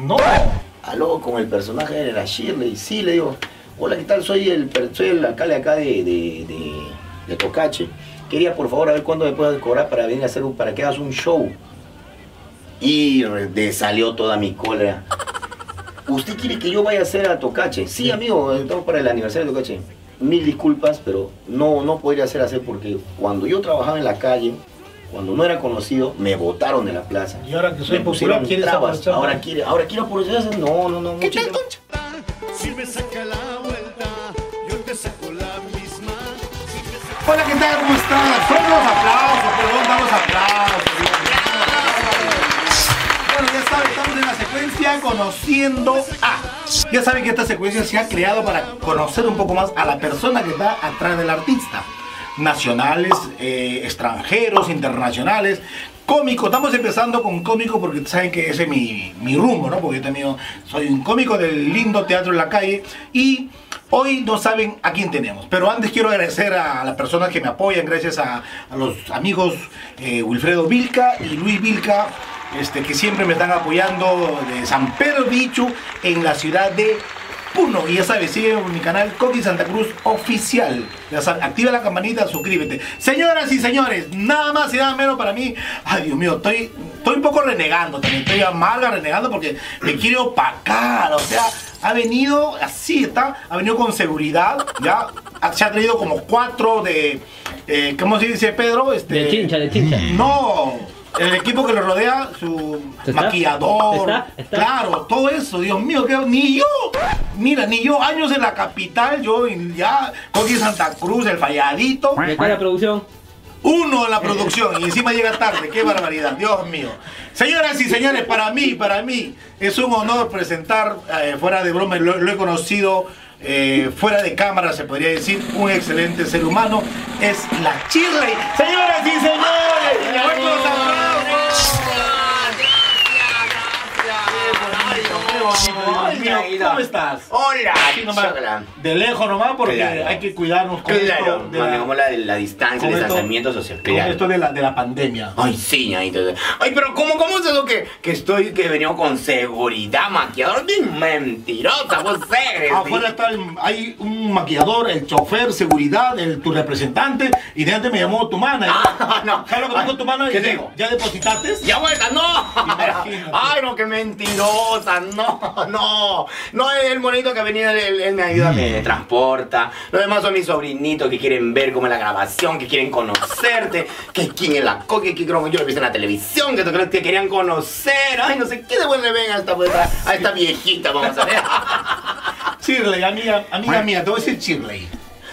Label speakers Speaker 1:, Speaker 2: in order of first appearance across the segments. Speaker 1: No.
Speaker 2: Aló, Ah, con el personaje de la Shirley. Sí, le digo, hola, ¿qué tal? Soy el, per- soy el alcalde acá de, de, de, de Tocache. Quería, por favor, a ver cuándo me puedes cobrar para venir a hacer un, para que hagas un show. Y re- de- salió toda mi cólera. ¿Usted quiere que yo vaya a hacer a Tocache? Sí, amigo, estamos para el aniversario de Tocache. Mil disculpas, pero no, no podría hacer hacer porque cuando yo trabajaba en la calle, cuando no era conocido, me botaron de la plaza.
Speaker 1: Y ahora que soy popular,
Speaker 2: Me pusieron
Speaker 1: ¿quieres
Speaker 2: trabas.
Speaker 1: aprovechar?
Speaker 2: Ahora quiere, ahora quiero aprovecharse. No, no, no.
Speaker 3: ¿Qué
Speaker 2: muchas
Speaker 3: tal,
Speaker 2: gracias.
Speaker 3: Concha?
Speaker 4: Si me saca la vuelta, yo te saco la misma.
Speaker 5: Hola, ¿qué tal? ¿Cómo están? Fueron los aplausos, perdón, damos aplausos. Bueno, ya saben, estamos en la secuencia Conociendo a. Ya saben que esta secuencia se ha creado para conocer un poco más a la persona que está atrás del artista. Nacionales, eh, extranjeros, internacionales. Cómico, estamos empezando con cómico porque saben que ese es mi, mi rumbo, ¿no? Porque yo también soy un cómico del lindo teatro en la calle y Hoy no saben a quién tenemos, pero antes quiero agradecer a las personas que me apoyan, gracias a, a los amigos eh, Wilfredo Vilca y Luis Vilca, este, que siempre me están apoyando de San Pedro Bichu en la ciudad de Puno. Y ya sabes, sigue mi canal Coqui Santa Cruz Oficial. Ya sabes, activa la campanita, suscríbete. Señoras y señores, nada más y nada menos para mí. Ay, Dios mío, estoy, estoy un poco renegando también, estoy amarga renegando porque me quiere opacar, o sea ha venido así, está, ha venido con seguridad, ya, ha- se ha traído como cuatro de, eh, ¿cómo se dice Pedro? Este,
Speaker 6: De chincha, de chincha.
Speaker 5: No, el equipo que lo rodea, su
Speaker 6: ¿Está?
Speaker 5: maquillador,
Speaker 6: ¿Está? ¿Está?
Speaker 5: claro, todo eso, Dios mío, que, ni yo, mira, ni yo, años en la capital, yo en- ya, Coqui Santa Cruz, el falladito,
Speaker 6: ¿De qué la producción?
Speaker 5: uno en la producción y encima llega tarde, qué barbaridad, Dios mío. Señoras y señores, para mí, para mí es un honor presentar, eh, fuera de broma, lo, lo he conocido eh, fuera de cámara, se podría decir, un excelente ser humano, es la Shirley. Señoras y señores, fuertes los aplausos. Ay, Dios mío, ¿Cómo estás?
Speaker 2: Hola,
Speaker 5: Así nomás,
Speaker 2: chacra.
Speaker 5: de lejos nomás porque
Speaker 2: Ah, Claro.
Speaker 5: hay que cuidarnos con
Speaker 2: Claro,
Speaker 5: esto de la,
Speaker 2: manejamos la, la distancia,
Speaker 5: con
Speaker 2: el
Speaker 5: esto-
Speaker 2: distanciamiento social.
Speaker 5: con
Speaker 2: Claro.
Speaker 5: esto de la, de la pandemia.
Speaker 2: Ay, sí, ñañito. Ay, pero ¿cómo, cómo es eso que, que estoy, que he venido con seguridad, maquillador? Bien mentirosa, vos eres.
Speaker 5: Afuera está el- hay un maquillador, el chofer, seguridad, el, tu representante, y de antes me llamó tu manager.
Speaker 2: Ah, no.
Speaker 5: ¿Sabes lo que tengo tu manager?
Speaker 2: ¿Qué
Speaker 5: Y
Speaker 2: tengo?
Speaker 5: ¿Ya depositaste?
Speaker 2: ¡Ya vuelta! ¡No!
Speaker 5: Imagínate.
Speaker 2: ¡Ay, no, qué mentirosa! ¡No, no! No, el monito que ha venido, él, él me ayuda, me transporta. Los demás son mis sobrinitos que quieren ver cómo es la grabación, que quieren conocerte, que quién es la coque, que creo que yo lo he visto en la televisión, que te, te querían conocer. ¡Ay, no sé qué de buen le ven a esta, pues, a, a esta viejita, vamos a ver!
Speaker 5: Shirley, amiga, amiga mía, te voy a decir Shirley.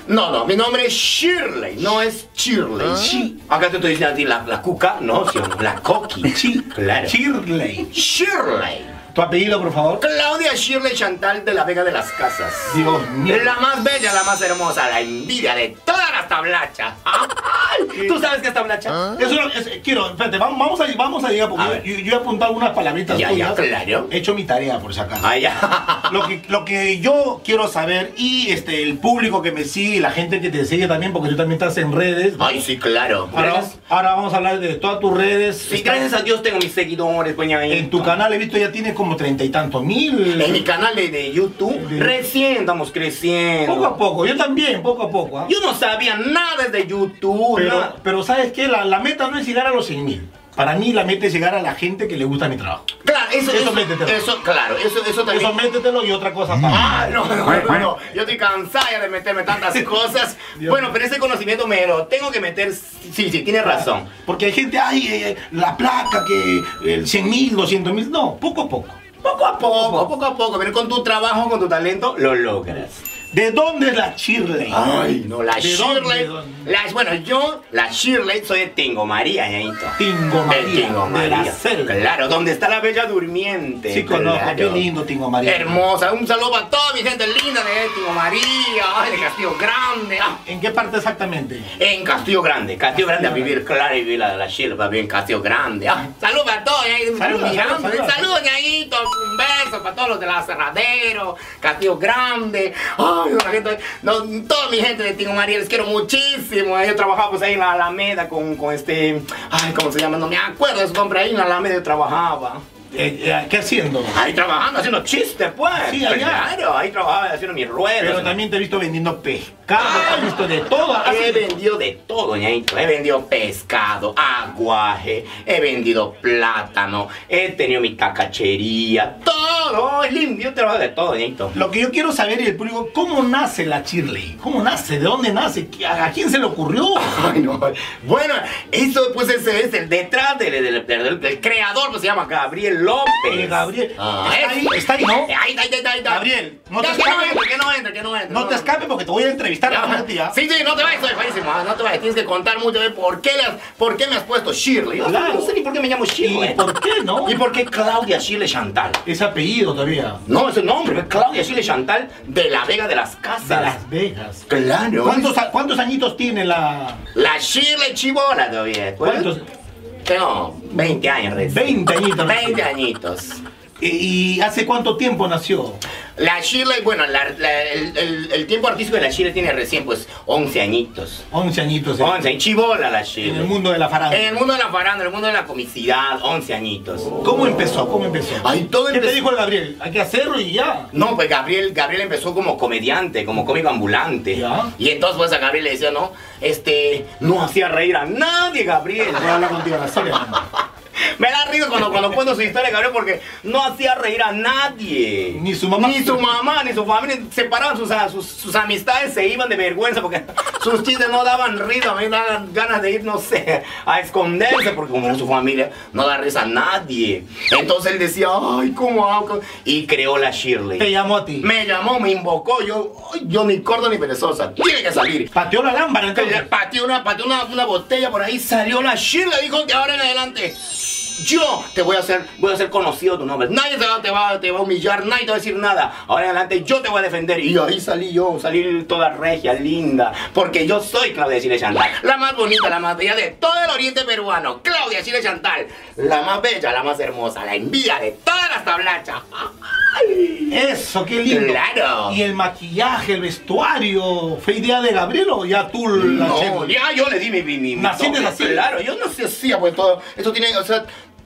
Speaker 2: No, no, mi nombre es Shirley, no es Shirley. Shi- Acá te estoy diciendo a ti la, la cuca, no, sino la coqui. Sí, claro.
Speaker 5: Shirley.
Speaker 2: Shirley.
Speaker 5: Tu apellido, por favor.
Speaker 2: Claudia Shirley Chantal de la Vega de las Casas.
Speaker 5: Dios mío.
Speaker 2: La más bella, la más hermosa, la envidia de todas las tablachas. Ay, ¿Tú sabes qué es tablacha?
Speaker 5: Eso no- es- quiero, espérate, vamos, vamos a, vamos a llegar porque
Speaker 2: A
Speaker 5: yo-
Speaker 2: ver.
Speaker 5: yo, yo he apuntado unas palabritas
Speaker 2: Ya, ya,
Speaker 5: tuyas.
Speaker 2: claro.
Speaker 5: He hecho mi tarea por si acaso.
Speaker 2: Ay, ya.
Speaker 5: lo que, lo que yo quiero saber y este el público que me sigue y la gente que te sigue también, porque tú también estás en redes.
Speaker 2: Ay, sí, claro.
Speaker 5: Ahora,
Speaker 2: Gracias.
Speaker 5: ahora vamos a hablar de todas tus redes.
Speaker 2: Sí, gracias a Dios tengo mis seguidores, doña
Speaker 5: En tu canal he visto ya tienes como treinta y tantos
Speaker 2: En mi
Speaker 5: mil.
Speaker 2: canal de, de YouTube,
Speaker 5: De-
Speaker 2: recién estamos creciendo.
Speaker 5: Poco a poco, yo también, poco a poco. ¿ah?
Speaker 2: Yo no sabía nada de YouTube.
Speaker 5: Pero,
Speaker 2: nada.
Speaker 5: pero ¿sabes qué? La, la meta no es llegar a los 100 mil. Para mí la meta es llegar a la gente que le gusta mi trabajo.
Speaker 2: Claro, eso,
Speaker 5: Eso
Speaker 2: eso,
Speaker 5: métetelo.
Speaker 2: eso, claro, eso, eso también.
Speaker 5: Eso métetelo y otra cosa para.
Speaker 2: Ah, no, no, no, no, yo estoy cansada ya de meterme tantas cosas.
Speaker 5: Dios.
Speaker 2: Bueno, pero ese conocimiento me lo tengo que meter. Sí, sí, tienes razón.
Speaker 5: Porque hay gente, ay, eh, la placa, que el 100 mil, 200 mil. No, poco a poco.
Speaker 2: Poco a poco, poco a poco, pero con tu trabajo, con tu talento, lo logras.
Speaker 5: ¿De dónde es la Shirley?
Speaker 2: Ay, no, la
Speaker 5: ¿De dónde, de
Speaker 2: Shirley.
Speaker 5: dónde?
Speaker 2: la- bueno, yo, la Shirley, soy de Tingo María, ñañito.
Speaker 5: Tingo María,
Speaker 2: De Tingo
Speaker 5: de la
Speaker 2: María.
Speaker 5: selva.
Speaker 2: Claro, donde está la bella durmiente.
Speaker 5: Sí, conozco.
Speaker 2: claro.
Speaker 5: Qué lindo, Tingo María.
Speaker 2: Hermosa. Un saludo para toda mi gente linda de Tingo María, ay, de Castillo Grande. ah.
Speaker 5: ¿En qué parte exactamente?
Speaker 2: En Castillo Grande, Castillo Grande a vivir claro y vivir la de la Shilpa, bien Castillo Grande. Ah, Saludos para todos, eh,
Speaker 5: Saludos,
Speaker 2: mirando.
Speaker 5: saludos, saludos.
Speaker 2: saludos, ñañito, un beso para todos los de la Cerradero, Castillo Grande. Ay, la gente, no, toda mi gente de Tingo María, les quiero muchísimo. eh, Yo trabajaba pues, ahí en la Alameda con, con este, ay, ¿cómo se llama? No me acuerdo de su nombre, ahí en la Alameda yo trabajaba.
Speaker 1: Eh, eh, ¿Qué haciendo?
Speaker 2: Ah,
Speaker 7: Ahí trabajando, haciendo chistes, pues.
Speaker 1: Sí, allá.
Speaker 7: Claro, ahí trabajaba haciendo mis ruedas.
Speaker 1: Pero también te he visto vendiendo pescado,
Speaker 2: Ah,
Speaker 1: te he visto de todo. has-
Speaker 7: He vendido de todo, ñaito. He vendido pescado, aguaje, he vendido plátano, he tenido mi tacachería, todo. El indio trabaja de todo, ñaito.
Speaker 1: Lo que yo quiero saber y el público, ¿cómo nace la Shirley? ¿Cómo nace? ¿De dónde nace? ¿Qui- ¿A a quién se le ocurrió?
Speaker 7: Ay, no. Bueno, eso pues ese es el detrás del, del- del- del- del creador, pues se llama Gabriel López.
Speaker 1: Eh, Gabriel.
Speaker 7: Ah,
Speaker 1: Está ahí, está ahí, ¿no?
Speaker 7: Ahí, ahí, ahí, ahí, ahí.
Speaker 1: Gabriel, no
Speaker 7: Ya,
Speaker 1: te
Speaker 7: que no
Speaker 1: escapes.
Speaker 7: entre, que no entre, que no entre.
Speaker 1: No te escapes porque te voy a entrevistar
Speaker 7: Ya.
Speaker 1: a la tía.
Speaker 7: Sí, sí, no te vayas, soy buenísimo. ah, No te vayas, tienes que contar mucho de por qué, le has- por qué me has puesto Shirley. Yo
Speaker 1: Claro.
Speaker 7: No sé ni por qué me llamo Shirley.
Speaker 1: ¿Y por qué no?
Speaker 7: ¿Y por qué Claudia Shirley Chantal?
Speaker 1: Ese apellido todavía.
Speaker 7: No, ese nombre, Claudia Shirley Chantal de la Vega de las
Speaker 1: De
Speaker 7: Casas.
Speaker 1: Las Vegas.
Speaker 7: Claro.
Speaker 1: ¿Cuántos, a- cuántos añitos tiene la...?
Speaker 7: La Shirley Chibola pues. todavía. ¿cuál?
Speaker 1: ¿Cuántos?
Speaker 7: Tengo 20 años recién.
Speaker 1: 20 añitos.
Speaker 7: 20 añitos.
Speaker 1: ¿Y y hace cuánto tiempo nació?
Speaker 7: La Shirley, bueno, la- la- el, el- el tiempo artístico de la Shirley tiene recién pues 11 añitos.
Speaker 1: 11 añitos. eh.
Speaker 7: 11, en Chibola la Shirley.
Speaker 1: En el mundo de la
Speaker 7: En el
Speaker 1: farándula.
Speaker 7: mundo de la farándula, en el mundo de la comicidad, 11 añitos.
Speaker 1: ¿Cómo empezó? ¿Cómo empezó?
Speaker 7: Ay, todo
Speaker 1: ¿Qué te
Speaker 7: empezó-
Speaker 1: dijo el Gabriel? Hay que hacerlo y ya.
Speaker 7: No, pues Gabriel, Gabriel empezó como comediante, como cómico ambulante.
Speaker 1: Ya.
Speaker 7: Y entonces pues a Gabriel le decía, no, este, no hacía reír a nadie, Gabriel.
Speaker 1: Voy a hablar contigo a la serie.
Speaker 7: Me da risa cuando, cuando cuento su historia, Gabriel, porque no hacía reír a nadie.
Speaker 1: Ni su mamá.
Speaker 7: Ni su mamá, ni su familia. Separaban sus, sus, sus amistades, se iban de vergüenza porque sus chistes no daban risa. A mí me daban ganas de ir, no sé, a esconderse porque como su familia no da risa a nadie. Entonces él decía, ay, ¿cómo hago? Y creó la Shirley.
Speaker 1: Te llamó a ti.
Speaker 7: Me llamó, me invocó. Yo, ay, yo ni corto ni perezosa. Tiene que salir.
Speaker 1: Pateó la lámpara
Speaker 7: Le
Speaker 1: entonces.
Speaker 7: pateó una, pateó una, una botella por ahí, salió la Shirley, dijo que ahora en adelante yo te voy a hacer, voy a hacer conocido tu nombre. Nadie te va, te, va, te va a humillar, nadie te va a decir nada. Ahora en adelante yo te voy a defender. Y ahí salí yo, salí toda regia, linda. Porque yo soy Claudia Chile Chantal. La más bonita, la más bella de todo el oriente peruano. Claudia Chile Chantal. La más bella, la más hermosa, la envidia de todas las tablachas.
Speaker 1: Eso, qué lindo.
Speaker 7: Claro.
Speaker 1: Y el maquillaje, el vestuario, ¿fue idea de Gabriel o ya tú la
Speaker 7: No,
Speaker 1: Shirley?
Speaker 7: ya yo le di mi, mi, mi mi
Speaker 1: Naciste
Speaker 7: toque,
Speaker 1: así.
Speaker 7: Claro, yo nací así, pues todo. Esto tiene, o sea,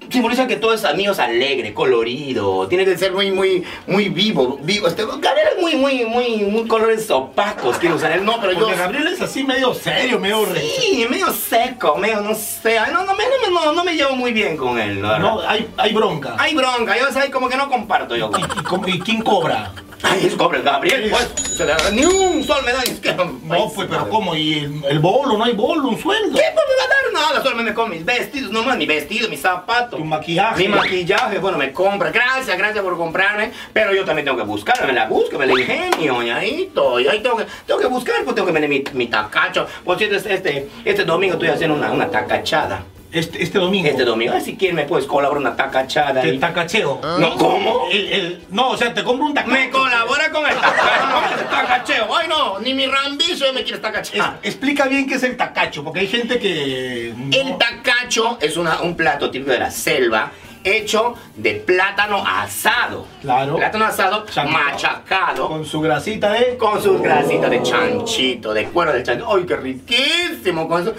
Speaker 7: simboliza que todo es amigos alegre, colorido. Tiene que ser muy, muy, muy vivo, vivo. Este, Gabriel es muy, muy, muy, muy colores opacos. Quiero usar él, no, pero yo.
Speaker 1: Porque Gabriel es así medio serio, medio re...
Speaker 7: Sí, medio seco, medio, no sé. Ay, No, no, me- no, me- no, no me llevo muy bien con él, la
Speaker 1: No,
Speaker 7: verdad.
Speaker 1: hay, hay bronca.
Speaker 7: Hay bronca, yo sé, como que no comparto yo.
Speaker 1: ¿Y, y cómo- y quién cobra?
Speaker 7: Ay, es cobre, Gabriel, pues. se le- Ni un sol me da, es que.
Speaker 1: No, pues, pero ¿cómo? ¿Y el, el bolo? ¿No hay bolo? ¿Un sueldo?
Speaker 7: ¿Qué puedo ganar? Nada, solo me con mis vestidos, nomás mi vestido, mis zapatos.
Speaker 1: Tu maquillaje.
Speaker 7: Mi maquillaje, bueno, me compra. Gracias, gracias por comprarme. Pero yo también tengo que buscar, me la busco, me la ingenio, ñaito. Y ahí tengo que, tengo que buscar, pues tengo que vender mi, mi tacacho. Por cierto, este- este, este domingo estoy haciendo una, una tacachada.
Speaker 1: Este, este domingo.
Speaker 7: Este domingo, ay, si quieres me puedes colaborar una tacachada.
Speaker 1: Te
Speaker 7: ahí.
Speaker 1: tacacheo.
Speaker 7: Ah. No, ¿cómo?
Speaker 1: El- el- no, o sea, te compro un tacacho.
Speaker 7: Me colabora con el tacacho, con el tacacheo. Ay, no, ni mi rambizo me quiere
Speaker 1: Es-
Speaker 7: tacachar.
Speaker 1: explica bien qué es el tacacho, porque hay gente que... no-
Speaker 7: El tacacho es una- un plato típico de la selva hecho de plátano asado.
Speaker 1: Claro.
Speaker 7: Plátano asado
Speaker 1: Chancado.
Speaker 7: machacado
Speaker 1: Con su grasita ¿eh? de...
Speaker 7: con sus grasitas de chanchito, de cuero de chanchito. ¡Ay, qué riquísimo! Con eso.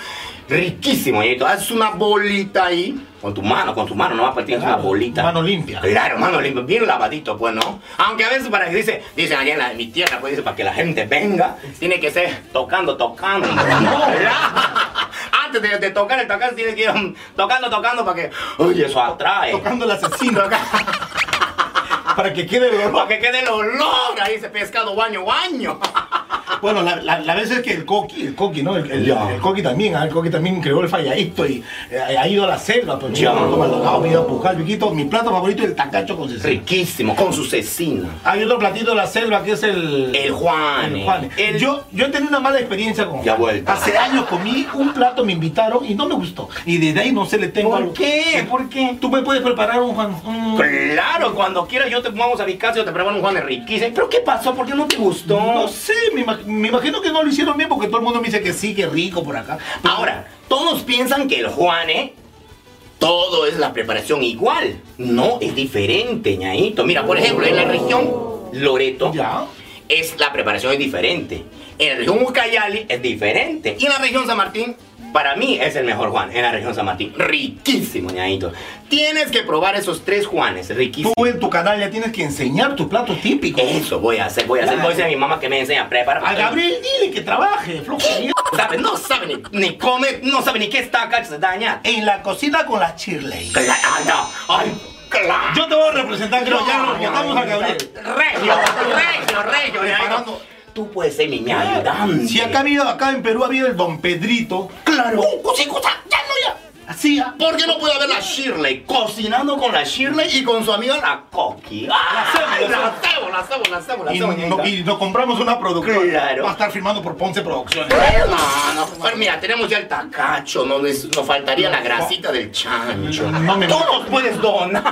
Speaker 7: Riquísimo, ñaito. Haces una bolita ahí. Con tu mano, con tu mano, no tienes
Speaker 1: Claro,
Speaker 7: una bolita.
Speaker 1: mano limpia.
Speaker 7: Claro, mano limpia. Bien lavadito, pues, ¿no? Aunque a veces para que dice, dicen allá en, la- en mi tierra, pues dice, para que la gente venga, tiene que ser tocando, tocando. Antes de, de tocar el tocar, tiene que ir um, tocando, tocando para que. Oye, eso atrae.
Speaker 1: Tocando el asesino. para que quede el olor.
Speaker 7: Para que quede el olor ahí ese pescado guaño guaño.
Speaker 1: Bueno, la, la, la vez es que el coqui, el coqui, ¿no? El, el-
Speaker 7: Ya.
Speaker 1: el coqui también, ah, el coqui también creó el falladito y eh, ha ido a la selva, pues
Speaker 7: Ya.
Speaker 1: mira, toma el tocado, me iba a buscar, piquito. Mi plato favorito es el tacacho con cecina.
Speaker 7: Riquísimo, con su cecina.
Speaker 1: Hay otro platito de la selva que es el.
Speaker 7: El Juan.
Speaker 1: el Juan.
Speaker 7: El-
Speaker 1: Yo, yo he tenido una mala experiencia con.
Speaker 7: Ya vuelta.
Speaker 1: Hace años comí un plato, me invitaron y no me gustó. Y desde ahí no se le tengo
Speaker 7: ¿Por
Speaker 1: algo.
Speaker 7: qué? ¿Por qué?
Speaker 1: ¿Tú me puedes preparar un Juan? un-
Speaker 7: Claro, cuando quieras yo te vamos a mi casa yo te preparo un Juan de riquísimo. ¿Pero qué pasó? ¿Por qué no te gustó?
Speaker 1: No sé, me, imag- me imagino que no lo hicieron bien porque todo el mundo me dice que sí, que rico por acá.
Speaker 7: Ahora, todos piensan que el Juane, todo es la preparación igual. No, es diferente, ñaito. Mira, por ejemplo, en la región Loreto
Speaker 1: Ya.
Speaker 7: es la preparación es diferente. En la región Ucayali es diferente. Y en la región San Martín Para mí es el mejor Juan en la región San Martín. Riquísimo, ñadito. Tienes que probar esos tres Juanes, riquísimo.
Speaker 1: Tú en tu canal ya tienes que enseñar tus platos típicos.
Speaker 7: Eso voy a hacer, voy a hacer. Voy a decir a mi mamá que me enseña, prepara.
Speaker 1: A Gabriel dile que trabaje, flojo de mierda.
Speaker 7: ¿Sabe? No sabe ni, ni come, no sabe ni qué está acá, se daña.
Speaker 1: En la cocina con la Shirley.
Speaker 7: Claro, ay, claro.
Speaker 1: Yo te voy a representar, creo, ya
Speaker 7: Claro,
Speaker 1: nos matamos a Gabriel.
Speaker 7: Regio, regio, regio, ñadito.
Speaker 1: Preparando.
Speaker 7: Tú puedes ser mi ñadito.
Speaker 1: Si acá ha habido, acá en Perú ha habido el Don Pedrito.
Speaker 7: Claro. Uh, cosa, cosa, ya no ya.
Speaker 1: Así, ah,
Speaker 7: ¿Por qué no puede haber la Shirley cocinando con la Shirley y con su amiga la Coqui?
Speaker 1: La cebo, la
Speaker 7: Ah, la cebo, la cebo, la cebo, la
Speaker 1: y,
Speaker 7: cebo,
Speaker 1: no-
Speaker 7: ñadito.
Speaker 1: y nos compramos una productora.
Speaker 7: Ah, Claro.
Speaker 1: Va a estar firmando por Ponce Producciones.
Speaker 7: Hermano, pero mira, tenemos ya el tacacho, nos, des- nos faltaría la grasita del chancho.
Speaker 1: No me-
Speaker 7: Tú nos puedes donar.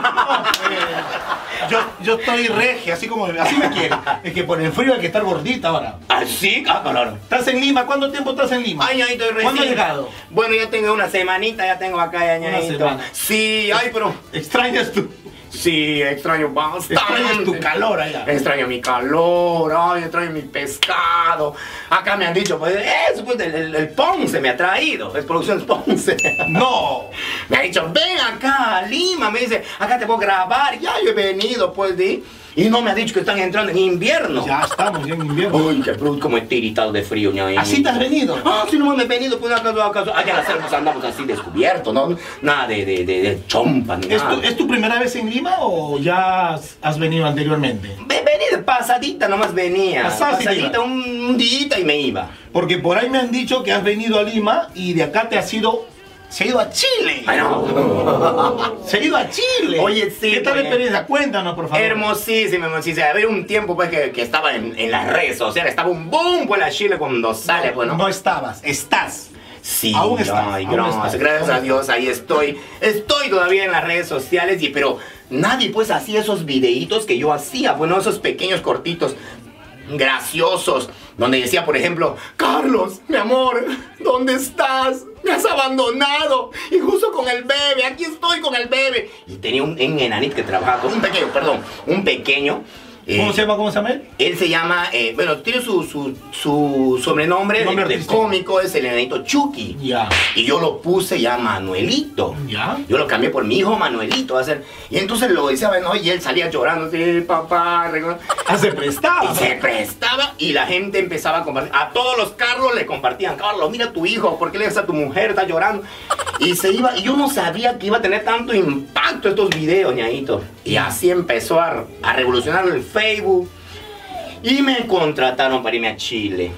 Speaker 1: Yo, yo estoy regia, así como así me quiero. Es que por el frío hay que estar gordita ahora.
Speaker 7: Así, ah, claro.
Speaker 1: ¿Estás en Lima? ¿Cuánto tiempo estás en Lima?
Speaker 7: Ay, ñañito, recién.
Speaker 1: ¿Cuándo has llegado?
Speaker 7: Bueno, ya tengo una semanita, ya tengo acá, ya, ñañito.
Speaker 1: semana.
Speaker 7: Sí, ay, pero.
Speaker 1: Extrañas tu,
Speaker 7: Sí, extraño bastante.
Speaker 1: extrañas tu calor allá.
Speaker 7: Extraño mi calor, ay, extraño mi pescado. Acá me han dicho, pues, eso, pues, el, el- el Ponce me ha traído. Es Producciones Ponce.
Speaker 1: No.
Speaker 7: Me ha dicho, ven acá a Lima, me dice, acá te puedo grabar. Ya yo he venido, pues, de... Y no me ha dicho que están entrando en invierno.
Speaker 1: Ya estamos ya en invierno.
Speaker 7: Uy, qué brut, como he tiritado de frío, ñañito.
Speaker 1: ¿Así te has venido?
Speaker 7: Ah, sí, no me he venido, pues, acaso, acaso. Allá las selvas pues, andamos así descubiertos, ¿no? Nada de, de, de, de chompa, ni
Speaker 1: ¿Es
Speaker 7: nada.
Speaker 1: tu, es tu primera vez en Lima o ya has, has venido anteriormente?
Speaker 7: Ve- Vení de pasadita, nomás venía.
Speaker 1: Pasada y te
Speaker 7: pasadita,
Speaker 1: iba.
Speaker 7: un, un día y me iba.
Speaker 1: Porque por ahí me han dicho que has venido a Lima y de acá te has ido. Se ha ido a Chile.
Speaker 7: Ay, no.
Speaker 1: Se ha ido a Chile.
Speaker 7: Oye, sí,
Speaker 1: ¿Qué tal la
Speaker 7: oye.
Speaker 1: experiencia? Cuéntanos, por favor.
Speaker 7: Hermosísima, hermosísima. Había un tiempo pues que, que estaba en, en las redes sociales, estaba un boom pues la Chile cuando sale, pues no.
Speaker 1: No estabas, estás.
Speaker 7: Sí,
Speaker 1: Aún está,
Speaker 7: ay,
Speaker 1: aún
Speaker 7: gracias,
Speaker 1: está.
Speaker 7: gracias a
Speaker 1: Aún
Speaker 7: Dios, ahí estoy. Estoy todavía en las redes sociales, y, pero nadie pues hacía esos videitos que yo hacía, bueno, esos pequeños cortitos graciosos, donde decía, por ejemplo, Carlos, mi amor, ¿dónde estás? Me has abandonado. Y justo con el bebé, aquí estoy con el bebé. Y tenía un, un enanito que trabajaba con un pequeño, perdón, un pequeño. eh,
Speaker 1: ¿Cómo se llama? ¿Cómo se llama él?
Speaker 7: él se llama, eh, bueno, tiene su, su, su sobrenombre
Speaker 1: Nombre
Speaker 7: de- de
Speaker 1: artístico.
Speaker 7: cómico, es el enanito Chucky.
Speaker 1: Ya.
Speaker 7: Y yo lo puse ya Manuelito.
Speaker 1: Ya.
Speaker 7: Yo lo cambié por mi hijo Manuelito. va a ser- Y entonces lo decía, bueno, y él salía llorando, sí, papá, recuerda".
Speaker 1: Ah, se prestaba.
Speaker 7: Y se prestaba y la gente empezaba a compartir. A todos los Carlos le compartían. Carlos, mira a tu hijo, ¿por qué le das a tu mujer? Está llorando. Y se iba, y yo no sabía que iba a tener tanto impacto estos videos, ñaito. Y así empezó a, a revolucionar el Facebook. Y me contrataron para irme a Chile.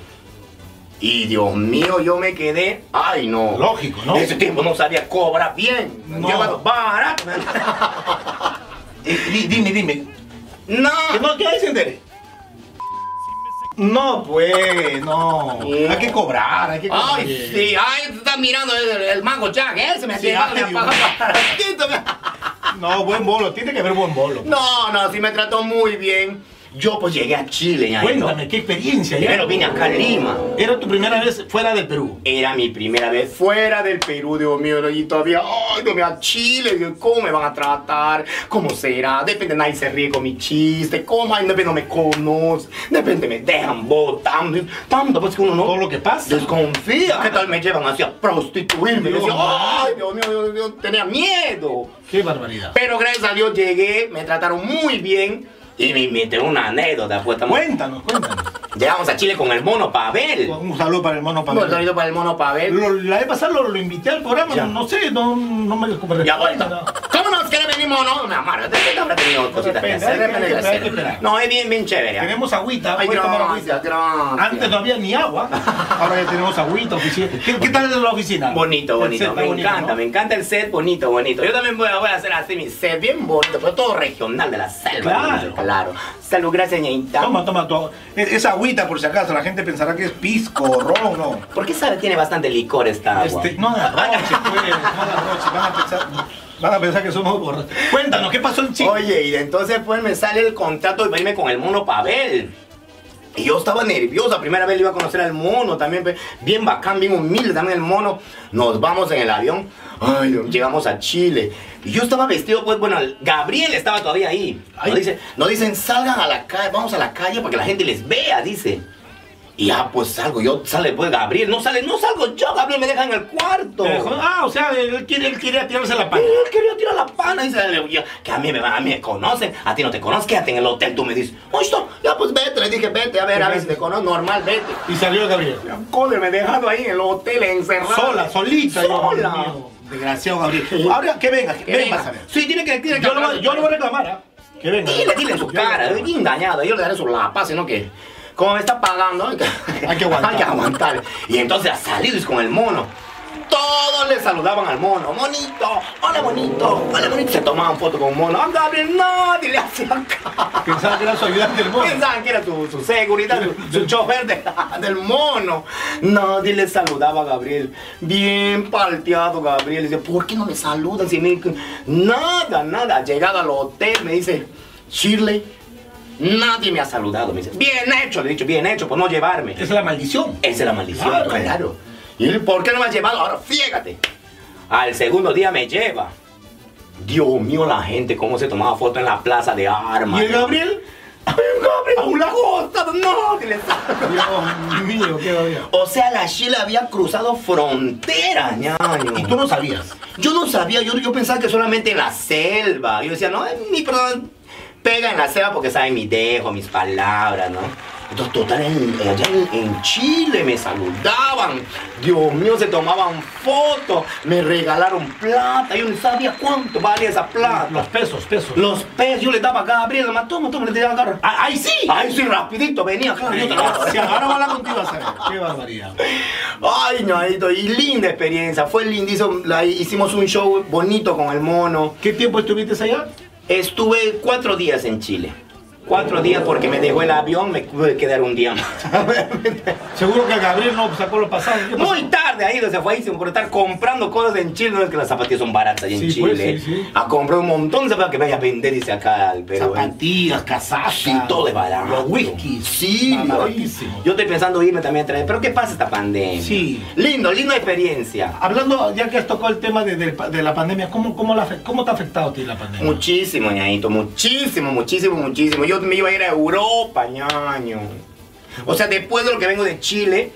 Speaker 7: Y Dios mío, yo me quedé. Ay, no.
Speaker 1: Lógico, ¿no?
Speaker 7: Ese tiempo no sabía cobrar bien.
Speaker 1: No.
Speaker 7: Llevado barato.
Speaker 1: Eh, di- dime, dime.
Speaker 7: No.
Speaker 1: Que no, que ahí se entere. No, pues, no.
Speaker 7: Sí.
Speaker 1: Hay que cobrar, hay que cobrar.
Speaker 7: Ay, sí, ay, tú estás mirando el, el mango Jack, ¿eh? Se me ha
Speaker 1: Sí,
Speaker 7: quedado
Speaker 1: ay,
Speaker 7: la
Speaker 1: Dios.
Speaker 7: paja baratito, me-
Speaker 1: No, buen bolo, tiene que haber buen bolo.
Speaker 7: No, no, sí me trató muy bien. Yo pues llegué a Chile, ya.
Speaker 1: Cuéntame, qué experiencia. ya?
Speaker 7: Primero vine acá a Lima.
Speaker 1: Era tu primera vez fuera del Perú.
Speaker 7: Era mi primera vez fuera del Perú, Dios mío, y todavía, ay, no me a Chile, Dios, ¿cómo me van a tratar? ¿Cómo será? Depende, nadie se ríe con mi chiste, ¿cómo? Ay, depende, no me conoce, depende, me dejan botando, tanto, pues que uno no...
Speaker 1: Todo lo que pasa.
Speaker 7: Desconfía. ¿Qué tal me llevan hacia prostituirme? Yo
Speaker 1: Dios.
Speaker 7: decía, ay, Dios mío, Dios mío, tenía miedo.
Speaker 1: Qué barbaridad.
Speaker 7: Pero gracias a Dios llegué, me trataron muy bien. Y me inventé una anécdota, pues estamos-
Speaker 1: Cuéntanos, cuéntanos.
Speaker 7: Llegamos a Chile con el mono Pavel.
Speaker 1: Un saludo para el mono
Speaker 7: Un
Speaker 1: Pablo.
Speaker 7: saludo para el mono Pavel.
Speaker 1: Lo- la vez pasada lo, lo invité al programa,
Speaker 7: Ya.
Speaker 1: no, no sé, no, no me responde.
Speaker 7: Ya vuelta. ¿Cómo nos quiere venir mono? Me amarga, de repente habrá tenido cositas que
Speaker 1: repente,
Speaker 7: hacer. de
Speaker 1: hay que-
Speaker 7: repente
Speaker 1: hay que-
Speaker 7: hacer.
Speaker 1: hay que esperar.
Speaker 7: No, es bien, bien chévere. ¿eh?
Speaker 1: Tenemos agüita,
Speaker 7: Ay,
Speaker 1: puedes tomar agüita.
Speaker 7: gracias, gracias.
Speaker 1: Antes no había ni agua, ahora ya tenemos agüita, oficina. ¿Qué, qué tal es la oficina?
Speaker 7: Bonito,
Speaker 1: El set
Speaker 7: bonito.
Speaker 1: está
Speaker 7: Me
Speaker 1: bonito,
Speaker 7: encanta,
Speaker 1: ¿no?
Speaker 7: me encanta el set, bonito, bonito. Yo también voy a, voy a hacer así mi set, bien bonito, pero todo regional de la selva.
Speaker 1: Claro.
Speaker 7: bonito, claro. Salud, gracias, ñaita.
Speaker 1: Toma, toma tu agua. Es- Esa agüita, por si acaso, la gente pensará que es pisco, ron, no.
Speaker 7: ¿Por qué sabe tiene bastante licor esta agua?
Speaker 1: Este, no derroche, pues, no derroche, van a pensar, van a pensar que somos borrachos. Cuéntanos, ¿qué pasó en Chile?
Speaker 7: Oye, y entonces pues me sale el contrato de irme con el mono Pavel. Y yo estaba nerviosa, primera vez le iba a conocer al mono también, pe- bien bacán, bien humilde también el mono. Nos vamos en el avión, ay, Dios, llegamos a Chile. Y yo estaba vestido, pues bueno, el- Gabriel estaba todavía ahí. Nos,
Speaker 1: Ay.
Speaker 7: dice, nos dicen, salgan a la calle, vamos a la calle para que la gente les vea, dice. Y ya pues salgo, yo sale pues Gabriel, no sale, no salgo yo, Gabriel me deja en el cuarto.
Speaker 5: Te dejó- Ah, o sea, él, quiere- él quería tirarse la pata.
Speaker 7: Él quería tirar la pana y se le yo, que a mí me van, a mí me conocen, a ti no te conozco, quédate en el hotel, tú me dices, oye, esto, ya pues vete, le dije, vete, a ver, a ver si te conozco, normal, vete.
Speaker 5: Y salió Gabriel.
Speaker 7: Cole, me dejado ahí en el hotel encerrado.
Speaker 1: Sola, solita. yo,
Speaker 7: Sola.
Speaker 1: Dios mío. Desgraciado Gabriel. Ah, Ahora que venga, que
Speaker 7: Que
Speaker 1: venga,
Speaker 7: venga.
Speaker 1: vas a ver.
Speaker 5: Sí, tiene que. tiene que- yo, lo, voy- yo lo voy a reclamar, ¿ah? Que venga.
Speaker 7: Dile, dile en su cara, es bien engañada, yo le daré su lapa, sino que como me está pagando, hay que,
Speaker 1: Hay que aguantar.
Speaker 7: hay que aguantar. Y entonces ha salido y con el mono. Todos le saludaban al mono, monito, hola bonito, hola bonito. Se tomaban foto con mono. Ah, Gabriel, nadie le hacía caso.
Speaker 1: Pensaba que era su ayudante del mono.
Speaker 7: Pensaban que era su, su seguridad, su, su chofer de- del mono. Nadie le saludaba a Gabriel. Bien palteado Gabriel. Dice, ¿por qué no me saludan? Si me- Nada, nada. Llegado al hotel me dice, Shirley, nadie me ha saludado. Me dice, bien hecho, le he dicho, bien hecho por no llevarme.
Speaker 5: Es la maldición.
Speaker 7: Esa es la maldición.
Speaker 5: Claro.
Speaker 7: ¿Y él, por qué no me has llevado? Ahora fíjate. Al segundo día me lleva. Dios mío, la gente, cómo se tomaba foto en la plaza de armas.
Speaker 5: ¿Y el Gabriel?
Speaker 7: ¡Ay, Gabriel! ¡A una costa! ¡No! que le salga.
Speaker 1: Dios mío, qué Gabriel.
Speaker 7: O sea, la Sheila había cruzado fronteras, ñaño.
Speaker 1: Y tú no sabías.
Speaker 7: Yo no sabía, yo, yo pensaba que solamente en la selva. Yo decía, no, eh, mi perdón, pega en la selva porque saben mi dejo, mis palabras, ¿no? Entonces, total, en- allá en, en Chile me saludaban. Dios mío, se tomaban fotos, me regalaron plata. Yo no sabía cuánto valía esa
Speaker 5: Los
Speaker 7: plata.
Speaker 5: pesos, pesos.
Speaker 7: Los pesos, yo le daba a Gabriel, nomás toma, toma, le tiraba a Gabriel.
Speaker 5: Ah, ¡Ahí sí!
Speaker 7: Ay, sí, rapidito venía, claro, yo te lo
Speaker 1: Sí, ahora va la contigo a saber. Qué barbaridad.
Speaker 7: Ay, ñadito, y linda experiencia. Fue lindísimo. la- hicimos un show bonito con el mono.
Speaker 1: ¿Qué tiempo estuviste allá?
Speaker 7: Estuve cuatro días en Chile. Cuatro días porque me dejó el avión, me pude quedar un día más.
Speaker 5: Seguro que Gabriel no sacó los pasajes. ¿Qué pasó?
Speaker 7: Muy tarde ahí se fue ahí por estar comprando cosas en Chile. No es que las zapatillas son baratas ahí en
Speaker 5: Sí,
Speaker 7: Chile.
Speaker 5: pues, sí, sí.
Speaker 7: A comprar un montón de zapatillas que vaya a vender, dice acá al Perú.
Speaker 1: Zapatillas, casacas.
Speaker 7: Sí, todo es barato.
Speaker 1: Los whiskies.
Speaker 7: Sí,
Speaker 1: Ah,
Speaker 7: yo-
Speaker 1: baratísimo.
Speaker 7: yo estoy pensando irme también a traer. Pero ¿qué pasa esta pandemia?
Speaker 1: Sí.
Speaker 7: Lindo, linda experiencia.
Speaker 1: Hablando, ya que has tocado el tema de, del pa- de la pandemia, ¿cómo, cómo, la, afe- ¿cómo te ha afectado a ti la pandemia?
Speaker 7: Muchísimo, ñañito, muchísimo, muchísimo, muchísimo. Yo me iba a ir a Europa, ñaño. O sea, después de lo que vengo de Chile,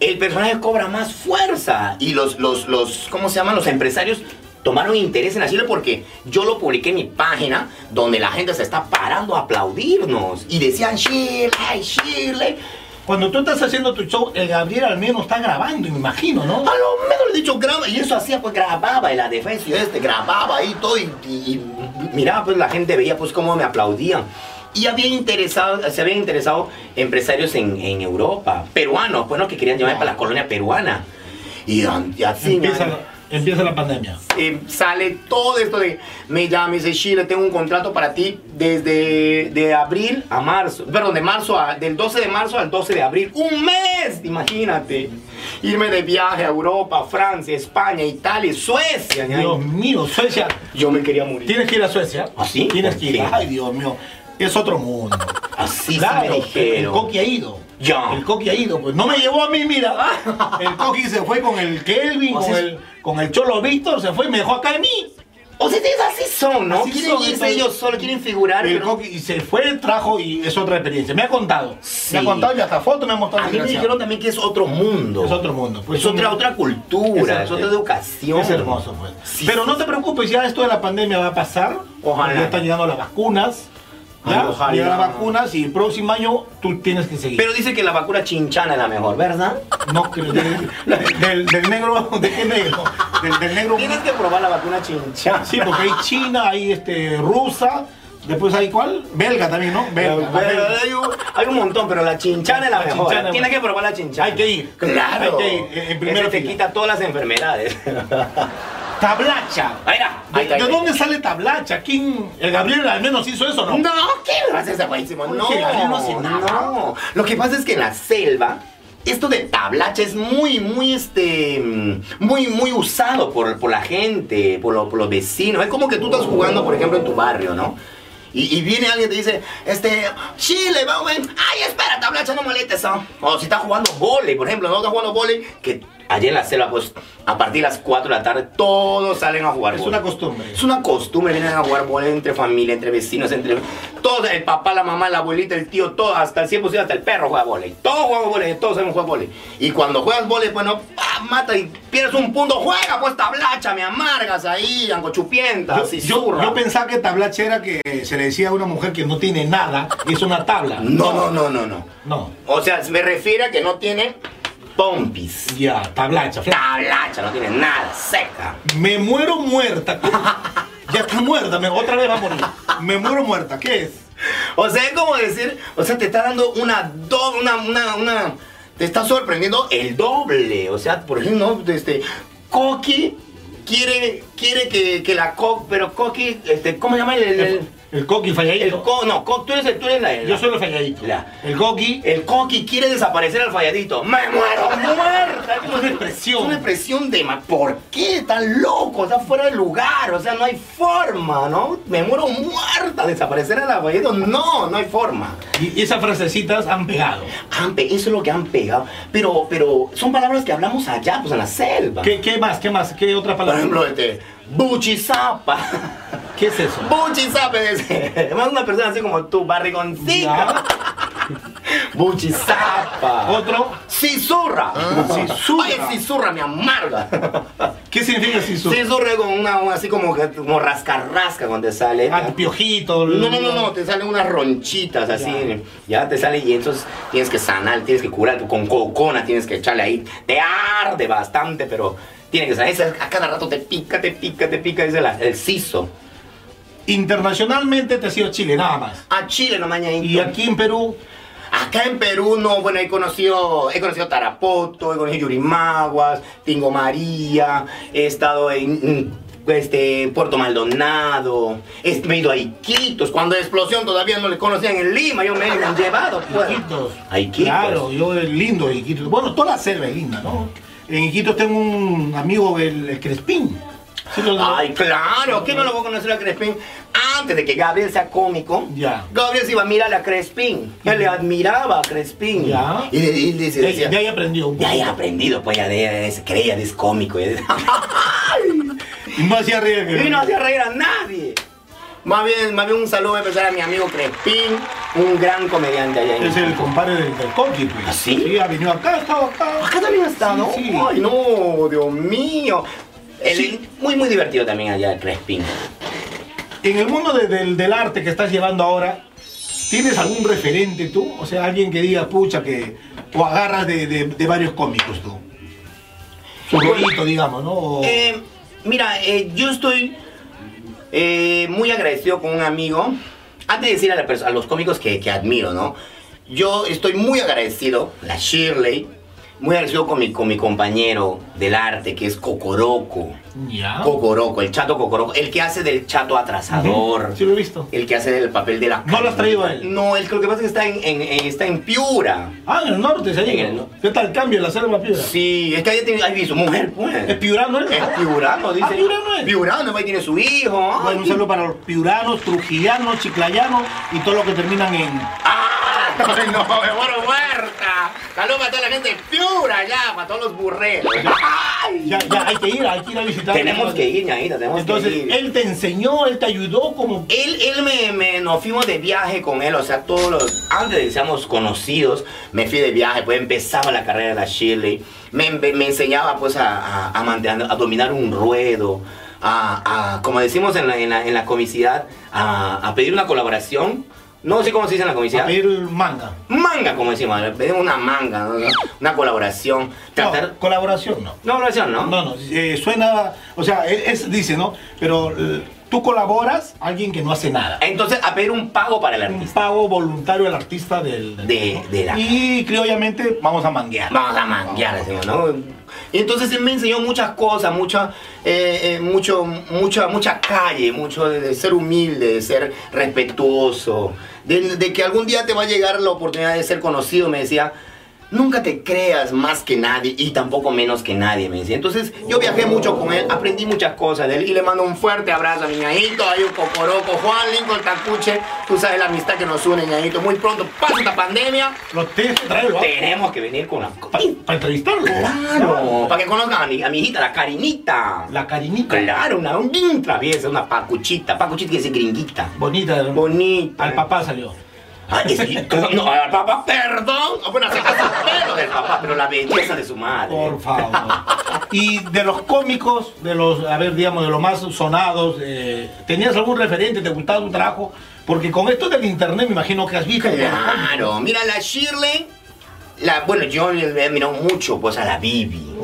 Speaker 7: el personaje cobra más fuerza. Y los, los, los, ¿cómo se llaman? Los empresarios tomaron interés en Chile porque yo lo publiqué en mi página donde la gente se está parando a aplaudirnos. Y decían, Chile, ay, Chile.
Speaker 1: Cuando tú estás haciendo tu show, el Gabriel al menos está grabando, me imagino,
Speaker 7: A
Speaker 1: ¿no?
Speaker 7: lo menos le he dicho graba y eso hacía pues grababa y la defensa y este grababa ahí todo y, y- y miraba pues la gente veía pues cómo me aplaudían y había interesado, se habían interesado empresarios en, en Europa, peruanos, pues no que querían llevarme para la colonia peruana. Y, an- y así
Speaker 1: empieza,
Speaker 7: man,
Speaker 1: empieza la pandemia.
Speaker 7: eh, sale todo esto de me llama y dice Chile, tengo un contrato para ti desde de abril a marzo, perdón, de marzo a, del 12 de marzo al 12 de abril, un mes, imagínate. Irme de viaje a Europa, Francia, España, Italia, Suecia. ñaño.
Speaker 1: Dios mío, Suecia.
Speaker 7: Yo me quería morir.
Speaker 1: ¿Tienes que ir a Suecia?
Speaker 7: ¿Ah, sí?
Speaker 1: Tienes que ir.
Speaker 7: ¿Por qué?
Speaker 1: Ay, Dios mío. Es otro mundo.
Speaker 7: Así se
Speaker 1: claro,
Speaker 7: me
Speaker 1: el
Speaker 7: dijeron.
Speaker 1: coqui ha ido.
Speaker 7: Ya. Ah.
Speaker 1: El coqui ha ido, pues no me llevó a mí, mira. El coqui se fue con el Kelvin,
Speaker 7: O
Speaker 1: con
Speaker 7: sea,
Speaker 1: el, con el Cholo Víctor, se fue y me dejó acá a mí.
Speaker 7: O sea, ustedes así son, ¿no?
Speaker 1: Así
Speaker 7: quieren
Speaker 1: son,
Speaker 7: irse
Speaker 1: entonces-
Speaker 7: ellos solos, quieren figurar.
Speaker 1: El
Speaker 7: pero-
Speaker 1: coqui y se fue, trajo y es otra experiencia. Me ha contado.
Speaker 7: Sí.
Speaker 1: Me ha contado y hasta fotos me ha mostrado.
Speaker 7: A mí me
Speaker 1: desgraciado.
Speaker 7: dijeron también que es otro mundo.
Speaker 1: Es otro mundo, pues,
Speaker 7: es otra,
Speaker 1: un-
Speaker 7: otra cultura, es
Speaker 1: Exacto.
Speaker 7: otra educación.
Speaker 1: Es hermoso, pues.
Speaker 7: Sí,
Speaker 1: Pero
Speaker 7: sí,
Speaker 1: no te preocupes, ya esto de la pandemia va a pasar.
Speaker 7: Ojalá.
Speaker 1: Ya están llegando las vacunas. Ya,
Speaker 7: Ay, ojalá.
Speaker 1: llegan las vacunas y el próximo año tú tienes que seguir.
Speaker 7: Pero dice que la vacuna chinchana es la mejor, ¿verdad?
Speaker 1: no creo. Del, del- del negro. ¿De qué negro? Del, del negro.
Speaker 7: Tienes que probar la vacuna chinchana.
Speaker 1: Sí, porque hay China, hay este, rusa. Después hay cuál? Belga también, ¿no?
Speaker 7: Pero
Speaker 1: Belga. belga.
Speaker 7: hay, un, hay un montón, pero la chinchana es la,
Speaker 1: La
Speaker 7: mejor.
Speaker 1: chinchana es buena.
Speaker 7: Tienes que probar la chinchana.
Speaker 1: Hay que ir.
Speaker 7: Claro.
Speaker 1: Hay que ir, en- en primera
Speaker 7: Ese te
Speaker 1: fila.
Speaker 7: quita todas las enfermedades.
Speaker 1: Tablacha. ¿De,
Speaker 7: Ahí era. Ahí está, ahí
Speaker 1: de
Speaker 7: está.
Speaker 1: dónde sale Tablacha? ¿Quién? El Gabriel al menos hizo eso, ¿no?
Speaker 7: No, ¿qué va a hacer ese buenísimo?
Speaker 1: Oye,
Speaker 7: No,
Speaker 1: que Gabriel no hace nada.
Speaker 7: no. Lo que pasa es que en la selva, esto de tablacha es muy, muy, este, mm, muy, muy usado por, por la gente, por, lo- por los vecinos. Es como que tú estás jugando, por ejemplo, en tu barrio, ¿no? Y, y viene alguien y te dice, este, chile, vamos, ven. Ay, espera, tablacha, no molestes, ¿no? O si estás jugando volei, por ejemplo, no estás jugando volei, que Allí en la selva, pues, a partir de las 4 de la tarde, todos salen a jugar
Speaker 1: Es
Speaker 7: bola.
Speaker 1: una costumbre.
Speaker 7: Es una costumbre, vienen a jugar bola entre familia, entre vecinos, entre... Todos, el papá, la mamá, la abuelita, el tío, todo, hasta el 100%, hasta el perro juega volei. Todos jugamos volei, todos sabemos jugar volei. Y cuando juegas volei, pues no, pa, mata y pierdes un punto, juega pues tablacha, me amargas ahí, angochupienta,
Speaker 1: Yo,
Speaker 7: así
Speaker 1: yo-
Speaker 7: zurra.
Speaker 1: yo pensaba que tablache era que se le decía a una mujer que no tiene nada y es una tabla.
Speaker 7: No, no, no, no, no.
Speaker 1: No.
Speaker 7: O sea, me refiero a que no tiene pompis.
Speaker 1: Ya, tablacha. flaca.
Speaker 7: Tablacha, no tiene nada, seca.
Speaker 1: Me muero muerta. Ya está muerta, me- otra vez va a morir. Me muero muerta, ¿qué es?
Speaker 7: O sea, es como decir, o sea, te está dando una do, una, una, una, te está sorprendiendo el doble. O sea, por ejemplo, ¿no? este, Coqui quiere, quiere que, que la Coq, pero Coqui, este, ¿cómo se llama el,
Speaker 1: El,
Speaker 7: el, el,
Speaker 1: el coqui
Speaker 7: el
Speaker 1: falladito.
Speaker 7: co- no, Coq, tú eres, el- tú eres la, la-
Speaker 1: Yo soy el falladito.
Speaker 7: La-
Speaker 1: El coqui.
Speaker 7: El coqui quiere desaparecer al falladito. ¡Me muero muerta!
Speaker 1: Es una expresión.
Speaker 7: Es una expresión de ma- ¿Por qué? tan loco, está fuera de lugar. O sea, no hay forma, ¿no? Me muero muerta. Desaparecer al falladito. No, no hay forma.
Speaker 1: Y y esas frasecitas han pegado.
Speaker 7: Han pe- eso es lo que han pegado. Pero, pero son palabras que hablamos allá, pues en la selva.
Speaker 1: ¿Qué, qué más? ¿Qué más? ¿Qué otra
Speaker 7: Por
Speaker 1: palabra?
Speaker 7: ejemplo, este. Buchizapa.
Speaker 1: ¿Qué es eso?
Speaker 7: Buchizapa es más una persona así como tú, barrigoncita.
Speaker 1: Ya.
Speaker 7: Buchizapa.
Speaker 1: Otro.
Speaker 7: Sisurra.
Speaker 1: Sisurra.
Speaker 7: Oye, sisurra, me amarga.
Speaker 1: ¿Qué significa si su?
Speaker 7: Sisurra es como una, una- así como, que- como rascarrasca cuando te sale.
Speaker 1: Ah, piojito.
Speaker 7: No, no, no, no, te salen unas ronchitas así, ya, te sale y entonces tienes que sanar, tienes que curar, con cocona tienes que echarle ahí, te arde bastante, pero tiene que sanar, Esa- a cada rato te pica, te pica, te pica, dice la- el siso.
Speaker 1: Internacionalmente te ha sido Chile, nada más.
Speaker 7: A Chile no mañana.
Speaker 1: Y aquí en Perú,
Speaker 7: Acá en Perú, no, bueno, he conocido, he conocido Tarapoto, he conocido Yurimaguas, Tingo María, he estado en mm, este, Puerto Maldonado, he, me he ido a Iquitos, cuando la explosión todavía no le conocían en Lima, yo me he llevado. pues.
Speaker 1: Iquitos.
Speaker 7: A Iquitos.
Speaker 1: Claro, yo es lindo Iquitos. Bueno, toda la selva es linda, ¿no? En Iquitos tengo un amigo, el, el Crespín. ¿Sí lo-
Speaker 7: Ay, claro, ¿quién no lo va a conocer a Crespín? Antes de que Gabriel sea cómico,
Speaker 1: Ya.
Speaker 7: Gabriel se iba a mirar a Crespín. Él le admiraba a Crespín.
Speaker 1: Ya.
Speaker 7: Y, y- y le
Speaker 1: de,
Speaker 7: decía,
Speaker 1: de ahí aprendió.
Speaker 7: ya he aprendido, pues ya de, de- se creía de es cómico. ya de-
Speaker 1: Y no hacía reír. que-
Speaker 7: y no hacía reír a nadie. Más bien, más bien un saludo a empezar a mi amigo Crespín, un gran comediante allá en
Speaker 1: Es el compadre del, del Coqui, pues.
Speaker 7: ¿Ah, sí?
Speaker 1: ha venido acá, ha estado acá.
Speaker 7: Acá también ha estado.
Speaker 1: Sí, sí.
Speaker 7: Ay, no, Dios mío. Él
Speaker 1: Sí.
Speaker 7: es muy, muy divertido también allá el Crespín.
Speaker 1: En el mundo de- del, del arte que estás llevando ahora, ¿tienes algún referente tú? O sea, alguien que diga, pucha, que. O agarras de, de- de varios cómicos tú. Su rollito, digamos, ¿no? O-
Speaker 7: Eh, mira, eh, yo estoy eh, muy agradecido con un amigo. Antes de decir a, la perso- a los cómicos que, que admiro, ¿no? Yo estoy muy agradecido, la Shirley, muy agradecido con mi, con mi compañero del arte, que es Cocoroco.
Speaker 1: ya.
Speaker 7: Cocoroco, el chato Cocoroco, el que hace del chato atrasador.
Speaker 1: Sí, lo he visto.
Speaker 7: El que hace del papel de la...
Speaker 1: ¿No lo has traído a él?
Speaker 7: No, el que lo que pasa es que está en, en- en- está en Piura.
Speaker 1: Ah, en el norte, se ha
Speaker 7: En
Speaker 1: ido.
Speaker 7: el norte.
Speaker 1: ¿Qué tal cambio en la selva piedra?
Speaker 7: Sí, es que ahí tiene... Ahí vi su mujer, pues.
Speaker 1: ¿Es piurano él?
Speaker 7: Es piurano, dice.
Speaker 1: Ah, piurano es.
Speaker 7: Piurano, ahí tiene su hijo.
Speaker 1: Ah, Bueno,
Speaker 7: ay.
Speaker 1: un saludo para los piuranos, trujillanos, chiclayanos y todos los que terminan en.
Speaker 7: ¡Ah! Ay, no, me muero muerta. Saludos para toda la gente de piura ya, para todos los burreros. Ay.
Speaker 1: Ya, ya, hay que ir, hay que ir a visitar.
Speaker 7: Tenemos que ir, ñañita, tenemos
Speaker 1: Entonces,
Speaker 7: que ir.
Speaker 1: él te enseñó, él te ayudó como.
Speaker 7: Él, él me, me- nos fuimos de viaje con él, o sea, todos los, antes de que seamos conocidos, me fui de viaje, pues empezaba la carrera de la Shirley, me, me- me enseñaba pues a, a, a mantener- a dominar un ruedo, a, a, como decimos en la, en la, en la comicidad, a, a pedir una colaboración, no sé cómo se dice en la
Speaker 1: A
Speaker 7: comicidad.
Speaker 1: pedir manga.
Speaker 7: Manga, como decimos, pedimos una manga, ¿no? una colaboración,
Speaker 1: No,
Speaker 7: tratar...
Speaker 1: colaboración, no.
Speaker 7: No, colaboración, ¿no?
Speaker 1: No, no, eh, suena, o sea, e, es, es- dice, ¿no? Pero eh, tú colaboras a alguien que no hace nada.
Speaker 7: Entonces, a pedir un pago para el
Speaker 1: Un
Speaker 7: artista.
Speaker 1: pago voluntario al artista del... del-
Speaker 7: De- de la-
Speaker 1: Y criollamente vamos a manguear.
Speaker 7: Vamos a manguear, decimos, ¿no? Y entonces él me enseñó muchas cosas, mucha, eh, eh, mucho, mucha, mucha calle, mucho de, de ser humilde, de ser respetuoso, de, de que algún día te va a llegar la oportunidad de ser conocido, me decía. Nunca te creas más que nadie y tampoco menos que nadie, me decía. Entonces, yo viajé mucho con él, aprendí muchas cosas de él y le mando un fuerte abrazo a mi ñañito, a un cocoroco, Juan Lincoln Tacuche. Tú sabes la amistad que nos une, ñañito. Muy pronto, pasa esta pandemia,
Speaker 1: Los tienes que traerlo.
Speaker 7: tenemos que venir con la.
Speaker 1: Para entrevistarlo.
Speaker 7: Claro, para que conozcan a mi, a mi hijita, la Carinita.
Speaker 1: La carinita.
Speaker 7: Claro, una un bien traviesa, una pacuchita. Pacuchita que es gringuita.
Speaker 1: Bonita. ¿no?
Speaker 7: Bonita.
Speaker 1: Al papá salió.
Speaker 7: Ay, sí, ¿cómo? no, al papá, perdón. Ah, Bueno, se pasa el pelo del papá, pero la belleza de su madre.
Speaker 1: Por favor. Y de los cómicos, de los, a ver, digamos, de los más sonados, eh, ¿tenías algún referente? ¿Te gustaba un trabajo? Porque con esto del internet me imagino que has visto.
Speaker 7: Claro, mira la Shirley. La, bueno, yo le he mirado mucho pues a la Bibi.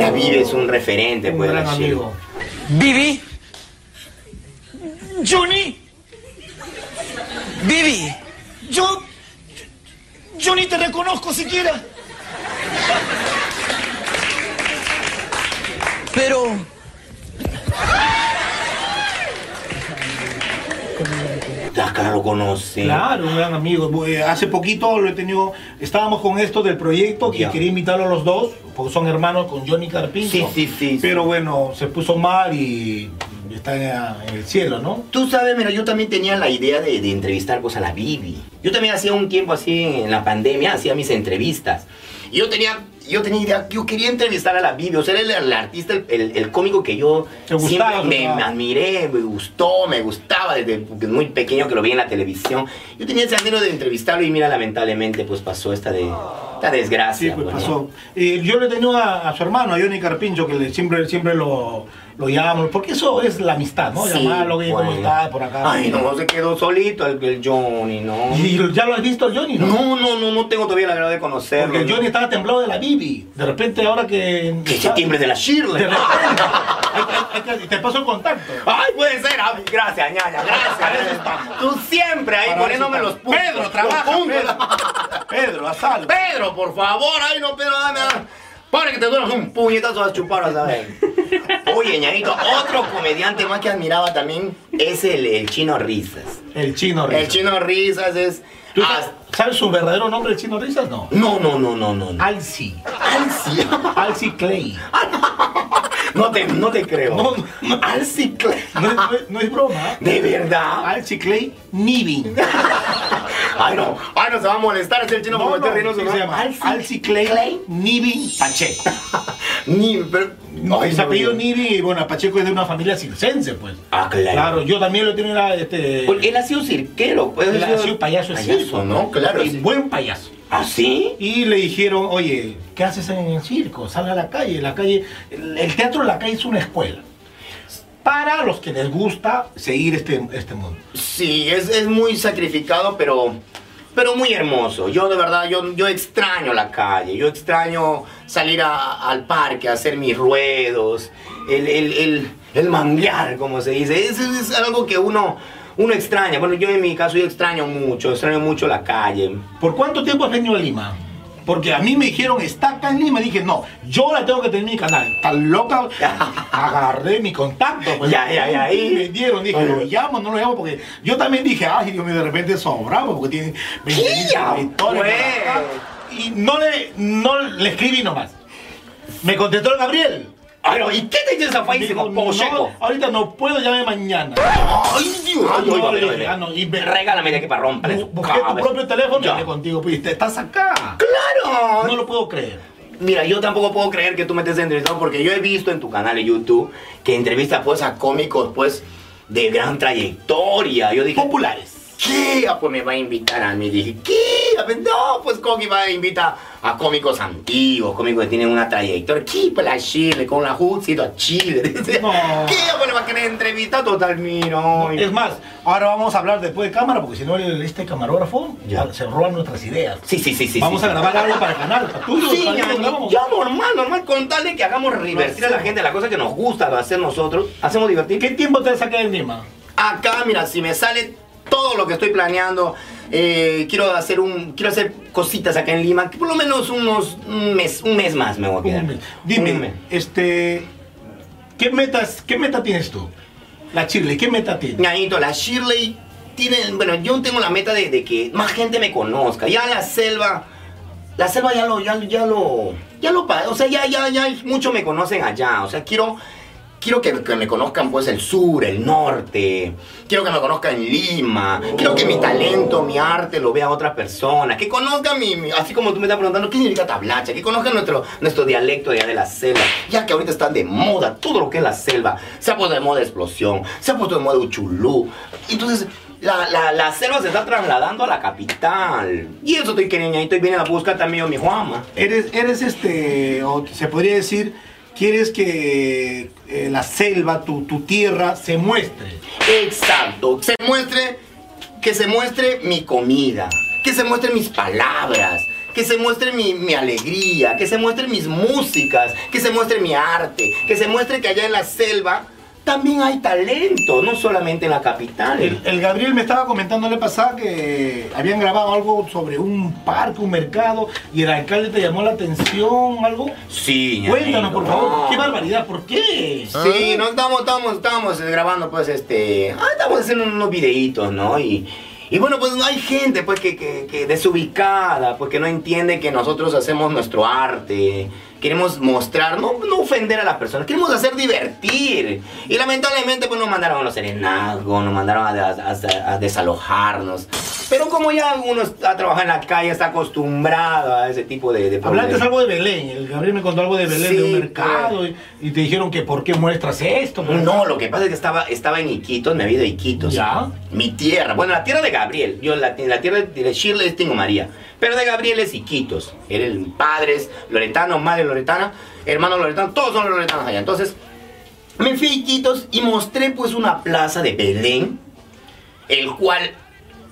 Speaker 7: La Bibi. es un referente,
Speaker 1: Un
Speaker 7: pues, de
Speaker 1: gran
Speaker 7: la Shirley.
Speaker 1: amigo.
Speaker 6: Vivi. Johnny. Vivi. Yo. Yo ni te reconozco siquiera. Pero.
Speaker 7: Ah, claro, conoce.
Speaker 1: Claro, un gran amigo. Eh, Hace poquito lo he tenido. Estábamos con esto del proyecto que
Speaker 7: Ya.
Speaker 1: quería invitarlo a los dos, porque son hermanos con Johnny Carpinto.
Speaker 7: Sí, sí, sí.
Speaker 1: Pero bueno, se puso mal y está en en el cielo, ¿no?
Speaker 7: Tú sabes, mira, yo también tenía la idea de, de entrevistar pues a la Bibi. Yo también hacía un tiempo así en la pandemia, hacía mis entrevistas. Y Yo tenía, yo tenía idea, yo quería entrevistar a la Bibi. O sea, era el, el artista, el, el- el cómico que yo
Speaker 1: Te gustaba,
Speaker 7: siempre me,
Speaker 1: ¿no?
Speaker 7: me admiré, me gustó, me gustaba desde muy pequeño que lo vi en la televisión. Yo tenía ese anhelo de entrevistarlo y mira, lamentablemente pues pasó esta, de,
Speaker 1: Ah.
Speaker 7: esta
Speaker 1: Sí,
Speaker 7: desgracia.
Speaker 1: pues
Speaker 7: pues, ¿no?
Speaker 1: pasó. Eh, yo le tenía a, a su hermano, a Johnny Carpincho, que le- siempre, siempre lo, lo llamamos, porque eso es la amistad, ¿no?
Speaker 7: Sí,
Speaker 1: Llamarlo, oye, ¿cómo
Speaker 7: bueno.
Speaker 1: estás? Por acá.
Speaker 7: Ay, no, se quedó solito el, el Johnny, ¿no?
Speaker 1: ¿Y ya lo has visto al Johnny, no?
Speaker 7: No, no, no, no tengo todavía la verdad de conocerlo.
Speaker 1: Porque el
Speaker 7: ¿no?
Speaker 1: Johnny estaba temblado de la Bibi. De repente, ahora que.
Speaker 7: Que se timbre de la Shirley.
Speaker 1: De repente. Hay que- hay que- te paso el contacto.
Speaker 7: Ay, puede ser. Ah, gracias, ñaña.
Speaker 1: Para eso
Speaker 7: Gracias. eh.
Speaker 1: estamos.
Speaker 7: Tú siempre ahí
Speaker 1: Para
Speaker 7: poniéndome
Speaker 1: eso
Speaker 7: los
Speaker 1: estamos.
Speaker 7: puntos.
Speaker 1: Pedro,
Speaker 7: los
Speaker 1: trabaja,
Speaker 7: puntos.
Speaker 1: Pedro. Pedro, a salvo.
Speaker 7: Pedro, por favor. Ay, no, Pedro, dame. dame. Para que te duelas un puñetazo a chupar, a saber. Oye, ñañito, otro comediante más que admiraba también es el, el chino Risas.
Speaker 1: El chino Rizas.
Speaker 7: El chino Risas es.
Speaker 1: ¿Tú
Speaker 7: Ah,
Speaker 1: sabes- sabes su verdadero nombre, el chino Rizas? No.
Speaker 7: No, no, no, no, no. no.
Speaker 1: Alci.
Speaker 7: Alci.
Speaker 1: Alci Clay.
Speaker 7: No te, no te creo.
Speaker 1: No, no.
Speaker 7: Alci Clay.
Speaker 1: No, es- no es- no es broma. ¿eh?
Speaker 7: De verdad.
Speaker 1: Alci Clay Nibin.
Speaker 7: Ay, no, ay, no se va a molestar, es el chino
Speaker 1: No,
Speaker 7: como
Speaker 1: no,
Speaker 7: este reino
Speaker 1: sí se llama Alci Clay Nibin Pacheco.
Speaker 7: Ni, pero.
Speaker 1: Ay, se
Speaker 7: no,
Speaker 1: apellido
Speaker 7: no.
Speaker 1: Nibin y bueno, Pacheco es de una familia circense, pues.
Speaker 7: Ah, claro.
Speaker 1: Claro, yo también lo tengo era este.
Speaker 7: Porque él ha sido cirquero, pues.
Speaker 1: Él
Speaker 7: ha sido-
Speaker 1: sido payaso, de circo.
Speaker 7: ¿no? Claro.
Speaker 1: Y buen payaso.
Speaker 7: ¿Ah, sí?
Speaker 1: Y le dijeron, oye, ¿qué haces en el circo? Sal a la calle, la calle. El, el teatro de la calle es una escuela. Para los que les gusta seguir este, este mundo.
Speaker 7: Sí, es, es muy sacrificado, pero. Pero muy hermoso. Yo, de verdad, yo, yo extraño la calle. Yo extraño salir a- al parque a hacer mis ruedos. El, el, el, el manguear, como se dice. Es, es algo que uno, uno extraña. Bueno, yo en mi caso, yo extraño mucho. Extraño mucho la calle.
Speaker 1: ¿Por cuánto tiempo has venido a Lima? Porque a mí me dijeron, está acá en Lima. Dije, no, yo la tengo que tener en mi canal. Tan loca. Agarré mi contacto. pues.
Speaker 7: Ya, ya, ya, ahí.
Speaker 1: Y me dieron, dije, lo llamo, no lo llamo. Porque yo también dije, ay, Dios mío, de repente sobramos. Porque tiene 20.000
Speaker 7: ya,
Speaker 1: suscriptores,
Speaker 7: güey?
Speaker 1: bla, bla, bla.
Speaker 7: Pues.
Speaker 1: Y no le, no le escribí nomás. Me contestó el Gabriel.
Speaker 7: Ay, no, ¿y qué te dice esa
Speaker 1: Me
Speaker 7: país
Speaker 1: dijo,
Speaker 7: como Pacheco?
Speaker 1: "No, ahorita no puedo, llame mañana.
Speaker 7: Ay, Dios.
Speaker 1: Ah,
Speaker 7: Ay,
Speaker 1: no,
Speaker 7: oiga,
Speaker 1: le-
Speaker 7: oiga, oiga.
Speaker 1: ah, no, y me-
Speaker 7: Regálame de que para romper.
Speaker 1: Bu- Busqué tu propio teléfono y hablé contigo. pues, Estás acá.
Speaker 7: Claro.
Speaker 1: No lo puedo creer.
Speaker 7: Mira, yo tampoco puedo creer que tú me estés entrevistando porque yo he visto en tu canal de YouTube que entrevistas pues a cómicos pues de gran trayectoria. Yo dije,
Speaker 1: Populares.
Speaker 7: ¿qué? Ah, pues me va a invitar a mí. Dije, ¿qué? Ah, pues, No, pues Coqui va a invitar a cómicos antiguos, cómicos que tienen una trayectoria. ¿Qué? Para Chile, con la Jutsito a Chile. Dice,
Speaker 1: No.
Speaker 7: ¿Qué? Ah, Pues le va a querer entrevistar total, mira. ay.
Speaker 1: Es más, ahora vamos a hablar después de cámara, porque si no, el- este camarógrafo
Speaker 7: Ya.
Speaker 1: se roba nuestras ideas.
Speaker 7: Sí, sí, sí, sí.
Speaker 1: vamos
Speaker 7: sí.
Speaker 1: a grabar algo para el canal, para tuyo,
Speaker 7: Sí,
Speaker 1: para algo
Speaker 7: ñañi,
Speaker 1: grabamos.
Speaker 7: ya normal, normal, con tal de que hagamos divertir a la gente la cosa que nos gusta hacer nosotros, hacemos divertir.
Speaker 1: ¿Qué tiempo te saca en Lima?
Speaker 7: Acá, mira, si me sale todo lo que estoy planeando, eh, quiero hacer un, quiero hacer cositas acá en Lima, que por lo menos unos un mes, un mes más me voy a quedar.
Speaker 1: Un mes. Dime,
Speaker 7: Un mes.
Speaker 1: este, ¿qué metas, qué meta tienes tú? La Chile, ¿qué meta tienes?
Speaker 7: Ñañito, la Shirley tiene, bueno, yo tengo la meta de, de que más gente me conozca. Ya la selva la selva ya lo, ya, ya lo, ya lo, pa- o sea, ya, ya, ya, muchos me conocen allá, o sea, quiero, quiero que, que me conozcan pues el sur, el norte, quiero que me conozcan en Lima, quiero ah, que mi talento, mi arte lo vea otra persona, que conozcan mi, mi- así como tú me estás preguntando, ¿qué significa tablacha? Que conozcan nuestro, nuestro dialecto allá de la selva, ya que ahorita están de moda todo lo que es la selva, se ha puesto de moda explosión, se ha puesto de moda uchulú, entonces... La, la, la selva se está trasladando a la capital. Y eso estoy queriendo, ahí estoy viendo a buscar también a mi Juama.
Speaker 1: Eres, eres este, o se podría decir, quieres que eh, la selva, tu, tu tierra, se muestre.
Speaker 7: Exacto. Se muestre, que se muestre mi comida, que se muestren mis palabras, que se muestre mi, mi alegría, que se muestren mis músicas, que se muestre mi arte, que se muestre que allá en la selva también hay talento, no solamente en la
Speaker 1: El,
Speaker 7: capital.
Speaker 1: el Gabriel me estaba comentando la pasada que habían grabado algo sobre un parque, un mercado, y el alcalde te llamó la atención, algo.
Speaker 8: Sí,
Speaker 1: Cuéntanos, por favor, qué
Speaker 8: barbaridad.
Speaker 1: barbaridad, ¿por qué?
Speaker 7: Sí, no estamos, estamos, estamos grabando pues este. Ah, estamos haciendo unos videitos, ¿no? Y, y bueno, pues hay gente pues que, que, que desubicada, pues que no entiende que nosotros hacemos nuestro arte. Queremos mostrar, no, no ofender a las personas, queremos hacer divertir. Y lamentablemente pues nos mandaron a los serenazgos, nos mandaron a, a- a- a desalojarnos. Pero como ya uno está trabajando en la calle, está acostumbrado a ese tipo de... de
Speaker 1: Hablaste
Speaker 7: problemas.
Speaker 1: algo de Belén, el Gabriel me contó algo de Belén, de un
Speaker 7: Sí,
Speaker 1: mercado, y, y te dijeron que por qué muestras esto. por-
Speaker 8: No,
Speaker 7: No, lo que pasa es que estaba, estaba en Iquitos, me había ido a Iquitos.
Speaker 1: Ya.
Speaker 7: Mi tierra, bueno, la tierra de Gabriel, yo la, la tierra de Shirley es Tingo María, pero de Gabriel es Iquitos. Eran padres loretanos, madre loretana, hermanos loretanos, todos son loretanos allá. Entonces, me fui a Iquitos y mostré pues una plaza de Belén, el cual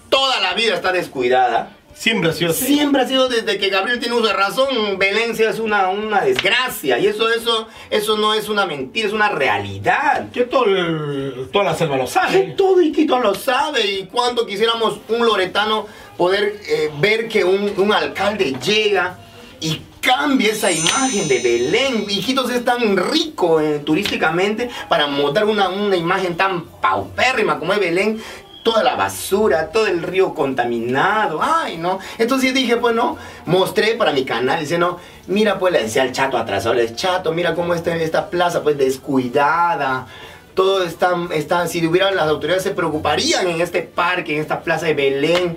Speaker 7: toda la vida está descuidada.
Speaker 1: Siempre ha sido así.
Speaker 7: Siempre ha sido desde que Gabriel tiene uso de razón, Valencia es una, una desgracia. Y eso, eso, eso no es una mentira, es una realidad.
Speaker 1: Que todo el- toda la selva lo
Speaker 7: Que
Speaker 1: sabe.
Speaker 7: todo Iquitos lo sabe y cuando quisiéramos un loretano poder eh, ver que un, un alcalde llega y cambia esa imagen de Belén. Iquitos es tan rico eh, turísticamente para montar una, una imagen tan paupérrima como es Belén. Toda la basura, todo el río contaminado, ay no. Entonces dije, pues no, mostré para mi canal, diciendo, mira pues le decía al chato atrasado, le decía, chato, mira cómo está esta plaza pues descuidada, todo está, está, si hubieran las autoridades se preocuparían en este parque, en esta plaza de Belén.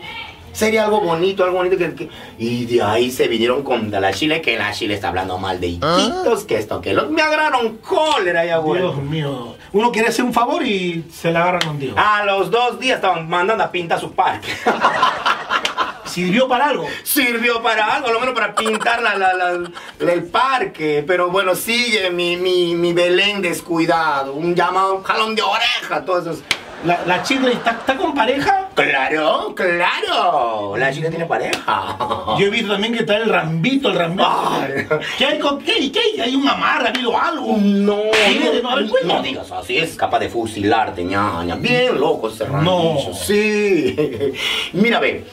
Speaker 7: Sería algo bonito, algo bonito que, que- Y de ahí se vinieron con la Chile, que la Chile está hablando mal de
Speaker 2: ¿Ah?
Speaker 7: Iquitos, que esto, que los... Me agarraron cólera ya, güey.
Speaker 1: Dios mío. Uno quiere hacer un favor y se la agarran contigo.
Speaker 7: A los dos días estaban mandando a pintar su parque.
Speaker 1: Sirvió para algo.
Speaker 7: Sirvió para algo, a lo menos para pintar la, la- la- la- el parque. Pero bueno, sigue mi, mi, mi Belén descuidado. Un llamado, un jalón de oreja, todos esos...
Speaker 1: La, la chica está, está con pareja.
Speaker 7: Claro, claro. La chica tiene pareja.
Speaker 1: Yo he visto también que está el rambito, el rambito.
Speaker 7: Ah. Ay.
Speaker 1: ¿Qué hay con qué? ¿Qué hay? ¿Hay un amarre? ¿Ha habido algo?
Speaker 7: No,
Speaker 1: Dime, a ver,
Speaker 7: no,
Speaker 1: cuéntame.
Speaker 7: pues, no digas así, es capaz de fusilarte, ñaña. Bien loco ese
Speaker 1: No.
Speaker 7: rancho. Sí. Mira, ve,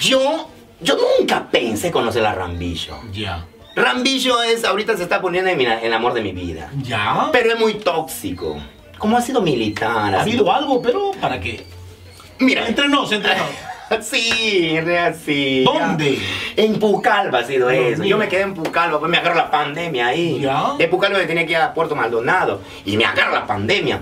Speaker 7: yo, yo nunca pensé conocer a Rambillo.
Speaker 1: Ya.
Speaker 7: Rambillo es, ahorita se está poniendo en mi- el amor de mi vida.
Speaker 1: ¿Ya?
Speaker 7: Pero es muy tóxico. Como ha sido militar.
Speaker 1: ¿Ha
Speaker 7: así.
Speaker 1: habido algo? ¿Pero para qué?
Speaker 7: Mira,
Speaker 1: Entre nos, entre nos.
Speaker 7: Sí, re así.
Speaker 1: ¿Dónde?
Speaker 7: En Pucallpa ha sido
Speaker 1: Dios
Speaker 7: eso.
Speaker 1: mío.
Speaker 7: Yo me quedé en Pucallpa, pues me agarró la pandemia ahí.
Speaker 1: Ya.
Speaker 7: De Pucallpa me tenía que ir a Puerto Maldonado y me agarró la pandemia.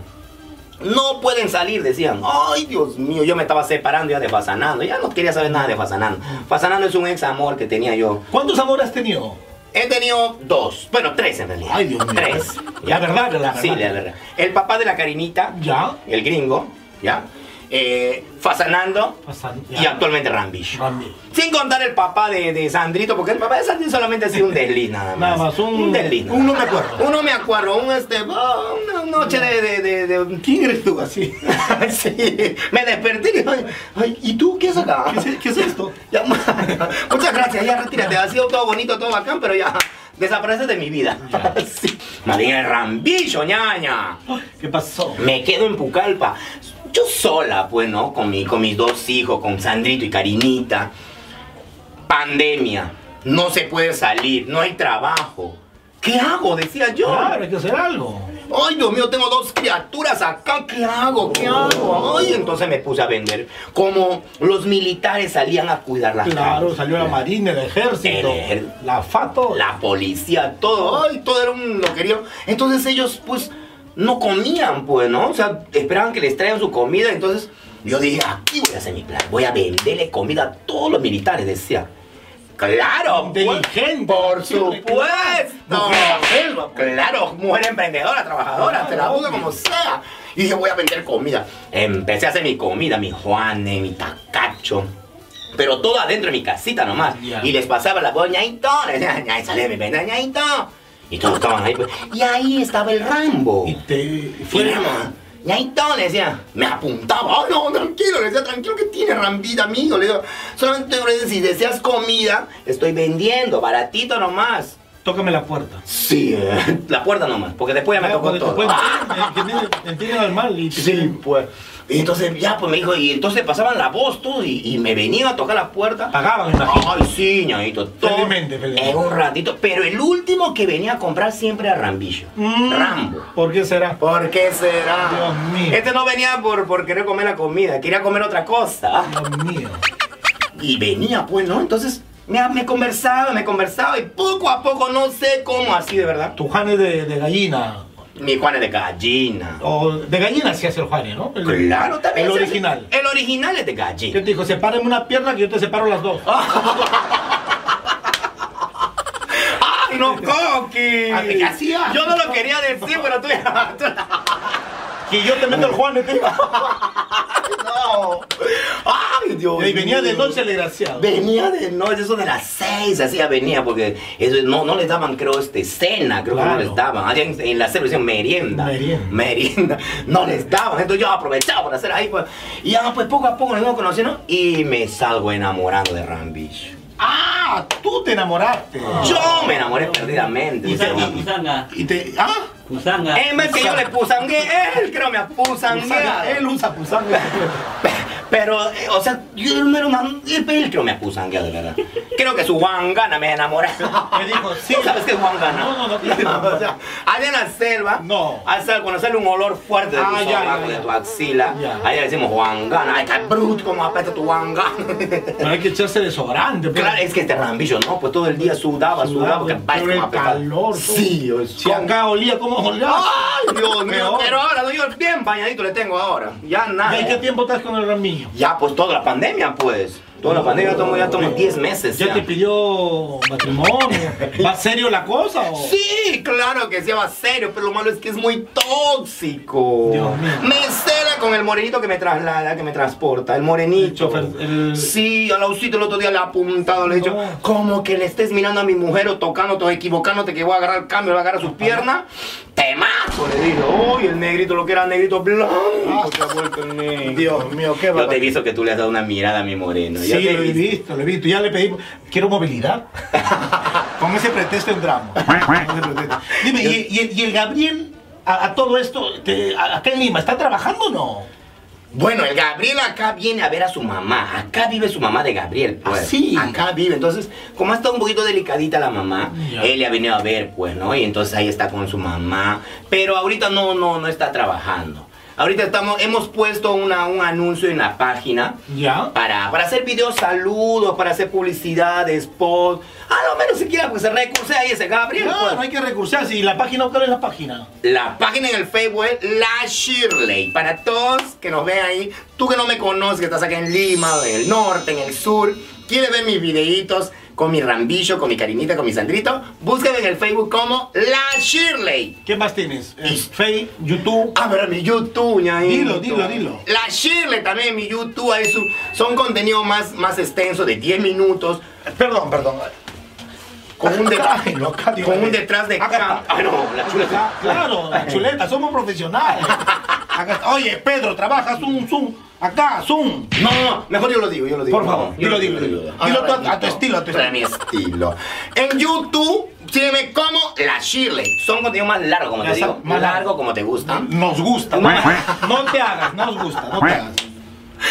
Speaker 7: No pueden salir, decían. Ay, Dios mío, yo me estaba separando ya de Fasanando. Ya no quería saber nada de Fasanando. Fasanando es un ex amor que tenía yo.
Speaker 1: ¿Cuántos amores has tenido?
Speaker 7: He tenido dos, bueno, tres en realidad.
Speaker 1: Ay, Dios mío.
Speaker 7: Tres.
Speaker 1: La verdad, la verdad.
Speaker 7: Sí, la verdad. El papá de la Karinita,
Speaker 1: Ya.
Speaker 7: el gringo, ya. Eh, Fasanando
Speaker 1: Pasan-
Speaker 7: y actualmente Rambish.
Speaker 1: Rambi.
Speaker 7: Sin contar el papá de, de Sandrito, porque el papá de Sandrito solamente ha sido un desliz nada más.
Speaker 1: Nada más, un-
Speaker 7: desliz.
Speaker 1: un no
Speaker 7: uno
Speaker 1: me acuerdo.
Speaker 7: Uno me acuerdo, un este, oh, una noche de, de, de- de-
Speaker 1: ¿Quién eres tú así?
Speaker 7: sí, me desperté y digo, ay, ay, ¿y tú qué es acá?
Speaker 1: ¿Qué es, qué es esto?
Speaker 7: Ya, muchas gracias, ya retírate. Ha sido todo bonito, todo bacán, pero ya desapareces de mi vida. sí. Madre el rambillo, ñaña.
Speaker 1: ¿Qué pasó?
Speaker 7: Me quedo en Pucallpa. Yo sola, pues, ¿no? Con, mi, con mis dos hijos, con Sandrito y Karinita. Pandemia. No se puede salir, no hay trabajo. ¿Qué hago? Decía yo.
Speaker 1: Claro, hay que hacer algo.
Speaker 2: Ay, Dios mío, tengo dos criaturas acá. ¿Qué hago?
Speaker 1: Oh.
Speaker 2: ¿Qué hago? Ay, entonces me puse a vender. Como los militares salían a cuidar las
Speaker 1: Claro,
Speaker 2: calles.
Speaker 1: salió la marina, el ejército,
Speaker 2: El ejército.
Speaker 1: la FATO.
Speaker 2: la policía, todo, ay, todo era un loquerío. Entonces ellos, pues, no comían, pues, ¿no? O sea, esperaban que les traigan su comida. Entonces yo dije, aquí voy a hacer mi plan, voy a venderle comida a todos los militares, decía. Claro, pues,
Speaker 1: Inteligente,
Speaker 2: por
Speaker 1: siempre,
Speaker 2: supuesto. Claro, mujer emprendedora, trabajadora, te la busca como sea. Y dije, voy a vender comida. Empecé a hacer mi comida, mi Juane, mi tacacho. Pero todo adentro de mi casita nomás. Y les pasaba la voz, ñaito, les decía, "Ña, sale mi venda, ñaito. Y todos estaban ahí. pues. Y ahí estaba el Rambo.
Speaker 1: Y te
Speaker 2: Y
Speaker 1: fue
Speaker 2: Rambo, ñaito, le decía, me apuntaba, oh no, tranquilo, le decía, tranquilo que tiene Rambita, amigo. Le digo, solamente si deseas comida, estoy vendiendo, baratito nomás.
Speaker 1: Tócame la puerta.
Speaker 2: Sí, eh, la puerta nomás, porque después ya me tocó
Speaker 1: Porque te
Speaker 2: todo.
Speaker 1: pueden- entienden- Entienden al mal y te-
Speaker 2: Sí, pues. Y entonces ya, pues me dijo, y entonces pasaban la voz tú y, y me venían a tocar la puerta.
Speaker 1: Pagaban, me imagino.
Speaker 2: Ay, sí, ñañito. todo
Speaker 1: Felizmente, felizmente.
Speaker 2: En un ratito. Pero el último que venía a comprar siempre era Rambillo. Rambo.
Speaker 1: ¿Por qué será?
Speaker 2: Mm. ¿Por qué será?
Speaker 1: Dios mío.
Speaker 2: Este no venía por, por querer comer la comida, quería comer otra cosa.
Speaker 1: Dios mío.
Speaker 2: Y venía, pues, ¿no? Entonces me, me conversaba, me conversaba y poco a poco, no sé cómo así de verdad.
Speaker 1: Tu Juan es de, de gallina.
Speaker 2: Mi Juan es de gallina.
Speaker 1: O de gallina se hace el Juan, ¿no? El-
Speaker 2: Claro, también.
Speaker 1: El
Speaker 2: se hace-
Speaker 1: original.
Speaker 2: El original es de
Speaker 1: ¿Qué
Speaker 2: gallina.
Speaker 1: te dijo? Sepárame una pierna que yo te separo las dos.
Speaker 2: Ah, ¡Ay, no, Coqui!
Speaker 1: Ah, ¿qué hacía?
Speaker 2: Yo no lo quería decir, pero tú ya... tú-
Speaker 1: Que yo te meto el Juan, este te digo.
Speaker 2: ¡No! ¡Ay, Dios
Speaker 1: Y venía de
Speaker 2: mío.
Speaker 1: noche el desgraciado.
Speaker 2: Venía de noche, eso de las seis, así ya venía, porque eso, no, no les daban, creo, este, cena, creo que
Speaker 1: Claro.
Speaker 2: no les daban. Allá en, en la selva decían merienda.
Speaker 1: Merienda.
Speaker 2: Merienda. No les daban. Entonces yo aprovechaba para hacer ahí, pues. Y ya, pues, poco a poco nos íbamos conociendo y me salgo enamorando de Rambillo.
Speaker 1: Ah, tú te enamoraste.
Speaker 2: Yo me enamoré perdidamente. de ese
Speaker 6: Pusanga,
Speaker 2: hombre.
Speaker 6: Pusanga,
Speaker 1: Y te. ¡Ah!
Speaker 6: Pusanga.
Speaker 2: En vez que yo le pusangué, él creo me ha pusangueado.
Speaker 1: Él usa pusanga.
Speaker 2: Pero, eh, o sea, yo no era una. Él creo me ha pusangueado, de verdad. Creo que su guangana me enamora.
Speaker 1: Me dijo, sí.
Speaker 2: ¿Tú sabes qué es guangana?
Speaker 1: No, no, no, claro.
Speaker 2: O sea, allá en la selva,
Speaker 1: No.
Speaker 2: al sal- cuando sale un olor fuerte de tu
Speaker 1: Ah, ya,
Speaker 2: sobaco,
Speaker 1: ya, ya.
Speaker 2: de tu axila,
Speaker 1: Ya.
Speaker 2: allá le decimos guangana. Ay, qué bruto, cómo apesta tu guangana.
Speaker 1: Pero hay que echarse desodorante. pues.
Speaker 2: claro, es que este rambillo, ¿no? Pues todo el día sudaba, sudaba, porque
Speaker 1: Sudaba, pero el calor.
Speaker 2: Sí, o
Speaker 1: Si acá olía como olía.
Speaker 2: ¡Ay, Dios mío!
Speaker 1: Peor.
Speaker 2: Pero ahora, yo bien bañadito le tengo ahora. Ya nada.
Speaker 1: ¿Y qué tiempo estás con el ramillo?
Speaker 2: Ya, pues toda la pandemia, pues. Toda la pandemia tomo, ya tomo 10 meses.
Speaker 1: ¿Ya
Speaker 2: ya.
Speaker 1: te pidió matrimonio? ¿Va serio la cosa? O?
Speaker 2: Sí, claro que sí, va serio, pero lo malo es que es muy tóxico.
Speaker 1: Dios mío.
Speaker 2: Me cela con el morenito que me traslada, que me transporta, el morenito.
Speaker 1: El chofer, el-
Speaker 2: Sí, a Lausito el otro día le ha apuntado, le he dicho,
Speaker 1: No.
Speaker 2: como que le estés mirando a mi mujer o tocándote o equivocándote que voy a agarrar el cambio, voy a agarrar su pierna, te mato, le digo. Uy, el negrito, lo que era negrito blanco, se ha vuelto
Speaker 7: Eh,
Speaker 2: negro.
Speaker 1: Dios mío, qué
Speaker 2: Yo
Speaker 1: barbaridad.
Speaker 2: te he visto que tú le has dado una mirada a mi moreno.
Speaker 1: Sí,
Speaker 2: ya te he
Speaker 1: lo he
Speaker 2: visto.
Speaker 1: visto, lo he visto. Ya le pedí, quiero movilidad. Con ese pretexto entramos. Con ese pretexto. Dime, ¿y, y el, y el Gabriel a, a todo esto, te- a- acá en Lima, está trabajando o no?
Speaker 2: Bueno, el Gabriel acá viene a ver a su mamá. Acá vive su mamá de Gabriel, pues.
Speaker 1: Ah, sí.
Speaker 2: Acá vive. Entonces, como ha estado un poquito delicadita la mamá,
Speaker 1: Ya.
Speaker 2: él le ha venido a ver, pues, ¿no? Y entonces ahí está con su mamá. Pero ahorita no, no, no está trabajando. Ahorita estamos, hemos puesto una, un anuncio en la página
Speaker 1: Ya.
Speaker 2: para, para hacer videos saludos, para hacer publicidad, spot.
Speaker 7: Ah,
Speaker 2: A lo menos siquiera pues se recurse ahí ese Gabriel.
Speaker 1: No,
Speaker 2: pues.
Speaker 1: no hay que recursarse. ¿Y la página? ¿Cuál es la página?
Speaker 2: La página en el Facebook es La Shirley. Para todos que nos ven ahí, tú que no me conoces, que estás acá en Lima, en el norte, en el sur, quieres ver mis videitos con mi rambillo, con mi carinita, con mi sandrito, búscame en el Facebook como La Shirley.
Speaker 1: ¿Qué más tienes? Eh, Face, YouTube.
Speaker 2: Ah, pero mi YouTube,
Speaker 1: Dilo,
Speaker 2: ñañito.
Speaker 1: dilo, dilo.
Speaker 2: La Shirley también, mi YouTube, ahí su- son contenido más, más extenso de 10 minutos,
Speaker 1: Perdón, perdón.
Speaker 2: con un, de-
Speaker 1: Ay, no, Cati,
Speaker 2: con
Speaker 1: vale.
Speaker 2: un detrás de
Speaker 1: Acá
Speaker 2: cámara. Ah, no, la chuleta.
Speaker 1: Ah, Claro, la chuleta, somos profesionales. Acá está. Oye, Pedro, trabaja Zoom, Zoom. Acá, Zoom.
Speaker 2: No, no, no, mejor yo lo digo, yo lo digo.
Speaker 1: Por favor,
Speaker 2: yo
Speaker 1: dilo,
Speaker 2: lo digo,
Speaker 1: dilo,
Speaker 2: yo lo
Speaker 1: dilo.
Speaker 2: Ah,
Speaker 1: Dilo tú a- a tu
Speaker 2: no,
Speaker 1: estilo, a tu
Speaker 2: para mi estilo. En YouTube, sígueme como la Shirley. Son contenido más largo, como
Speaker 1: Ya
Speaker 2: te digo.
Speaker 1: está, más largo.
Speaker 2: largo, como te gusta.
Speaker 1: Nos gusta. No, no te hagas, nos gusta, no te hagas.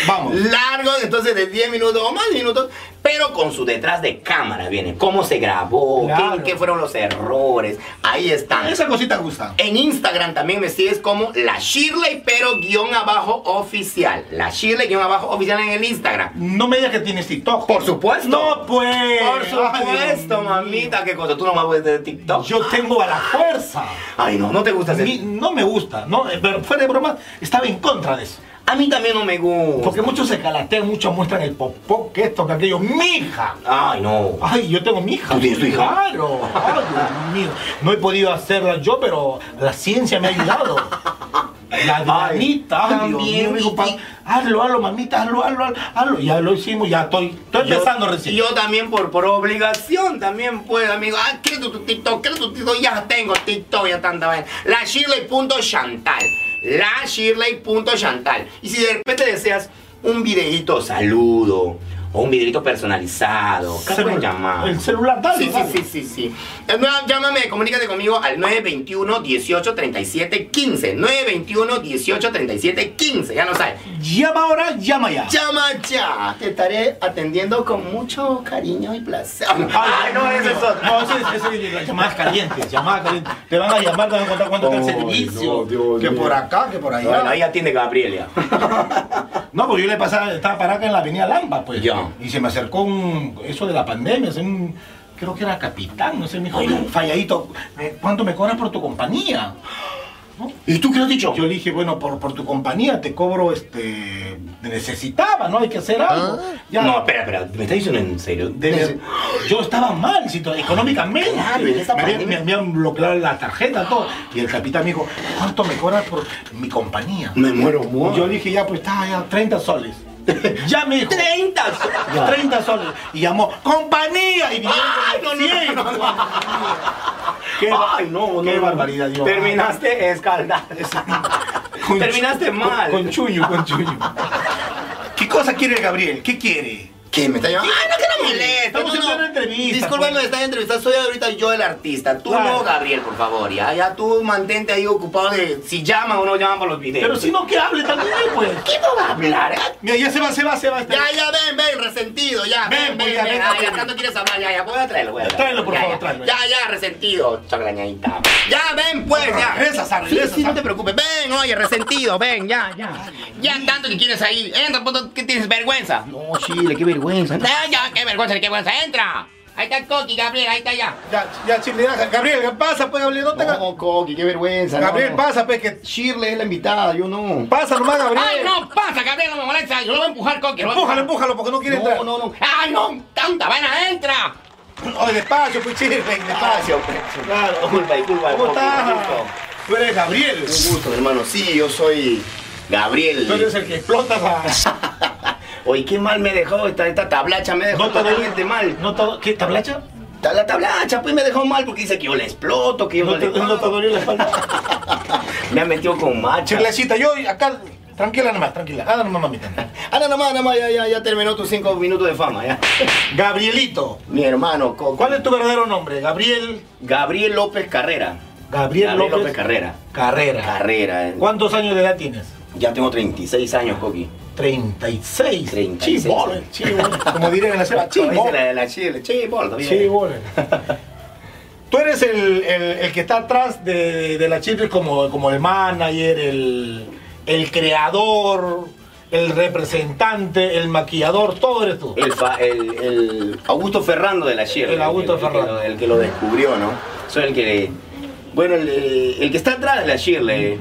Speaker 1: Vamos.
Speaker 2: Largo, entonces de 10 minutos o más minutos. Pero
Speaker 7: pero con su detrás de cámara viene. Cómo se grabó, qué-
Speaker 1: Claro.
Speaker 7: qué, fueron los errores. Ahí están.
Speaker 1: Esa cosita gusta.
Speaker 7: En Instagram también me sigues como la Shirley, pero guión abajo oficial. La Shirley guión abajo oficial en el Instagram.
Speaker 1: No me digas que tienes TikTok.
Speaker 7: Por supuesto.
Speaker 1: No, pues.
Speaker 7: Por
Speaker 1: Ay, Dios
Speaker 7: supuesto,
Speaker 1: mío.
Speaker 7: mamita, qué cosa. Tú no me puedes de TikTok.
Speaker 1: Yo tengo a la fuerza.
Speaker 7: Ay, no, no te gusta hacer.
Speaker 1: Ni- no me gusta, no, Eh, pero fuera de broma, estaba en contra de eso.
Speaker 7: A mí también no me gusta.
Speaker 1: Porque muchos se calatean, muchos muestran el popó, que esto, que aquello. ¡Mija!
Speaker 7: Ay, no.
Speaker 1: Ay, yo tengo mi hija.
Speaker 7: ¿Tú tienes tu hija?
Speaker 1: Claro. Ay, Dios mío. No he podido hacerla yo, pero la ciencia me ha ayudado. La
Speaker 7: Ay,
Speaker 1: mamita,
Speaker 7: también,
Speaker 1: también,
Speaker 7: y-
Speaker 1: hazlo, hazlo, mamita, hazlo, hazlo, hazlo, hazlo. Ya lo hicimos, ya estoy, estoy empezando recién.
Speaker 7: Yo también por, por obligación también puedo, amigo. Ah, ¿qué tu, tu TikTok? ¿Qué tu TikTok? Ya tengo TikTok, ya tanta vaina. La Shirley.chantal. La Shirley.chantal. Y si de repente deseas un videito saludo o un videito personalizado, ¿qué
Speaker 1: Celu-
Speaker 7: pueden llamar?
Speaker 1: El celular, dale,
Speaker 7: Sí,
Speaker 1: dale.
Speaker 7: sí, sí, sí, sí. Eh, no, Llámame, comunícate conmigo al 921 18 37 15. 921 18 37 15. Ya lo sabes.
Speaker 1: Llama ahora, llama ya.
Speaker 7: Llama ya. Te estaré atendiendo con mucho cariño y placer. Ay, no, eso es otro.
Speaker 1: No, eso es, eso es llamadas calientes, llamadas calientes. Te van a llamar, te van a contar cuánto está el servicio. que por acá, que por allá.
Speaker 7: Bueno, ahí atiende Gabriela.
Speaker 1: No, pues yo le pasaba, estaba parado acá en la avenida Lamba, pues.
Speaker 7: Ya.
Speaker 1: Y se me acercó un, eso de la pandemia, así un- creo que era capitán, no sé, me dijo, "Oye, falladito, eh, ¿cuánto me cobras por tu compañía?
Speaker 7: ¿Y tú qué has dicho?
Speaker 1: Yo le dije, bueno, por, por tu compañía te cobro, este, te necesitaba, ¿no? Hay que hacer algo.
Speaker 7: Ah.
Speaker 1: Ya,
Speaker 7: No, espera, espera. ¿Me estás diciendo en serio?
Speaker 1: de- de- yo estaba mal situ- económicamente.
Speaker 7: Claro, en esa
Speaker 1: me, habían,
Speaker 7: pandemia.
Speaker 1: me habían bloqueado la tarjeta, todo. Y el capitán me dijo, ¿cuánto me cobras por mi compañía?
Speaker 7: Me muero, muero.
Speaker 1: Yo le dije, ya, pues está, ya, 30 soles. ya me dijo.
Speaker 7: 30.
Speaker 1: 30 soles. Y llamó, compañía. Y vinieron con el 100. Qué ba-
Speaker 7: Ay, no, no.
Speaker 1: qué
Speaker 7: no.
Speaker 1: barbaridad. Dios.
Speaker 7: Terminaste escaldado.
Speaker 1: Con chu-
Speaker 7: Terminaste
Speaker 1: con-
Speaker 7: mal.
Speaker 1: Con chuño, con chuño. ¿Qué cosa quiere Gabriel? ¿Qué quiere?
Speaker 7: ¿Qué? ¿Me está llamando? ¡Ay, no que la moleste!
Speaker 1: Estamos
Speaker 7: no,
Speaker 1: en
Speaker 7: no.
Speaker 1: plena entrevista,
Speaker 7: Discúlpame,
Speaker 1: pues.
Speaker 7: me estás entrevistando. Soy ahorita yo el artista. Tú
Speaker 1: Claro.
Speaker 7: no, Gabriel, por favor. Ya, ya tú mantente ahí ocupado de si llaman o no llaman para los videos.
Speaker 1: Pero si no, que hable también, pues.
Speaker 7: ¿Qué no va a hablar?
Speaker 1: Mira, ya se va, se va, se va.
Speaker 7: Ya, ya, ven, ven, resentido, ya. Ven,
Speaker 1: Ven,
Speaker 7: ven,
Speaker 1: pues,
Speaker 7: ven.
Speaker 1: ya, ven,
Speaker 7: Ah, ya,
Speaker 1: ven.
Speaker 7: tanto quieres hablar, ya, ya. Voy a traerlo, voy a
Speaker 1: Tráelo, por
Speaker 7: Ya,
Speaker 1: favor,
Speaker 7: ya.
Speaker 1: tráelo.
Speaker 7: Ya, ya, resentido, chacrañadita. Ya, ven, pues, ya.
Speaker 1: Regresa, Sara,
Speaker 7: Sí,
Speaker 1: regresa,
Speaker 7: sí, no
Speaker 1: Sara.
Speaker 7: te preocupes. Ven, oye, resentido, ven, ya, ya. Ya, tanto que quieres ahí. Entra, puto, ¿qué tienes vergüenza?
Speaker 2: No, Chile, qué vergüenza.
Speaker 7: Ya, ya, qué vergüenza, qué vergüenza. Entra. Ahí está el Coqui, Gabriel, ahí está ya.
Speaker 5: Ya, ya, Chile, ya, Gabriel, pasa, pues, Gabriel, no te hagas-
Speaker 2: No, Coqui, qué vergüenza. no,
Speaker 5: Gabriel,
Speaker 2: no.
Speaker 5: pasa, pues, que
Speaker 2: Shirley es la invitada, yo no.
Speaker 5: pasa nomás, Gabriel.
Speaker 7: Ay, no, pasa, Gabriel, no me molesta. Yo lo voy a empujar, Coqui. lo voy a
Speaker 5: Empújalo,
Speaker 7: empujar.
Speaker 5: empújalo, porque no quiere
Speaker 2: No,
Speaker 5: entrar.
Speaker 2: no, no.
Speaker 7: Ay, no, tanta vaina, entra.
Speaker 5: Oye, despacio, pues, Chile, despacio. Claro.
Speaker 7: Disculpa, disculpa.
Speaker 5: ¿Cómo
Speaker 7: Coqui,
Speaker 5: estás?
Speaker 7: disculpa.
Speaker 5: Tú eres Gabriel.
Speaker 7: Un gusto, mi hermano. Sí, yo soy Gabriel.
Speaker 5: Tú eres el que explotas a...
Speaker 7: Oye, qué mal me dejó esta, esta tablacha, me dejó totalmente mal.
Speaker 1: No te, ¿Qué, tablacha?
Speaker 7: Ta- La tablacha, pues me dejó mal porque dice que yo le exploto, que yo no,
Speaker 1: No te,
Speaker 7: le
Speaker 1: no te dolió la espalda.
Speaker 7: Me ha metido con macha.
Speaker 1: Chirlecita, yo acá, tranquila nomás, tranquila. Anda nomás, mamita.
Speaker 7: Ahora nomás, nada Ah, más, ya, ya, ya terminó tus cinco minutos de fama, ya.
Speaker 1: Gabrielito,
Speaker 7: Mi hermano, co-
Speaker 1: ¿cuál es tu verdadero nombre? Gabriel.
Speaker 7: Gabriel López Carrera.
Speaker 1: Gabriel,
Speaker 7: López, Carrera.
Speaker 1: Carrera.
Speaker 7: Carrera. eh.
Speaker 1: ¿Cuántos años de edad tienes?
Speaker 7: Ya tengo 36 años, Coqui.
Speaker 1: 36.
Speaker 7: 36.
Speaker 1: Chibol, chibol. Como dirían en la selva,
Speaker 7: Como dice
Speaker 1: chibol.
Speaker 7: la, la chile, chibol, también.
Speaker 1: Chibol. Tú eres el, el, el que está atrás de, de la Chile como, como el manager, el, el creador, el representante, el maquillador, todo eres tú.
Speaker 7: El, fa- el- el Augusto Ferrando de la Sierra.
Speaker 1: El Augusto
Speaker 7: que-
Speaker 1: Ferrando.
Speaker 7: que lo- El, que lo descubrió, ¿no? Soy el que. Bueno, el, eh, el que está atrás de la Shirley.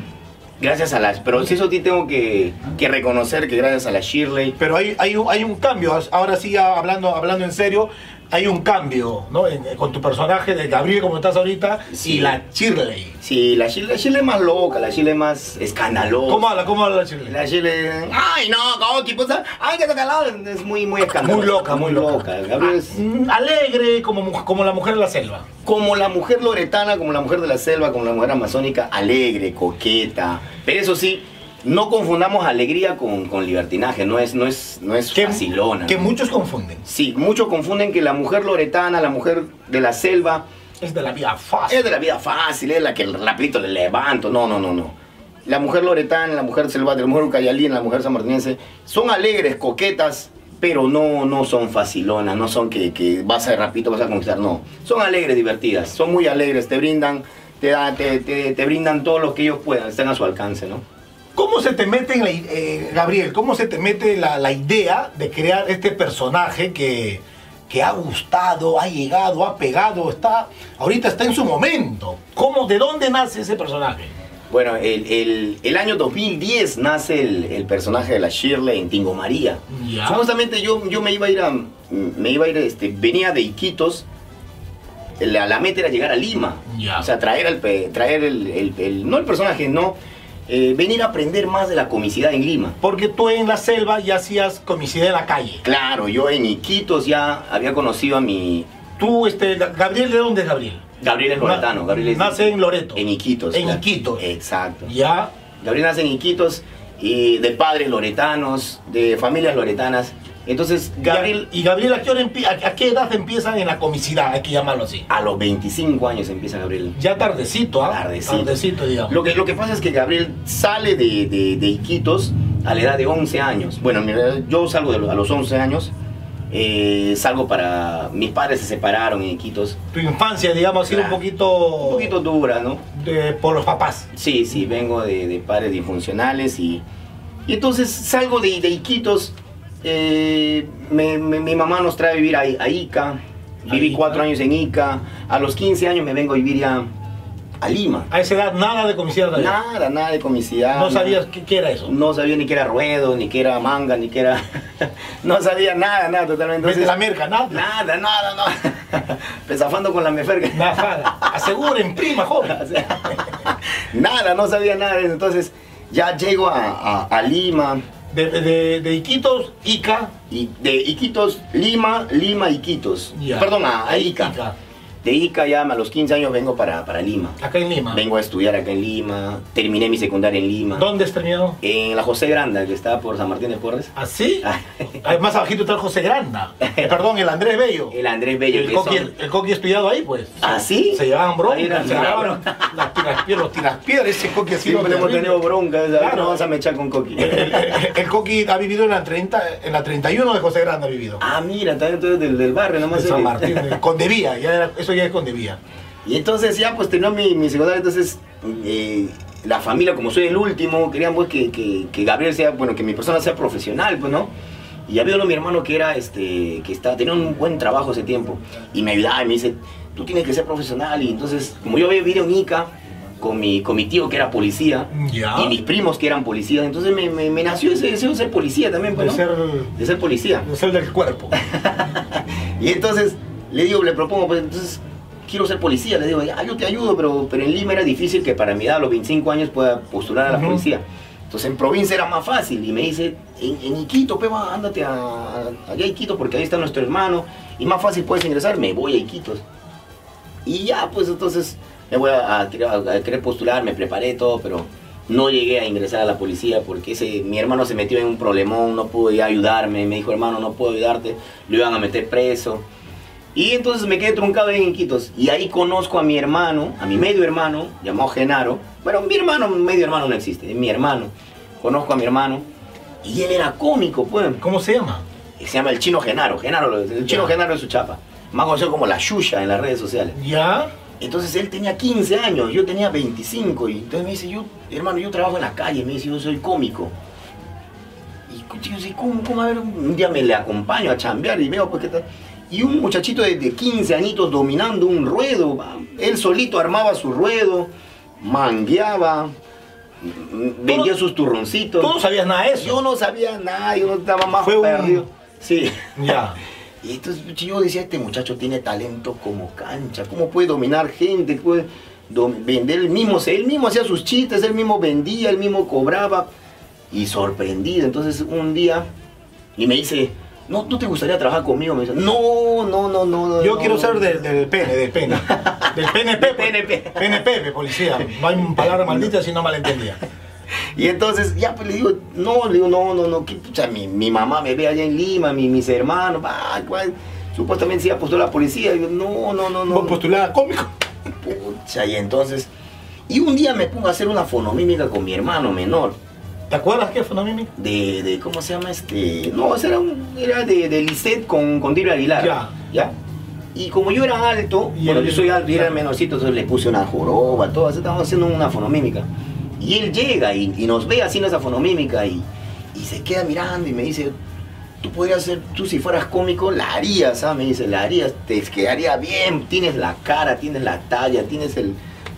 Speaker 7: Gracias a las. Pero si eso sí tengo que, que reconocer que gracias a la Shirley.
Speaker 1: Pero hay, hay, un- hay un cambio, ahora sí ya hablando, hablando en serio, hay un cambio, ¿no? En- en- con tu personaje de Gabriel como estás ahorita
Speaker 7: Sí.
Speaker 1: y la Shirley.
Speaker 7: Sí, la Shirley, la Shirley es más loca, la Shirley es más escandalosa.
Speaker 1: ¿Cómo habla? ¿Cómo habla la Shirley?
Speaker 7: La Shirley. Ay, no, como que puta. Ay, que toca la Es muy, muy escandalosa.
Speaker 1: Muy loca, muy loca.
Speaker 7: Gabriel es
Speaker 1: Mm, Alegre, como, mu- como la mujer de la selva.
Speaker 7: como la mujer loretana, como la mujer de la selva, como la mujer amazónica, alegre, coqueta. Pero eso sí, no confundamos alegría con, con libertinaje, no es, no es, no es facilona.
Speaker 1: que
Speaker 7: ¿no?
Speaker 1: muchos confunden.
Speaker 7: Sí, muchos confunden que la mujer loretana, la mujer de la selva,
Speaker 1: Es de la vida fácil.
Speaker 7: es de la vida fácil, es la que el rapidito le levanto. No, no, no, no. La mujer loretana, la mujer selvática, la mujer ucayalina, la mujer sanmartinense, son alegres, coquetas,
Speaker 2: pero no, no son facilonas, no son que, que vas a rapito, vas a conquistar, no. Son alegres, divertidas, son muy alegres, te brindan, te, da- te, te- te brindan todo lo que ellos puedan, están a su alcance, ¿no?
Speaker 1: ¿Cómo se te mete, en la i- eh, Gabriel, cómo se te mete la, la idea de crear este personaje que, que ha gustado, ha llegado, ha pegado, está, ahorita está en su momento? ¿Cómo, de dónde nace ese personaje?
Speaker 2: Bueno, el, el- el año 2010 nace el, el personaje de la Shirley en Tingo María.
Speaker 1: Ya.
Speaker 2: Supuestamente yo, yo me iba a ir a. Me iba a ir, este, venía de Iquitos. La, la meta era llegar a Lima.
Speaker 1: Ya.
Speaker 2: O sea, traer, al, pe- traer el, el- el- No el personaje, no. eh, venir a aprender más de la comicidad en Lima.
Speaker 1: Porque tú en la selva ya hacías comicidad en la calle.
Speaker 2: Claro, yo en Iquitos ya había conocido a mi.
Speaker 1: Tú, este, Ga- Gabriel, ¿de dónde es Gabriel?
Speaker 2: Gabriel es
Speaker 1: Na-
Speaker 2: loretano. Gabriel es-
Speaker 1: nace en Loreto.
Speaker 2: En Iquitos.
Speaker 1: En
Speaker 2: claro. Eh.
Speaker 1: Iquitos.
Speaker 2: Exacto.
Speaker 1: Ya,
Speaker 2: Gabriel nace en Iquitos y de padres loretanos, de familias loretanas. Entonces, Gabriel
Speaker 1: Gabriel. ¿Y Gabriel a qué, hora empie- a- a qué edad empiezan en la comicidad? Hay que llamarlo así.
Speaker 2: a los 25 años empieza Gabriel.
Speaker 1: Ya tardecito, ¿ah?
Speaker 2: Tardecito.
Speaker 1: digamos.
Speaker 2: Lo que, lo que pasa es que Gabriel sale de, de- de Iquitos a la edad de 11 años. Bueno, en realidad, yo salgo de los- a los 11 años. eh, salgo para... Mis padres se separaron en Iquitos.
Speaker 1: Tu infancia, digamos, ha sido
Speaker 2: Claro.
Speaker 1: un poquito.
Speaker 2: Un poquito dura, ¿no?
Speaker 1: de- por los papás.
Speaker 2: Sí, sí, vengo de, de padres disfuncionales y, y entonces salgo de, de Iquitos. eh, me- me- mi mamá nos trae a vivir a, I- a Ica. Viví
Speaker 1: Ica.
Speaker 2: cuatro años en Ica. A los 15 años me vengo a vivir ya a Lima.
Speaker 1: A esa edad nada de comicidad. Gabriel.
Speaker 2: Nada, nada de comicidad.
Speaker 1: no
Speaker 2: nada.
Speaker 1: sabías qué, qué era eso.
Speaker 2: No sabía ni que era ruedo, ni que era manga, ni que era. no sabía nada, nada, totalmente.
Speaker 1: Vete
Speaker 2: Entonces,
Speaker 1: la merca, nada.
Speaker 2: Nada, nada, nada. Pesafando pues, con la meferga.
Speaker 1: Nada. Aseguren, prima, joven.
Speaker 2: O sea, nada, no sabía nada de eso. Entonces ya llego a, a- a Lima,
Speaker 1: De, de, de Iquitos, Ica.
Speaker 2: y de Iquitos, Lima, Lima, Iquitos.
Speaker 1: Ya.
Speaker 2: Perdón, a, a Ica.
Speaker 1: Ica.
Speaker 2: De Ica ya a los 15 años vengo para, para Lima.
Speaker 1: Acá en Lima.
Speaker 2: Vengo a estudiar acá en Lima, terminé mi secundaria en Lima.
Speaker 1: ¿Dónde has terminado?
Speaker 2: En la José Granda, que está por San Martín de Porres.
Speaker 1: ¿Así?
Speaker 2: Ah.
Speaker 1: Ahí Más abajito está el José Granda. Eh, perdón, el Andrés Bello.
Speaker 2: El Andrés Bello.
Speaker 1: El
Speaker 2: Eh, que
Speaker 1: coqui,
Speaker 2: son-
Speaker 1: el coqui estudiado ahí, pues.
Speaker 2: ¿Ah, sí?
Speaker 1: Se llevaban
Speaker 2: Ahí
Speaker 1: broncas,
Speaker 2: eran-
Speaker 1: se llevaban las tiraspiedras, los tiraspiedras, ese coqui ha sido
Speaker 2: Siempre hemos
Speaker 1: terrible.
Speaker 2: tenido broncas,
Speaker 1: Claro.
Speaker 2: no vas a mechar con Coqui.
Speaker 1: El, el- el coqui ha vivido en la 30, en la 31 de José Grande ha vivido.
Speaker 2: ah, mira, también tú eres del, del barrio, nomás
Speaker 1: De San
Speaker 2: eres.
Speaker 1: Martín, de- Condevía, ya era- eso ya es Condevía.
Speaker 2: Y entonces ya pues terminó mi, mi secundaria, entonces eh, la familia, como soy el último, querían pues que, que- que Gabriel sea, bueno, que mi persona sea profesional, pues, ¿no? Y había uno, mi hermano, que era, este, que estaba, tenía un buen trabajo ese tiempo, y me ayudaba y me dice, tú tienes que ser profesional, y entonces, como yo había vivido en Ica, con mi, con mi tío que era policía,
Speaker 1: Ya.
Speaker 2: y mis primos que eran policías, entonces me, me- me nació ese deseo de ser policía también, pues,
Speaker 1: De
Speaker 2: ¿no?
Speaker 1: ser,
Speaker 2: de ser policía.
Speaker 1: de ser del cuerpo.
Speaker 2: Y entonces le digo, le propongo, pues entonces quiero ser policía. Le digo, ah, yo te ayudo, pero, pero en Lima era difícil que para mi edad, a los 25 años, pueda postular a la
Speaker 1: Ujú.
Speaker 2: policía. Entonces en provincia era más fácil. Y me dice, en, en Iquito, peba, ándate a, a- allá a Iquitos porque ahí está nuestro hermano. Y más fácil puedes ingresar, me voy a Iquitos. Y ya, pues entonces me voy a, a- a querer postular, me preparé todo, pero no llegué a ingresar a la policía porque ese, mi hermano se metió en un problemón, no pudo ya ayudarme. Me dijo, hermano, no puedo ayudarte, lo iban a meter preso. Y entonces me quedé truncado ahí en Iquitos. Y ahí conozco a mi hermano, a mi medio hermano, llamado Genaro. Bueno, mi hermano, medio hermano no existe, es mi hermano. Conozco a mi hermano. Y él era cómico, pues.
Speaker 1: ¿Cómo se llama?
Speaker 2: Se llama el chino Genaro. Genaro el chino
Speaker 1: Ya.
Speaker 2: Genaro es su chapa. Más conocido como la Yuya en las redes sociales.
Speaker 1: Ya,
Speaker 2: Entonces él tenía 15 años, yo tenía 25. Y entonces me dice, yo, hermano, yo trabajo en la calle. Me dice, yo soy cómico. Y yo dije, ¿cómo, cómo? A ver, un día me le acompaño a chambear y veo, pues, qué tal. Y un muchachito de, de 15 añitos dominando un ruedo. va. Él solito armaba su ruedo, mangueaba, m- vendía sus turroncitos.
Speaker 1: tú no sabías nada de eso.
Speaker 2: Yo no sabía nada, yo no estaba más
Speaker 1: Fue un-
Speaker 2: perdido. Sí.
Speaker 1: Ya.
Speaker 2: Y entonces pucha, yo decía, este muchacho tiene talento como cancha, ¿cómo puede dominar gente? ¿Puede dom- vender el mismo? se- Él mismo hacía sus chistes, él mismo vendía, él mismo cobraba. Y sorprendido, entonces un día, y me dice, ¿no, no te gustaría trabajar conmigo? Me dice, no, no, no, no. no,
Speaker 1: Yo
Speaker 2: no,
Speaker 1: quiero
Speaker 2: no".
Speaker 1: ser del, del PN, del PN. Del PNP.
Speaker 2: Del PNP.
Speaker 1: pues. PNP, pues, policía. No hay palabra maldita si no malentendía.
Speaker 2: Y entonces, ya pues le digo, no, le digo, no, no, no, que, pucha, mi, mi mamá me ve allá en Lima, mi- mis hermanos, va, cuál, supuestamente se iba a postular a la policía. Y yo, no, no, no, no.
Speaker 1: Vos postulada cómico.
Speaker 2: Pucha, y entonces. Y un día me pongo a hacer una fonomímica con mi hermano menor.
Speaker 1: ¿Te acuerdas qué fue, no, Mimi?
Speaker 2: de, de ¿cómo se llama este? No, ese era, un, era de, de Lisette con, con Tiro Aguilar.
Speaker 1: Ya.
Speaker 2: ¿Ya? Y como yo era alto,
Speaker 1: Y
Speaker 2: bueno,
Speaker 1: él-
Speaker 2: yo soy alto y era
Speaker 1: ya.
Speaker 2: menorcito, entonces le puse una joroba, todo, así estábamos haciendo una fonomímica. Y él llega y, y nos ve haciendo esa fonomímica y, y se queda mirando y me dice, tú podrías ser, tú si fueras cómico, la harías, ¿ah? Me dice, la harías, te quedaría bien, tienes la cara, tienes la talla, tienes el...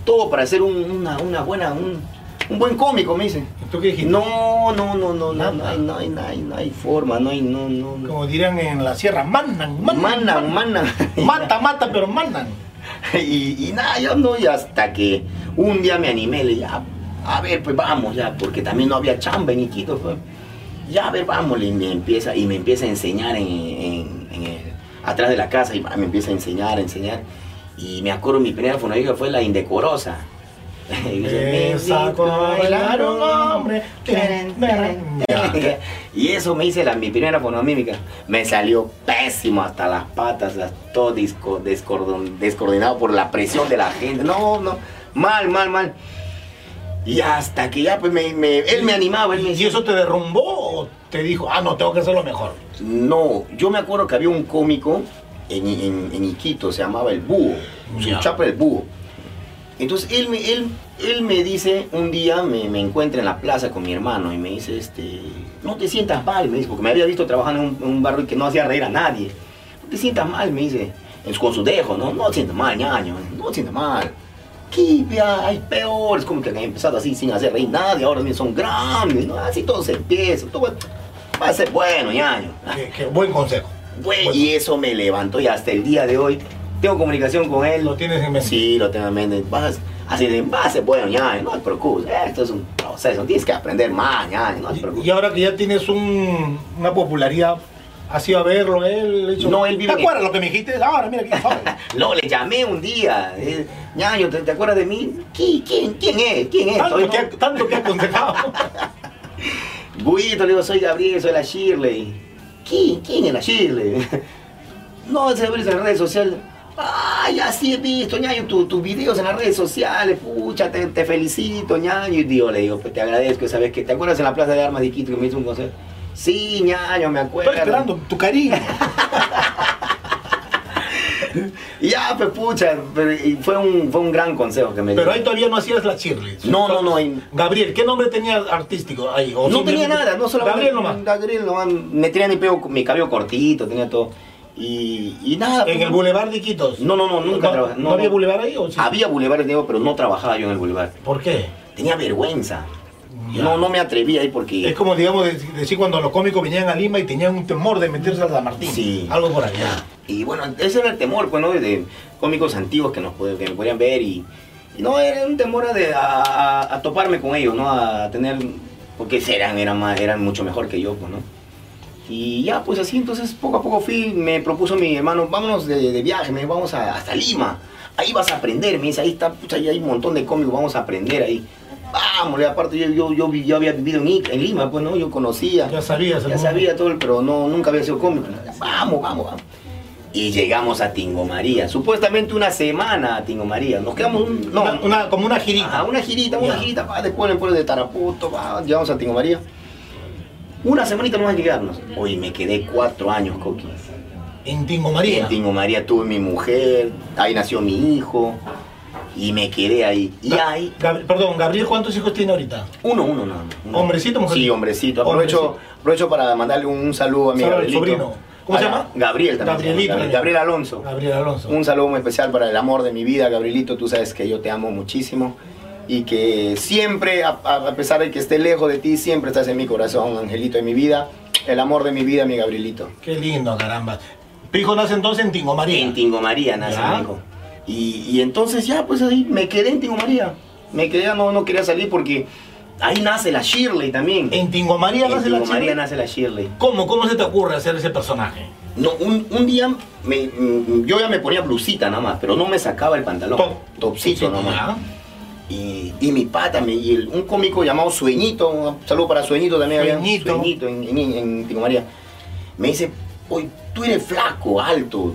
Speaker 2: Todo para ser un- una, una buena, un, un buen cómico, me dice.
Speaker 1: ¿Tú qué dijiste?
Speaker 2: No, no, no, no, no, no
Speaker 1: Nada.
Speaker 2: hay, no hay, no hay, no hay forma, no hay, no, no. no.
Speaker 1: Como dirían en la sierra, manan, manan.
Speaker 2: Manan, manan.
Speaker 1: Mata, mata, pero manan.
Speaker 2: Y, y nada, yo no, y hasta que un día me animé, le dije, "Ah, a ver, pues vamos ya, porque también no había chamba en Iquitos, pues. Ya, a ver, vamos, y me empieza, y me empieza a enseñar en, en- en el- atrás de la casa, y va, me empieza a enseñar, a enseñar. Y me acuerdo, mi primera fonoaudióloga fue la indecorosa. Y dice,
Speaker 1: Esa
Speaker 2: "Bendito
Speaker 1: bailar un hombre. Ya.
Speaker 2: y eso me hice la, mi primera fonomímica. Me salió pésimo hasta las patas, las- todo disco, descordon- descoordinado por la presión de la gente. No, no, mal, mal, mal. Y hasta que ya, pues, me- me- él me animaba, él me
Speaker 1: ¿Y
Speaker 2: decía,
Speaker 1: eso te derrumbó o te dijo, ah, no, tengo que hacerlo mejor?
Speaker 2: no, yo me acuerdo que había un cómico en, en- en Iquitos, se llamaba El Búho,
Speaker 1: Ya.
Speaker 2: su chapa El Búho. Entonces él me, él, él me dice, un día me, me encuentra en la plaza con mi hermano y me dice, este, no te sientas mal, me dice, porque me había visto trabajando en un, en un barrio que no hacía reír a nadie. No te sientas mal, me dice, en su- con su dejo, ¿no? No te sientas mal, ñaño, no te sientas mal. Kibia, hay peores, como que han empezado así sin hacer reír nadie, ahora mismo son grandes, ¿no? Así todo se empieza, todo va- va a ser bueno, ñaño.
Speaker 1: Qué, qué buen consejo.
Speaker 2: Güey, y eso me levantó y hasta el día de hoy tengo comunicación con él.
Speaker 1: Lo tienes en mente.
Speaker 2: Sí, lo tengo en mente. Vas- así de base, bueno, ya, no te preocupes. Esto es un proceso, tienes que aprender más, ya, no te
Speaker 1: Y
Speaker 2: preocupes.
Speaker 1: ahora que ya tienes un- una popularidad, ¿has ido a verlo él? hecho-
Speaker 2: No, él vive
Speaker 1: ¿Te
Speaker 2: en-
Speaker 1: acuerdas lo que me dijiste? Ahora, mira, aquí joven.
Speaker 2: No, le llamé un día. eh, Ñaño, ¿te, te acuerdas de mí? ¿Qui- ¿Quién, quién es? ¿Quién es? Soy-
Speaker 1: tanto, que, ha- tanto que ha aconsejado.
Speaker 2: Guito, le digo, soy Gabriel, soy la Shirley. ¿Quién, quién es la Shirley? No, se ve en las redes sociales. Ay, así he visto, ñaño, tu- tus videos en las redes sociales, pucha, te, te felicito, ñaño. Y digo, le digo, pues te agradezco, ¿sabes qué? ¿Te acuerdas en la Plaza de Armas de Quito que me hizo un consejo? Sí, ñaño, me acuerdo.
Speaker 1: Estoy esperando tu cariño.
Speaker 2: Y ya, pues pucha, pero- y fue, un, fue un gran consejo que me dio.
Speaker 1: Pero ahí todavía no hacías la Shirley.
Speaker 2: No, no, no, ahí-
Speaker 1: Gabriel, ¿qué nombre tenía artístico ahí? O
Speaker 2: No tenía
Speaker 1: simplemente-
Speaker 2: nada, no solo
Speaker 1: Gabriel nomás.
Speaker 2: Gabriel nomás. Me tenía mi, pelo- mi cabello cortito, tenía todo. Y, y nada.
Speaker 1: En
Speaker 2: pues,
Speaker 1: el Boulevard de Iquitos.
Speaker 2: No, no, no, nunca
Speaker 1: ¿No,
Speaker 2: trabajé.
Speaker 1: ¿no había bulevar ahí o sí?
Speaker 2: Había bulevares, digo, pero no trabajaba yo en el bulevar.
Speaker 1: ¿Por qué?
Speaker 2: Tenía vergüenza.
Speaker 1: Ya.
Speaker 2: No, no me atreví ahí porque.
Speaker 1: Es como, digamos, de- decir cuando los cómicos venían a Lima y tenían un temor de meterse a la Martín.
Speaker 2: Sí.
Speaker 1: Algo por allá.
Speaker 2: Y bueno, ese era el temor, pues, ¿no? De cómicos antiguos que nos pod- que me podían ver y, y no, era un temor a, de- a- a- a toparme con ellos, ¿no? A tener, porque eran, eran, más, eran mucho mejor que yo, pues, ¿no? Y ya, pues así, entonces poco a poco fui, me propuso mi hermano, vámonos de, de viaje, me dijo, vamos a- hasta Lima, ahí vas a aprender, me dice, ahí está, pucha, ahí hay un montón de cómicos, vamos a aprender ahí. Vamos, y aparte yo, yo, yo, vi- yo había vivido en, I- en Lima, pues, ¿no? Yo conocía.
Speaker 1: Ya sabías.
Speaker 2: Ya
Speaker 1: ¿no?
Speaker 2: sabía todo, el- pero no, nunca había sido cómico. Vamos, vamos, vamos. Y llegamos a Tingo María. Supuestamente una semana a Tingo María. Nos quedamos un, no,
Speaker 1: Una- una- como una jirita.
Speaker 2: Ajá, Ah, una girita, una
Speaker 1: Ya.
Speaker 2: girita. Va, después en el pueblo de Tarapoto, va, llegamos a Tingo María. Una semanita más llegarnos. Hoy me quedé cuatro años, Coqui.
Speaker 1: En Tingo María.
Speaker 2: En Tingo María tuve mi mujer, ahí nació mi hijo. Y me quedé ahí. Y
Speaker 1: Ga-
Speaker 2: ahí.
Speaker 1: Gab- perdón, Gabriel, ¿cuántos hijos tiene ahorita?
Speaker 2: Uno, uno, nada más. Uno.
Speaker 1: ¿Hombrecito o mujercito?
Speaker 2: Sí, hombrecito. Aprovecho,
Speaker 1: Hombrecito.
Speaker 2: aprovecho para mandarle un saludo a mi
Speaker 1: Saludo al
Speaker 2: Gabrielito.
Speaker 1: sobrino. ¿Cómo
Speaker 2: A
Speaker 1: se
Speaker 2: la-
Speaker 1: llama?
Speaker 2: Gabriel también. se llama,
Speaker 1: Gabrielito.
Speaker 2: Gabriel, Gabriel Alonso.
Speaker 1: Gabriel Alonso.
Speaker 2: Un saludo muy especial para el amor de mi vida, Gabrielito. Tú sabes que yo te amo muchísimo. Y que siempre, a, a- a pesar de que esté lejos de ti, siempre estás en mi corazón, angelito de mi vida. El amor de mi vida, mi Gabrielito.
Speaker 1: Qué lindo, caramba. Tu hijo nace entonces en Tingo María.
Speaker 2: En Tingo María nace
Speaker 1: Ya.
Speaker 2: mi hijo. Y, y entonces ya, pues ahí me quedé en Tingo María. Me quedé, no, no quería salir porque ahí nace la Shirley también.
Speaker 1: En Tingo María
Speaker 2: En
Speaker 1: nace
Speaker 2: Tingo
Speaker 1: la chica.
Speaker 2: María nace la Shirley.
Speaker 1: ¿Cómo? ¿Cómo se te ocurre hacer ese personaje?
Speaker 2: No, un, un día me- mm, yo ya me ponía blusita nada más, pero no me sacaba el pantalón.
Speaker 1: Top- Ah,
Speaker 2: Topsito nada más. Y, y mi pata, me- y el- un cómico llamado Sueñito, un saludo para Sueñito también. había-
Speaker 1: Sueñito.
Speaker 2: Sueñito en, en, en Tingo María. Me dice, hoy tú eres flaco, alto.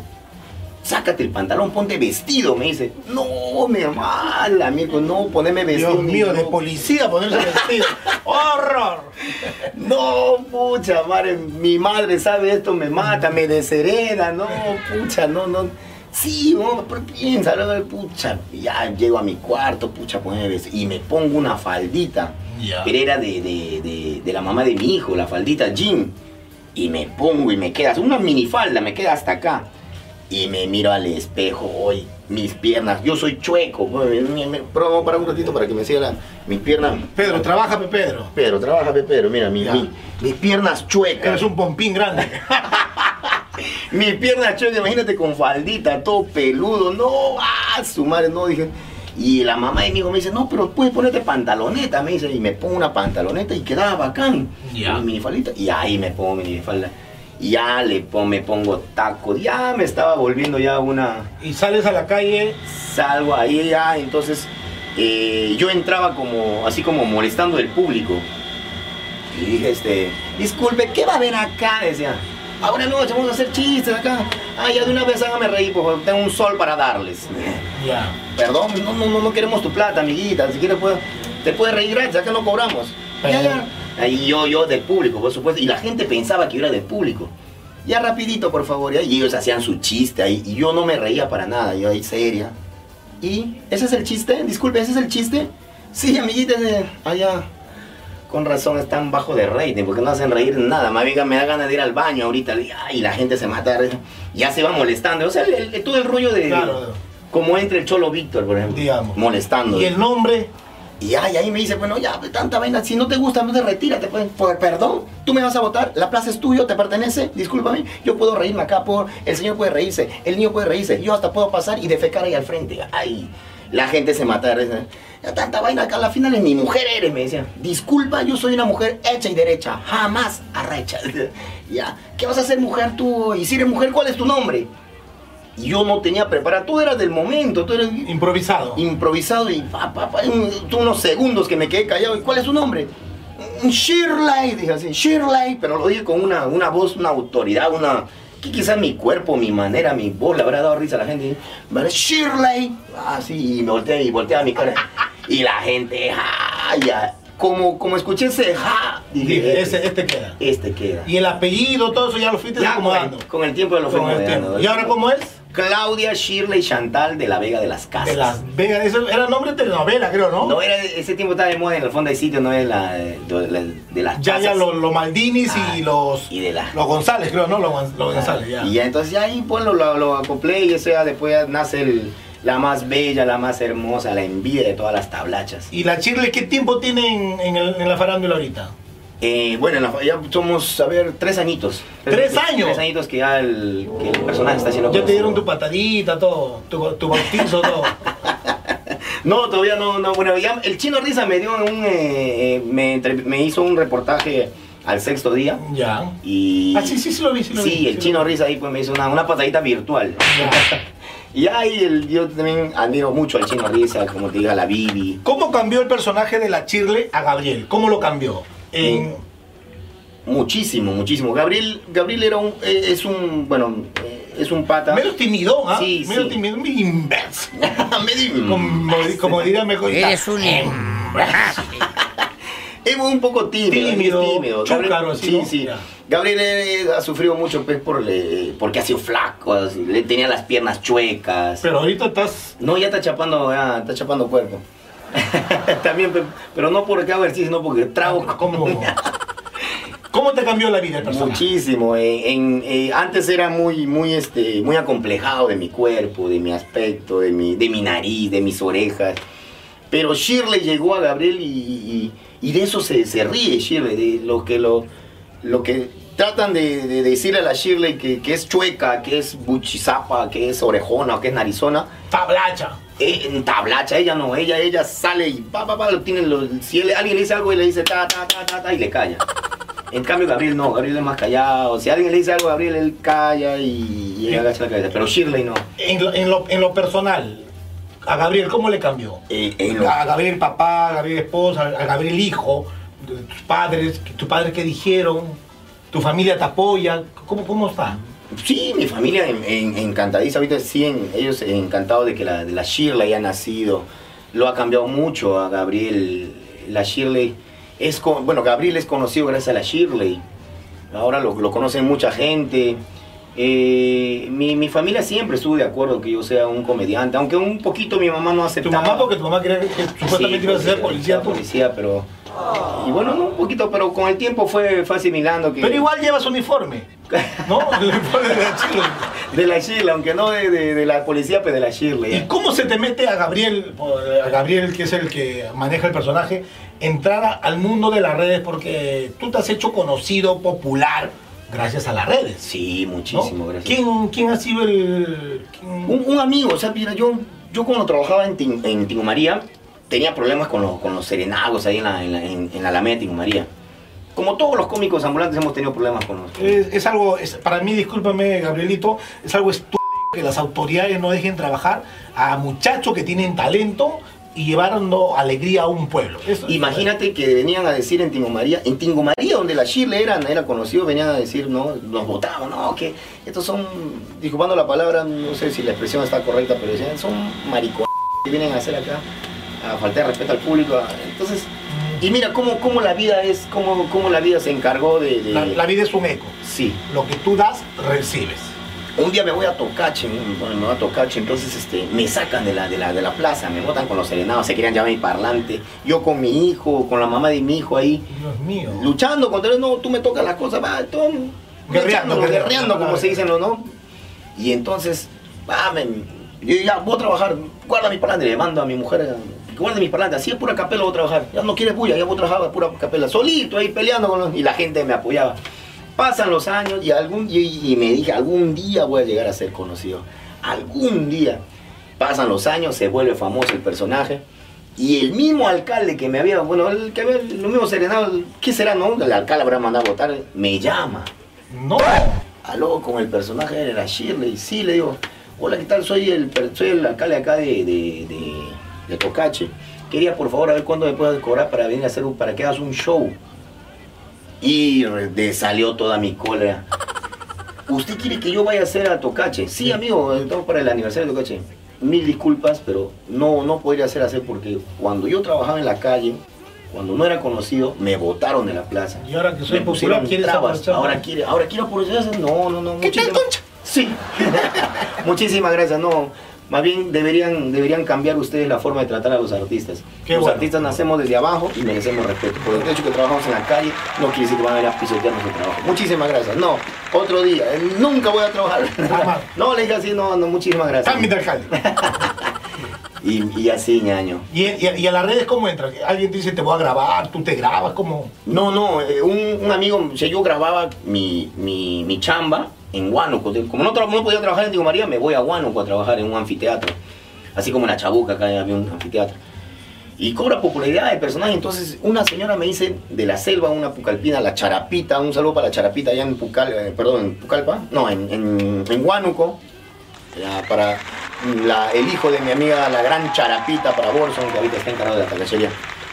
Speaker 2: sácate el pantalón, ponte vestido, me dice. No, mi hermano, amigo, no, poneme vestido.
Speaker 1: Dios
Speaker 2: ni
Speaker 1: mío, de
Speaker 2: no.
Speaker 1: policía ponerse vestido. ¡Horror!
Speaker 2: No, pucha, madre, mi madre sabe esto, me mata, me deshereda, no, pucha, no, no. Sí, no, pero piénsalo, no, pucha, ya llego a mi cuarto, pucha, poneme vestido, y me pongo una faldita.
Speaker 1: Ya.
Speaker 2: Pero era de, de- de- de la mamá de mi hijo, la faldita jean. Y me pongo y me queda, una minifalda, me queda hasta acá. Y me miro al espejo hoy, mis piernas, yo soy chueco. pues, me- me- Pero vamos a parar un ratito para que me siga la- mis piernas.
Speaker 1: Pedro, trabaja, pe, Pedro.
Speaker 2: Pedro, trabaja pe, Pedro, mira, mi-
Speaker 1: Ya.
Speaker 2: mi- mis piernas
Speaker 1: Eres
Speaker 2: chuecas.
Speaker 1: un pompín grande.
Speaker 2: Mis piernas chuecas, imagínate con faldita, todo peludo. No, ah, su madre, no, dije. Y la mamá de mi hijo me dice, no, pero puedes ponerte pantaloneta, me dice. Y me pongo una pantaloneta y quedaba bacán.
Speaker 1: Ya.
Speaker 2: Mi minifaldita. Y ahí me pongo mi minifalda. Y ya le pongo, me pongo tacos. Ya me estaba volviendo ya una,
Speaker 1: Y sales a la calle.
Speaker 2: salgo ahí ya, entonces eh, yo entraba como así como molestando al público y dije este disculpe qué va a haber acá decía ahora no vamos a hacer chistes acá ah ya de una vez hágame reír porque tengo un sol para darles
Speaker 1: Ya.
Speaker 2: perdón no no no, no queremos tu plata amiguita si quieres puedes- te puedes reír gratis acá no cobramos ya ya Ahí yo yo del público por supuesto y la gente pensaba que yo era del público ya rapidito por favor ya, y ellos hacían su chiste ahí y yo no me reía para nada yo ahí seria ¿Y ese es el chiste? Disculpe, ¿ese es el chiste? Sí, amiguita, ese- allá. Con razón están bajo de rating, porque no hacen reír nada. Más bien me da ganas de ir al baño ahorita. Y ay, la gente se mata. de risa. Ya se va molestando. O sea, el- el- todo el rollo de.
Speaker 1: Claro.
Speaker 2: Como entra el Cholo Víctor, por ejemplo.
Speaker 1: Digamos.
Speaker 2: Molestando.
Speaker 1: Y el nombre.
Speaker 2: Y ay, ahí me dice, bueno, ya, pues, tanta vaina, si no te gusta, no te retírate, pues, por perdón, tú me vas a votar, la plaza es tuya, te pertenece, discúlpame, yo puedo reírme acá, por, el señor puede reírse, el niño puede reírse, yo hasta puedo pasar y defecar ahí al frente. Ay, la gente se mata, de risa. Ya, tanta vaina acá, a la final es mi mujer eres, me decían. Disculpa, yo soy una mujer hecha y derecha, jamás arrecha. ya, ¿qué vas a hacer mujer tú? Y si eres mujer, ¿cuál es tu nombre? Y yo no tenía preparado, tú eras del momento, tú eras
Speaker 1: Improvisado.
Speaker 2: improvisado y pa, pa, pa, un- unos segundos que me quedé callado. ¿Y cuál es su nombre? "Mm, Shirley, dije así, Shirley, pero lo dije con una, una voz, una autoridad, una... Que quizás mi cuerpo, mi manera, mi voz le habrá dado risa a la gente. ¿vale? Shirley, así, y me volteé y volteé a mi cara. Y la gente, ja, ya. Como, como escuché ese ja, dije,
Speaker 1: Dije,
Speaker 2: este,
Speaker 1: ese, este queda.
Speaker 2: este queda.
Speaker 1: Y el apellido, todo eso ya lo fuiste
Speaker 2: Ya con
Speaker 1: acomodando.
Speaker 2: el, con el tiempo de los
Speaker 1: Con el tiempo. ¿Y ahora cómo es?
Speaker 2: Claudia Shirley Chantal de la Vega de las Casas.
Speaker 1: De Las Vegas. Eso era nombre de telenovela, creo, ¿no?
Speaker 2: No, era, ese tiempo estaba de moda en el fondo de sitio, no es la de, de- de las
Speaker 1: ya, ya,
Speaker 2: casas.
Speaker 1: los los Maldinis
Speaker 2: Ah,
Speaker 1: y los.
Speaker 2: y de la-
Speaker 1: Los González, creo, ¿no? Los, Gon- los González, ya.
Speaker 2: Y ya entonces ya ahí pues lo, lo- lo acoplé y eso ya después ya nace el- la más bella, la más hermosa, la envidia de todas las tablachas.
Speaker 1: ¿Y la Shirley qué tiempo tiene en, en el- en la farándula ahorita?
Speaker 2: Eh, bueno, en la fa- ya somos, a ver, tres añitos.
Speaker 1: ¿Tres años?
Speaker 2: Tres añitos que ya el, que el personaje está haciendo.
Speaker 1: Ya te dieron tu patadita, todo, tu, tu bautizo, todo.
Speaker 2: No, todavía no, no, bueno, ya el chino Risa me dio un, eh, eh, me, entre- me hizo un reportaje al sexto día
Speaker 1: ya.
Speaker 2: y...
Speaker 1: Ah, sí, sí, sí lo vi, sí lo vi.
Speaker 2: Sí, el
Speaker 1: lo
Speaker 2: chino
Speaker 1: vi.
Speaker 2: Risa ahí pues me hizo una, una patadita virtual.
Speaker 1: Ya.
Speaker 2: Y ahí el- yo también admiro mucho al chino Risa, como te diga la Bibi.
Speaker 1: ¿Cómo cambió el personaje de la Shirley a Gabriel? ¿Cómo lo cambió? En-
Speaker 2: Mm. Muchísimo, muchísimo. Gabriel, Gabriel era un, eh, es un, bueno, eh, es un pata.
Speaker 1: Menos timidón, ¿ah?
Speaker 2: Sí,
Speaker 1: menos
Speaker 2: sí. Mm.
Speaker 1: timidón, inverso.
Speaker 2: Medio-
Speaker 1: Como, di- como diría mejor.
Speaker 9: Eres un
Speaker 2: Es un poco tímido.
Speaker 1: Tímido,
Speaker 2: es tímido.
Speaker 1: chúcaro,
Speaker 2: Gabriel-
Speaker 1: así,
Speaker 2: sí,
Speaker 1: ¿no?
Speaker 2: sí.
Speaker 1: Ya.
Speaker 2: Gabriel eh, ha sufrido mucho pues, por, eh, porque ha sido flaco, así, le tenía las piernas chuecas.
Speaker 1: Pero ahorita estás.
Speaker 2: No, ya está chapando, ya está chapando cuerpo. También, pe- pero no porque hago ejercicio, sino porque trago
Speaker 1: Ah, ¿Cómo, ¿Cómo te cambió la vida el personaje?
Speaker 2: Muchísimo. eh, en- eh, antes era muy, muy, este, muy acomplejado de mi cuerpo, de mi aspecto, de mi, de mi nariz, de mis orejas. Pero Shirley llegó a Gabriel y, y- y de eso se, se ríe Shirley, de lo que lo, lo que tratan de, de decirle a la Shirley que, que es chueca, que es buchizapa, que es orejona, que es narizona.
Speaker 1: Tablacha.
Speaker 2: Eh, en tablacha, ella no, ella, ella sale y pa, pa, pa, lo tiene, lo- si él- alguien le dice algo y le dice ta, ta, ta, ta, ta, y le calla. En cambio, Gabriel no, Gabriel es más callado. Si alguien le dice algo a Gabriel, él calla y, y él agacha la cabeza. Pero Shirley no.
Speaker 1: En lo, en lo- en lo personal, a Gabriel, ¿cómo le cambió?
Speaker 2: Eh, en lo-
Speaker 1: A Gabriel papá, a Gabriel esposa, a Gabriel hijo, tus padres, tus padres que dijeron, tu familia te apoya, ¿cómo, cómo está?
Speaker 2: Sí, mi familia en, en- encantadiza. Ahorita sí, en- ellos encantados de que la, de la Shirley haya nacido. Lo ha cambiado mucho a Gabriel. La Shirley es con- bueno, Gabriel es conocido gracias a la Shirley. Ahora lo, lo conoce mucha gente. Eh, mi, mi familia siempre estuvo de acuerdo que yo sea un comediante, aunque un poquito mi mamá no
Speaker 1: Tu
Speaker 2: aceptaba.
Speaker 1: mamá, porque tu mamá quería que supuestamente
Speaker 2: Sí,
Speaker 1: ibas a ser
Speaker 2: porque
Speaker 1: policía pues.
Speaker 2: era
Speaker 1: tú.
Speaker 2: policía, pero. Y bueno, no, un poquito, pero con el tiempo fue, fue asimilando que.
Speaker 1: Pero igual llevas uniforme. ¿No? El uniforme de la Chile.
Speaker 2: De la Shirley, aunque no de, de- de la policía, pero de la Shirley.
Speaker 1: ¿Y cómo se te mete a Gabriel, o, eh, a Gabriel que es el que maneja el personaje, entrar a- al mundo de las redes? Porque tú te has hecho conocido, popular, gracias a las redes.
Speaker 2: Sí,
Speaker 1: ¿no?
Speaker 2: muchísimo, gracias.
Speaker 1: ¿Quién, ¿Quién ha sido el...? quién-
Speaker 2: Un, un amigo, o sea, mira, yo, yo cuando trabajaba en, Tin- en Tingo María, tenía problemas con los, con los serenagos ahí en la, en la, en- en la Alameda de Tingo María. Como todos los cómicos ambulantes hemos tenido problemas con los...
Speaker 1: Es, es algo, es- para mí, discúlpame, Gabrielito, es algo estúpido que las autoridades no dejen trabajar a muchachos que tienen talento y llevando alegría a un pueblo. Eso-
Speaker 2: Imagínate que venían a decir en Tingo María, en Tingo María, donde la Shirley era, era conocido, venían a decir, no, nos votaban, no, que estos son, disculpando la palabra, no sé si la expresión está correcta, pero decían, son maricones que vienen a hacer acá, a faltar de respeto al público. a- entonces, y mira cómo, cómo la vida es, cómo, cómo la vida se encargó de... de-
Speaker 1: La, la vida es un eco.
Speaker 2: Sí,
Speaker 1: Lo que tú das, recibes.
Speaker 2: un día me voy a Tocache, bueno, me voy a Tocache, entonces este, me sacan de la, de, la, de la plaza, me botan con los serenados, se querían llevar mi parlante, yo con mi hijo, con la mamá de mi hijo ahí,
Speaker 1: Dios mío.
Speaker 2: luchando contra él, no, tú me tocas las cosas, va, tú,
Speaker 1: Guerreando,
Speaker 2: luchándolo,
Speaker 1: guerreando, Ah,
Speaker 2: guerreando, como
Speaker 1: claro.
Speaker 2: se dicen los no. Y entonces, va, me- yo ya voy a trabajar, guarda mi parlante, le mando a mi mujer, guarda mi parlante, así es pura capela voy a trabajar, ya no quieres bulla, ya voy a trabajar a pura capela, solito ahí peleando con los, y la gente me apoyaba. Pasan los años y algún y, y me dije, algún día voy a llegar a ser conocido, algún día. Pasan los años, se vuelve famoso el personaje. Y el mismo alcalde que me había, bueno, el que había, lo mismo serenado, ¿qué será, no? El alcalde habrá mandado a votar, me llama.
Speaker 1: No.
Speaker 2: Aló, con el personaje de la Shirley. Sí, le digo, hola, ¿qué tal? Soy el, per- soy el alcalde acá de, de, de, de Tocache. Quería, por favor, a ver cuándo me puedes cobrar para venir a hacer un, para que hagas un show. Y re- de- salió toda mi cólera. ¿Usted quiere que yo vaya a hacer a Tocache? Sí, amigo, estamos para el aniversario de Tocache. Mil disculpas, pero no, no podría hacer hacer porque cuando yo trabajaba en la calle, cuando no era conocido, me botaron de la plaza.
Speaker 1: Y ahora que soy popular,
Speaker 2: Me pusieron
Speaker 1: ¿quieres
Speaker 2: trabas.
Speaker 1: aprovechar?
Speaker 2: Ahora quiere, ahora quiero aprovecharse. No, no, no.
Speaker 1: ¿Qué tal,
Speaker 2: muchísimas-
Speaker 1: concha?
Speaker 2: Sí. muchísimas gracias. No, más bien deberían, deberían cambiar ustedes la forma de tratar a los artistas.
Speaker 1: Qué
Speaker 2: los
Speaker 1: bueno.
Speaker 2: artistas nacemos desde abajo y merecemos respeto. Por el hecho que trabajamos en la calle, no quiere decir que van a ir a pisotear nuestro trabajo. Muchísimas gracias. No, otro día. Eh, Nunca voy a trabajar.
Speaker 1: Jamás.
Speaker 2: no, le dije así, no, no, muchísimas gracias.
Speaker 1: Cambio de alcalde.
Speaker 2: Y, y así, ñaño.
Speaker 1: ¿Y, y, y a las redes cómo entras? Alguien te dice, te voy a grabar, tú te grabas, como...
Speaker 2: No, no, eh, un, un amigo, o sea, yo grababa mi, mi, mi chamba en Huánuco. De- Como no, tra- no podía trabajar en Diego María, me voy a Huánuco a trabajar en un anfiteatro. Así como en la Chabuca, acá había un anfiteatro. Y cobra popularidad el personaje. Entonces, una señora me dice de la selva, una pucalpina, la charapita, un saludo para la charapita allá en Pucal, eh, perdón, en Pucallpa, no, en, en, en Huánuco, la- para la- el hijo de mi amiga, la gran charapita para Borson, que ahorita está encargado de la tacachería.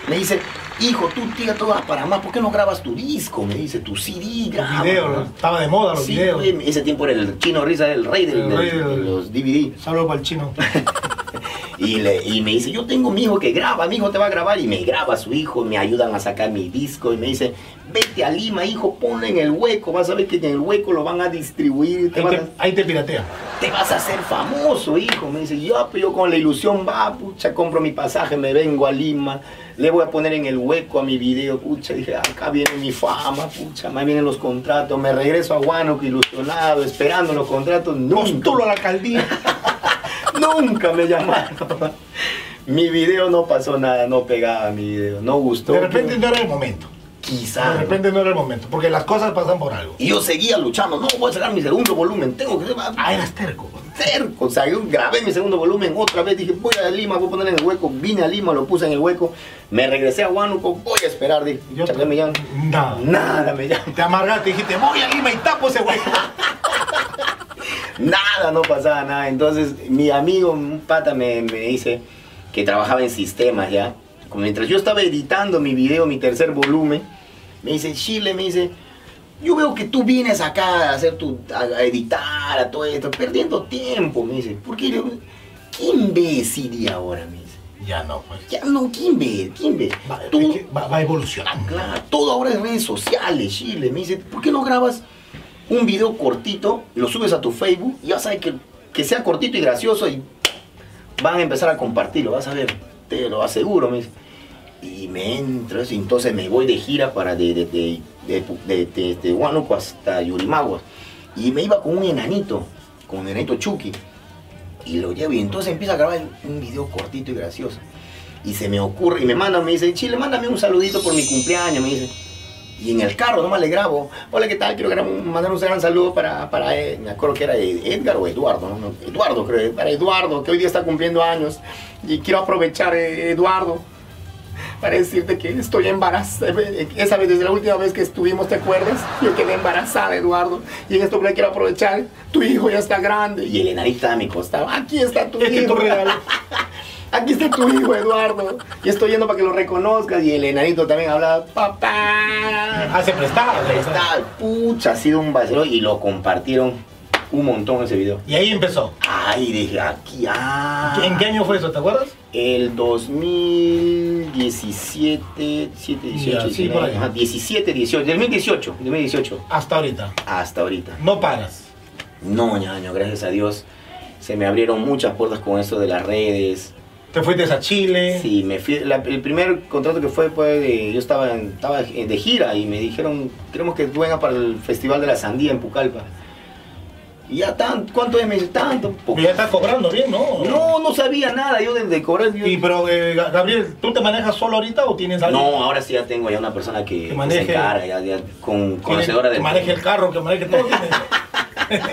Speaker 2: Me dice, hijo, tú tira todas para más, ¿por qué no grabas tu disco? Me dice, tu CD, graba.
Speaker 1: Video, ¿no? estaba de moda los
Speaker 2: Ah, Sí,
Speaker 1: videos.
Speaker 2: güey, ese tiempo era el chino risa, el rey, del-
Speaker 1: El
Speaker 2: del-
Speaker 1: rey
Speaker 2: de
Speaker 1: del-
Speaker 2: los DVD.
Speaker 1: Saludos para el chino.
Speaker 2: Y, le- y me dice, yo tengo mi hijo que graba, mi hijo te va a grabar. Y me graba su hijo, me ayudan a sacar mi disco. Y me dice, vete a Lima, hijo, ponlo en el hueco. Vas a ver que en el hueco lo van a distribuir. Te,
Speaker 1: Ahí
Speaker 2: vas
Speaker 1: te,
Speaker 2: a,
Speaker 1: ahí te piratea.
Speaker 2: te vas a hacer famoso, hijo. Me dice, yo, pues yo con la ilusión, va, pucha, compro mi pasaje, me vengo a Lima. Le voy a poner en el hueco a mi video, pucha. Dije, acá viene mi fama, pucha, más vienen los contratos. Me regreso a Huánuco ilusionado, esperando los contratos. Nunca.
Speaker 1: Postulo a la alcaldía.
Speaker 2: Nunca me llamaron. Mi video no pasó nada, no pegaba mi video, no gustó.
Speaker 1: De repente no era el momento.
Speaker 2: quizá.
Speaker 1: De repente no era el momento, porque las cosas pasan por algo.
Speaker 2: Y yo seguía luchando, no voy a sacar mi segundo volumen, tengo que
Speaker 1: Ah, eras terco.
Speaker 2: cerco. O sea, yo grabé mi segundo volumen otra vez, dije, voy a Lima, voy a poner en el hueco, vine a Lima, lo puse en el hueco, me regresé a Huánuco, voy a esperar, dije,
Speaker 1: Yo-
Speaker 2: "Pucha, ¿qué me llaman?
Speaker 1: Nada.
Speaker 2: Nada me llaman.
Speaker 1: Te amargaste, dijiste, voy a Lima y tapo ese hueco.
Speaker 2: Nada, no pasaba nada. Entonces, mi amigo, un pata, me, me dice que trabajaba en sistemas ya. Como mientras yo estaba editando mi video, mi tercer volumen, me dice, Chile, me dice, yo veo que tú vienes acá a hacer tu, a, a editar, a todo esto, perdiendo tiempo, me dice. ¿Por qué? Le digo, ¿Qué imbécil y ahora, me dice?
Speaker 1: Ya no, pues.
Speaker 2: Ya no, ¿qué imbécil? ¿Qué imbécil?
Speaker 1: Va,
Speaker 2: Tú-
Speaker 1: es que va- va evolucionando.
Speaker 2: Claro, todo ahora es redes sociales, Chile. Me dice, ¿por qué no grabas un video cortito, lo subes a tu Facebook y ya sabes que, que sea cortito y gracioso y van a empezar a compartirlo, vas a ver, te lo aseguro, me dice. Y me entro, eso, y entonces me voy de gira para de, de, de, de, de- de- de Huánuco hasta Yurimaguas. Y me iba con un enanito, con un enanito Chucky. Y lo llevo y entonces empieza a grabar un video cortito y gracioso. Y se me ocurre, y me manda, me dice, Chile, mándame un saludito por mi cumpleaños, me dice. Y en el carro nomás le grabo, hola, ¿qué tal? Quiero grabar un- mandar un gran saludo para, para eh, me acuerdo que era Ed- Edgar o Eduardo, ¿no? No, Eduardo creo, para Eduardo, que hoy día está cumpliendo años. Y quiero aprovechar, eh, Eduardo, para decirte que estoy embarazada. Eh, Esa vez, desde la última vez que estuvimos, ¿te acuerdas? Yo quedé embarazada, Eduardo. Y en esto me quiero aprovechar, tu hijo ya está grande. Y el enanito estaba a mi costado, aquí está tu
Speaker 5: Este es tu
Speaker 2: hijo.
Speaker 5: regalo.
Speaker 2: Aquí está tu hijo, Eduardo. Y estoy yendo para que lo reconozcas. Y el enanito también hablaba, papá.
Speaker 1: Hace prestado.
Speaker 2: Está, pucha, ha sido un vacío. Y lo compartieron un montón ese video.
Speaker 1: Y ahí empezó.
Speaker 2: Ay, dije, aquí, ah.
Speaker 1: ¿En qué año fue eso? ¿Te acuerdas?
Speaker 2: El 2017, 7, 18,
Speaker 1: Ya, sí, por
Speaker 2: 19,
Speaker 1: ahí.
Speaker 2: ajá, 17, 18, 2018, 2018,
Speaker 1: Hasta ahorita.
Speaker 2: hasta ahorita.
Speaker 1: No paras.
Speaker 2: No, ñaño, gracias a Dios. Se me abrieron muchas puertas con esto de las redes,
Speaker 1: Te fuiste a Chile.
Speaker 2: Sí, me fui- la- el primer contrato que fue, pues, de- yo estaba, en- estaba en- de gira y me dijeron, queremos que venga para el Festival de la Sandía en Pucallpa. Y ya tanto, ¿cuánto es? Me dice, tanto. po-
Speaker 1: Pero ya estás cobrando bien, ¿no?
Speaker 2: No, no sabía nada, yo desde cobrar... yo-
Speaker 1: Y pero, eh, Ga- Gabriel, ¿tú te manejas solo ahorita o tienes alguien?
Speaker 2: No, ahora sí ya tengo ya una persona que,
Speaker 1: Que
Speaker 2: que
Speaker 1: maneje.
Speaker 2: se encarga, ya, ya con
Speaker 1: Tienes-
Speaker 2: conocedora
Speaker 1: Que
Speaker 2: del...
Speaker 1: maneje el carro, que maneje todo. tienes.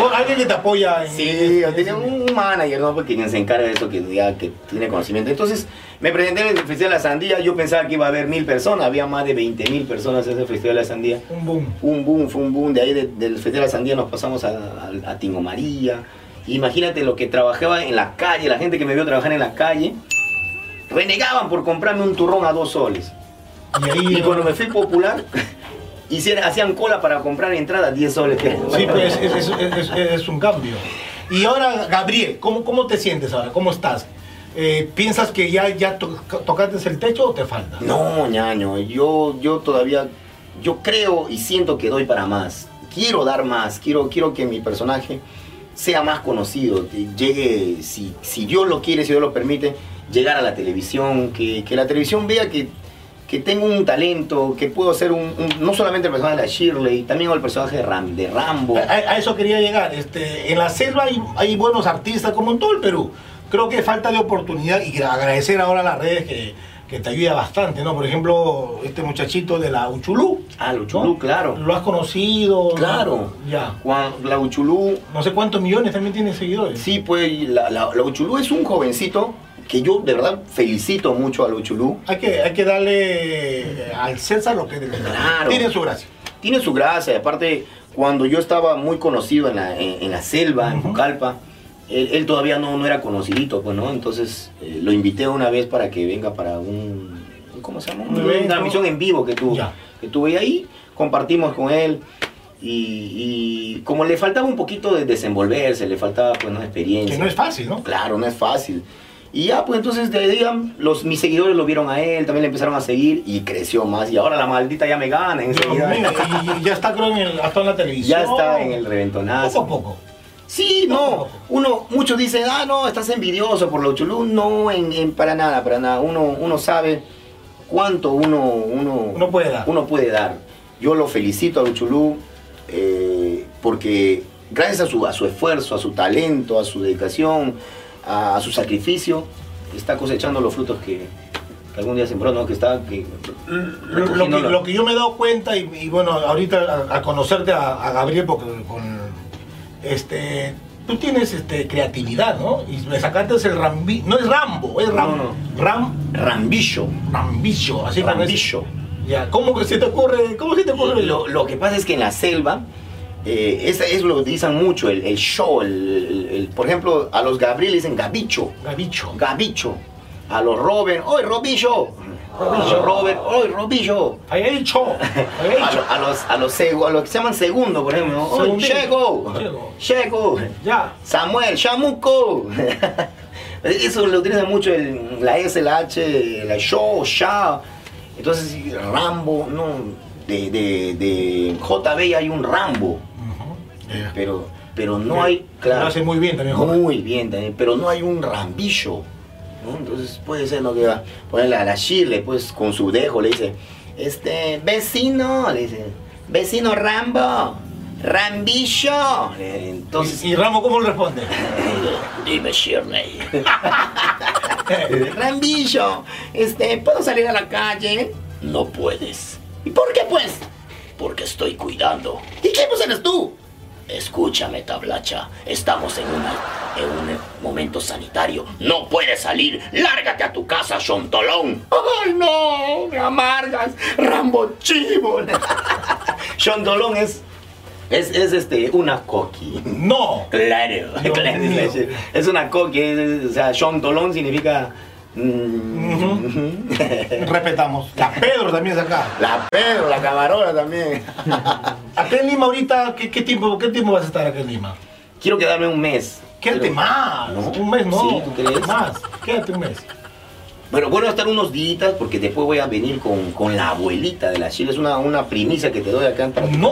Speaker 1: o alguien que te apoya en...
Speaker 2: Sí, yo tenía un un manager, ¿no? Porque quien se encarga de eso, que, ya, que tiene conocimiento. Entonces, me presenté en el Festival de la Sandía, yo pensaba que iba a haber mil personas, había más de 20 mil personas en ese Festival de la Sandía.
Speaker 1: Un boom.
Speaker 2: un boom, fue un boom. De ahí de- del Festival de la Sandía nos pasamos a, a- a Tingo María. Imagínate lo que trabajaba en la calle, la gente que me vio trabajar en la calle. Renegaban por comprarme un turrón a dos soles.
Speaker 1: Y ahí...
Speaker 2: Y cuando me fui popular, hicieron, hacían cola para comprar entrada a 10 soles.
Speaker 1: Sí, pues es, es- es- es- es un cambio. Y ahora, Gabriel, ¿cómo, cómo te sientes ahora? ¿Cómo estás? Eh, ¿Piensas que ya, ya to- tocaste el techo o te falta?
Speaker 2: No, ñaño, yo, yo todavía, yo creo y siento que doy para más. Quiero dar más, quiero, quiero que mi personaje sea más conocido, que llegue, si, si Dios lo quiere, si Dios lo permite, llegar a la televisión, que, que la televisión vea que, que tengo un talento, que puedo ser un, un- no solamente el personaje de la Shirley, también el personaje de, Ram- de Rambo.
Speaker 1: A, a eso quería llegar. Este, en la selva hay, hay buenos artistas como en todo el Perú. Creo que falta de oportunidad y que agradecer ahora a las redes que, que te ayuda bastante, ¿no? Por ejemplo, este muchachito de la Uchulú.
Speaker 2: Ah, Luchulú, claro.
Speaker 1: ¿Lo has conocido?
Speaker 2: Claro.
Speaker 1: Ya.
Speaker 2: Juan, la Uchulú
Speaker 1: No sé cuántos millones también tiene seguidores.
Speaker 2: Sí, pues la, la, la Uchulú es un jovencito que yo de verdad felicito mucho a la Uchulú.
Speaker 1: Hay que, hay que darle eh, al César lo que
Speaker 2: Claro.
Speaker 1: tiene su gracia.
Speaker 2: Tiene su gracia, y aparte cuando yo estaba muy conocido en la, en, en la selva, en
Speaker 1: Ujú.
Speaker 2: Pucallpa, él, él todavía no, no era conocidito, pues no, entonces eh, lo invité una vez para que venga para un, ¿cómo se llama?
Speaker 1: Un
Speaker 2: una
Speaker 1: evento.
Speaker 2: transmisión en vivo que tuvo.
Speaker 1: Ya.
Speaker 2: Que tuve y ahí, compartimos con él. Y, y como le faltaba un poquito de desenvolverse, le faltaba pues una experiencia.
Speaker 1: Que no es fácil, ¿no?
Speaker 2: Claro, no es fácil. Y ya, pues entonces de ahí, ya, los, mis seguidores lo vieron a él, también le empezaron a seguir y creció más. Y ahora la maldita ya me gana enseguida.
Speaker 1: Dios mío, y ya está creo en el, hasta en la televisión.
Speaker 2: Ya está en el
Speaker 1: Poco a
Speaker 2: reventonazo.
Speaker 1: poco.
Speaker 2: Sí, no. Uno, muchos dicen, ah, no, estás envidioso por lo chulú. No, en, en- para nada, para nada. Uno, uno sabe cuánto uno, uno,
Speaker 1: Uno puede dar.
Speaker 2: uno puede dar. Yo lo felicito a Luchulú eh, porque gracias a su, a su esfuerzo, a su talento, a su dedicación, a, a su sacrificio, está cosechando los frutos que, que algún día sembró, ¿no? Que está... Que, eh,
Speaker 1: Lo, lo que, lo que yo me he dado cuenta, y, y bueno, ahorita a, a conocerte a, a Gabriel, porque con este. Tú tienes este, creatividad, ¿no? Y me sacaste el Rambi. No es Rambo, es Ram.
Speaker 2: No, no.
Speaker 1: Ram.
Speaker 2: Rambillo.
Speaker 1: Rambillo. Así como es.
Speaker 2: Rambillo.
Speaker 1: Ya, ¿cómo que se te ocurre? ¿Cómo se te ocurre?
Speaker 2: Lo, lo que pasa es que en la selva, eh, es, es lo que utilizan mucho, el, el show, el, el- el- por ejemplo, a los Gabriel le dicen gabicho,
Speaker 1: Gabicho.
Speaker 2: gabicho, a los Robin, ¡oye, Robillo! Robillo, Robert, ¡oh, Robillo!
Speaker 1: Ahí he dicho. ahí he
Speaker 2: A,
Speaker 1: dicho.
Speaker 2: lo- a los, a, los, segu- a los que se llaman segundo, por ejemplo. ¿no? ¡Oh,
Speaker 1: Segundín.
Speaker 2: Checo!
Speaker 1: Checo.
Speaker 2: ¡Checo!
Speaker 1: Ya.
Speaker 2: ¡Samuel! ¡Chamuco! Eso lo utiliza mucho el- la S, la H, la Show, Sha. Entonces, Rambo, no. De, de, eh, de JB hay un Rambo.
Speaker 1: Ya.
Speaker 2: Pero, pero no hay. Claro,
Speaker 1: Lo hace muy bien también, Jorge.
Speaker 2: Muy bien también, pero no hay un rambillo. ¿no? Entonces puede ser lo que va. Ponerle a la Shirley, pues con su dejo, le dice: Este, vecino, le dice: Vecino Rambo, rambillo. Le- Entonces,
Speaker 1: ¿Y, y Ramo cómo le responde?
Speaker 2: dime Shirley.
Speaker 1: Eh,
Speaker 2: rambillo, este, ¿puedo salir a la calle? No puedes. ¿Y por qué, pues? Porque estoy cuidando. ¿Y qué pues eres tú?
Speaker 9: Escúchame, Tablacha. Estamos en, una, en un momento sanitario. No puedes salir. Lárgate a tu casa, Chontolón.
Speaker 2: ¡Ay, no! ¡Me amargas! ¡Rambo Chivo! Chondolón es, es. Es este. Una coqui.
Speaker 1: No.
Speaker 2: Claro,
Speaker 1: Dios
Speaker 2: claro,
Speaker 1: mío.
Speaker 2: es, es una coqui. es- es- o sea, Chondolón significa. mm, ujú.
Speaker 1: Respetamos. La Pedro también es acá.
Speaker 2: la Pedro, la camarona también.
Speaker 1: Acá en Lima ahorita, ¿qué, qué tiempo, ¿qué tiempo vas a estar acá en Lima?
Speaker 2: Quiero quedarme un mes.
Speaker 1: Quédate
Speaker 2: Pero-
Speaker 1: más.
Speaker 2: No.
Speaker 1: Un mes no.
Speaker 2: Sí, ¿tú crees?
Speaker 1: Más. Quédate un mes.
Speaker 2: Bueno, bueno estar unos días porque después voy a venir con, con la abuelita de la Chile. Es una, una primicia que te doy acá en Tarapacá.
Speaker 1: No.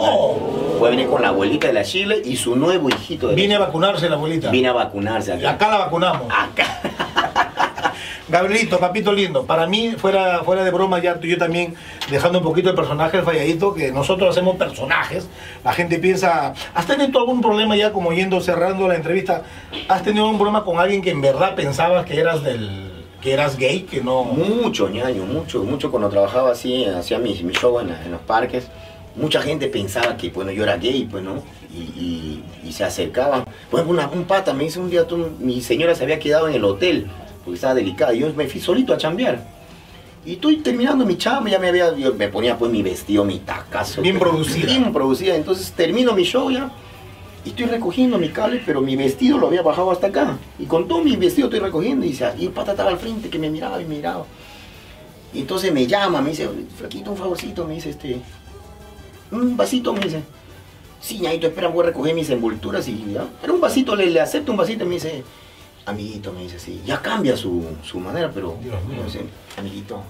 Speaker 2: Voy a venir con la abuelita de la Chile y su nuevo hijito de la
Speaker 1: Vine a vacunarse la abuelita.
Speaker 2: Vine a vacunarse
Speaker 1: Y
Speaker 2: acá.
Speaker 1: acá la vacunamos.
Speaker 2: Acá.
Speaker 1: Gabrielito, papito lindo, para mí, fuera, fuera de broma, ya tú- yo también, dejando un poquito el personaje, el falladito, que nosotros hacemos personajes, la gente piensa, ¿has tenido tú algún problema ya como yendo cerrando la entrevista? ¿Has tenido algún problema con alguien que en verdad pensabas que eras del que eras gay, que no
Speaker 2: Mucho ñaño, mucho, mucho cuando trabajaba así, hacía mis mi show en, la- en los parques. Mucha gente pensaba que, bueno, yo era gay, pues, ¿no? Y, y- y se acercaban. Por ejemplo, una, un pata me dice un día, tú, mi señora se había quedado en el hotel, porque estaba delicada, y yo me fui solito a chambear. Y estoy terminando mi chamba, ya me había, yo me ponía pues mi vestido, mi tacazo.
Speaker 1: Bien
Speaker 2: pero-
Speaker 1: producida.
Speaker 2: Bien producida, entonces termino mi show ya, y estoy recogiendo mi cable, pero mi vestido lo había bajado hasta acá. Y con todo mi vestido estoy recogiendo. Y, se- y el pata estaba al frente que me miraba y miraba. Y entonces me llama, me dice, Flaquito, un favorcito, me dice este. Un vasito, me dice. Sí, ñaito, espera, voy a recoger mis envolturas y ya. Pero un vasito, le, le acepto un vasito y me dice, amiguito, me dice así. Ya cambia su, su manera, pero.
Speaker 1: Dios mío.
Speaker 2: me dice, amiguito,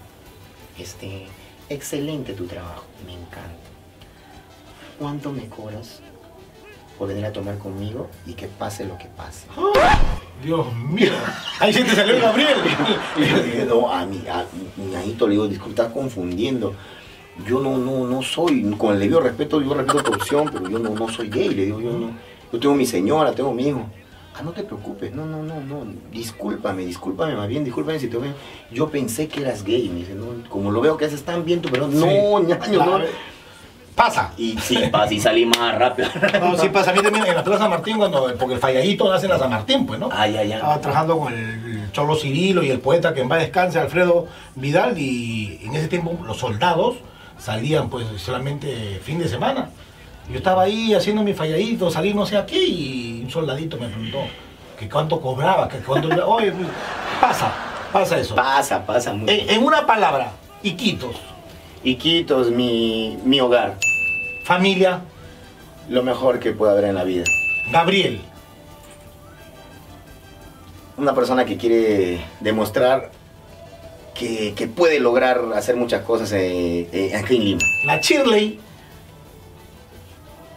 Speaker 2: este. Excelente tu trabajo, me encanta. ¿Cuánto me cobras por venir a tomar conmigo y que pase lo que pase?
Speaker 1: Dios mío. Ahí se te salió el Gabriel.
Speaker 2: Y yo dije, no, a mi, a mi ñañito", le digo, disculpa, estás confundiendo. Yo no, no, no soy, con el debido respeto, yo respeto tu opción, pero yo no, no soy gay, le digo, yo no. Yo tengo mi señora, tengo mi hijo. Ah, no te preocupes, no, no, no, no, discúlpame, discúlpame más bien, discúlpame si te ofendo. Yo pensé que eras gay, me dice, no, como lo veo que haces tan bien tu pero no, ñaño, no.
Speaker 1: Pasa.
Speaker 2: Y sí, así salí más rápido.
Speaker 1: No, sí pasa a mí también en la Plaza San Martín cuando porque el falladito nace en la San Martín, pues, ¿no?
Speaker 2: Ay, ay, ay.
Speaker 1: Estaba trabajando con el Cholo Cirilo y el poeta que en paz descanse, Alfredo Vidal, y en ese tiempo los soldados salían pues solamente fin de semana. Yo estaba ahí haciendo mi falladito, salí no sé a qué, y un soldadito me preguntó que cuánto cobraba, que cuánto... Oye, pues, pasa, pasa eso.
Speaker 2: Pasa, pasa mucho.
Speaker 1: En, en una palabra, Iquitos,
Speaker 2: Iquitos, mi, mi hogar,
Speaker 1: familia,
Speaker 2: lo mejor que puede haber en la vida.
Speaker 1: Gabriel,
Speaker 2: una persona que quiere demostrar que, que puede lograr hacer muchas cosas eh, eh, aquí en Lima.
Speaker 1: la Shirley,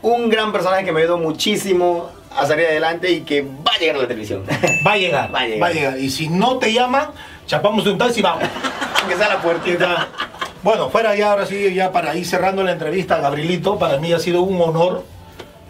Speaker 2: Un gran personaje que me ayudó muchísimo a salir adelante y que va a llegar a la televisión.
Speaker 1: va a llegar,
Speaker 2: Va a llegar.
Speaker 1: Y si no te llaman, chapamos un taxi y vamos.
Speaker 2: Aunque sea la
Speaker 1: ¿Qué
Speaker 2: puertita.
Speaker 1: tal? Bueno, fuera ya, ahora sí, ya para ir cerrando la entrevista, Gabrielito, para mí ha sido un honor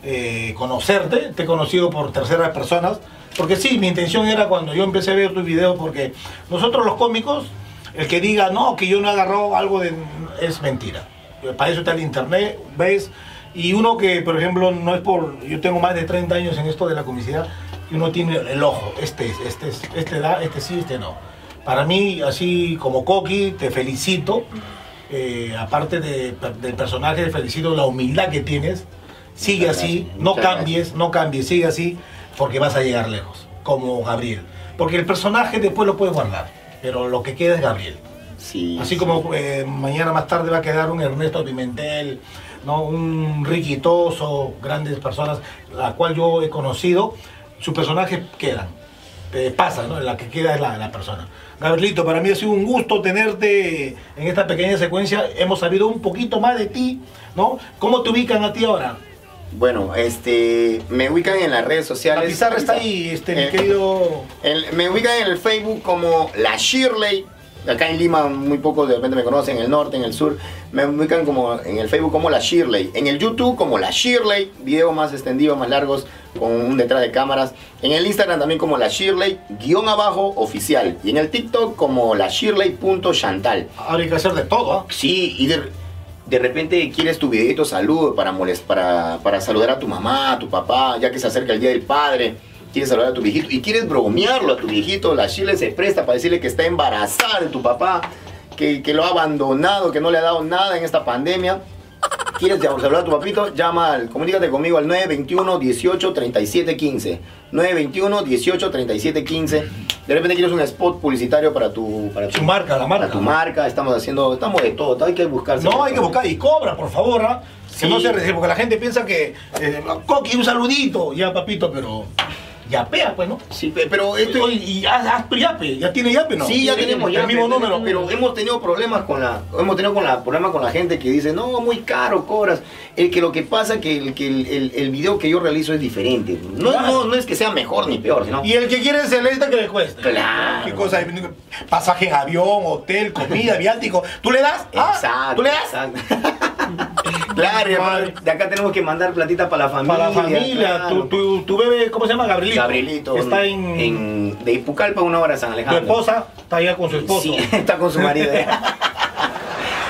Speaker 1: eh, conocerte, te he conocido por terceras personas, porque sí, mi intención era cuando yo empecé a ver tus videos, porque nosotros los cómicos, el que diga, no, que yo no he agarrado algo de... es mentira. Eh, Para eso está el internet, ves, y uno que, por ejemplo, no es por... yo tengo más de 30 años en esto de la comicidad, y uno tiene el ojo, este, es, este, es, este da, este sí, este no. Para mí, así como Coqui, te felicito. Eh, aparte de- del personaje, te felicito la humildad que tienes. Sigue
Speaker 2: Muchas
Speaker 1: así,
Speaker 2: gracias,
Speaker 1: no
Speaker 2: muchas
Speaker 1: cambies, no cambies, sigue así, porque vas a llegar lejos, como Gabriel. Porque el personaje después lo puedes guardar, pero lo que queda es Gabriel.
Speaker 2: Sí,
Speaker 1: Así como eh, mañana más tarde va a quedar un Ernesto Pimentel, ¿no? un riquitoso, grandes personas, la cual yo he conocido, sus personajes quedan, eh, pasan, ¿no? la que queda es la, la persona. Gabrielito, para mí ha sido un gusto tenerte en esta pequeña secuencia, hemos sabido un poquito más de ti, ¿no? ¿Cómo te ubican a ti ahora?
Speaker 2: Bueno, este, me ubican en las redes
Speaker 1: La
Speaker 2: sociales.
Speaker 1: pizarra está ahí, este, mi
Speaker 2: Eh,
Speaker 1: querido...
Speaker 2: el- me ubican en el Facebook como La Shirley. Acá en Lima muy pocos de repente me conocen, en el norte, en el sur. Me ubican como en el Facebook como La Shirley. En el YouTube como La Shirley. Videos más extendidos, más largos, con un detrás de cámaras. En el Instagram también como La Shirley, guión abajo oficial. Y en el TikTok como La Shirley.chantal.
Speaker 1: Ahora hay que hacer de todo, ¿ah?
Speaker 2: Sí, y de, de repente quieres tu videito saludo para, molest- para, para saludar a tu mamá, a tu papá, ya que se acerca el Día del Padre. Quieres saludar a tu viejito y quieres bromearlo a tu viejito. La chile se presta para decirle que está embarazada de tu papá, que, que lo ha abandonado, que no le ha dado nada en esta pandemia. ¿Quieres llam- saludar a tu papito? Llama, al, comunícate conmigo al 921 18 37 15. 921 18 37 15. De repente quieres un spot publicitario para tu para
Speaker 1: Su marca, la marca.
Speaker 2: Para tu marca, estamos haciendo, estamos de todo, hay que buscarse.
Speaker 1: No, hay que buscar y cobra, por favor, ¿ah?
Speaker 2: Sí.
Speaker 1: que no se recibe, porque la gente piensa que eh, Coqui, un saludito, ya papito, pero ya pea, pues, ¿no?
Speaker 2: Sí, pe- pero esto
Speaker 1: Esto, y, y haz, haz tu yape, ya tiene yape, ¿no?
Speaker 2: Sí, ya tenemos ya,
Speaker 1: el mismo
Speaker 2: pero-
Speaker 1: número,
Speaker 2: pero hemos tenido problemas con la hemos tenido con la problemas con la gente que dice, "No, muy caro cobras." El que lo que pasa que el que el, el- el video que yo realizo es diferente. No,
Speaker 1: Claro.
Speaker 2: no, no es que sea mejor ni peor, sino
Speaker 1: Y el que quiere es el este que le cueste.
Speaker 2: Claro.
Speaker 1: ¿Qué cosa? Pasaje en avión, hotel, comida, viático. ¿Tú le das? ¿Ah?
Speaker 2: Exacto.
Speaker 1: ¿Tú le das?
Speaker 2: exacto. claro, hermano. De acá tenemos que mandar platita para la familia.
Speaker 1: Para la familia,
Speaker 2: claro.
Speaker 1: tu, tu- tu bebé, ¿cómo se llama? Gabrielito.
Speaker 2: Gabrielito.
Speaker 1: Está en...
Speaker 2: en- De Ipucalpa, una hora a San
Speaker 1: Tu
Speaker 2: Alejandro.
Speaker 1: esposa está allá con su esposo.
Speaker 2: Sí, está con su marido.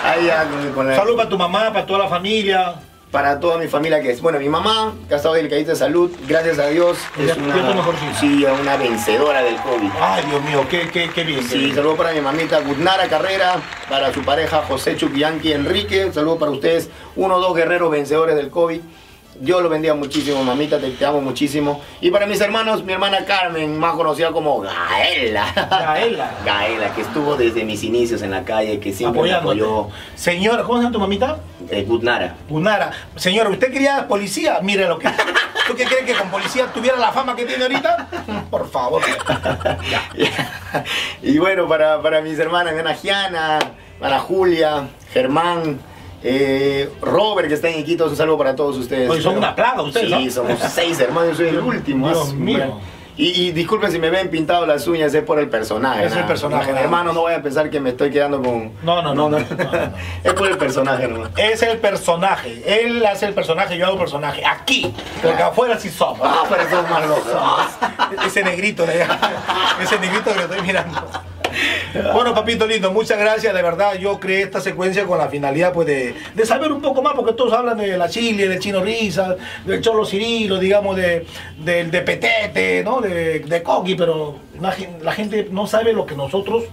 Speaker 2: Ahí ya, con- con la-
Speaker 1: Salud para tu mamá, para toda la familia.
Speaker 2: para toda mi familia que es, bueno, mi mamá, que ha estado delicadita de salud, gracias a Dios,
Speaker 1: Ya-
Speaker 2: es
Speaker 1: ya
Speaker 2: una,
Speaker 1: está mejorcita.
Speaker 2: sí, una vencedora del COVID.
Speaker 1: Ay, Dios mío, qué, qué, qué bien.
Speaker 2: Sí, saludo para mi mamita Gutnara Carrera, para su pareja José Chuquianqui Enrique, saludo para ustedes, uno o dos guerreros vencedores del COVID. Dios los bendiga muchísimo, mamita, te, te amo muchísimo. Y para mis hermanos, mi hermana Carmen, más conocida como Gaela.
Speaker 1: Gaela.
Speaker 2: Gaela, que estuvo desde mis inicios en la calle, que siempre me
Speaker 1: apoyándote.
Speaker 2: apoyó.
Speaker 1: Señora, ¿cómo se llama tu mamita?
Speaker 2: Eh, Gutnara.
Speaker 1: Punara. Señora, ¿usted quería policía? Mire lo que. ¿Tú qué crees que con policía tuviera la fama que tiene ahorita? Por favor. E-,
Speaker 2: y bueno, para, para mis hermanas, mi hermana Giana, para Julia, Germán, eh, Robert, que está en Iquitos, un saludo para todos ustedes.
Speaker 1: Oye, son
Speaker 2: Pero-
Speaker 1: una plaga ustedes,
Speaker 2: Sí,
Speaker 1: ¿no?
Speaker 2: somos seis hermanos, yo soy el último.
Speaker 1: Dios
Speaker 2: ah, su
Speaker 1: mío.
Speaker 2: madre. Y, y disculpen si me ven pintado las uñas, es por el personaje.
Speaker 1: Es el
Speaker 2: nada.
Speaker 1: personaje,
Speaker 2: No,
Speaker 1: nada
Speaker 2: hermano, no vayan a pensar que me estoy quedando con.
Speaker 1: No, no, no, no, no, no, no.
Speaker 2: es por el personaje, hermano.
Speaker 1: Es el personaje. Él hace el personaje, yo hago el personaje. Aquí. Porque afuera sí somos.
Speaker 2: Ah, pero son más locos.
Speaker 1: Ese negrito de allá. Ese negrito que lo estoy mirando. Bueno, papito lindo, muchas gracias. De verdad, yo creé esta secuencia con la finalidad pues, de, de saber un poco más, porque todos hablan de la Chile, del Chino Risa, del Cholo Cirilo, digamos, de, del de Petete, ¿no? de, de Coqui, pero la, gen- la gente no sabe lo que nosotros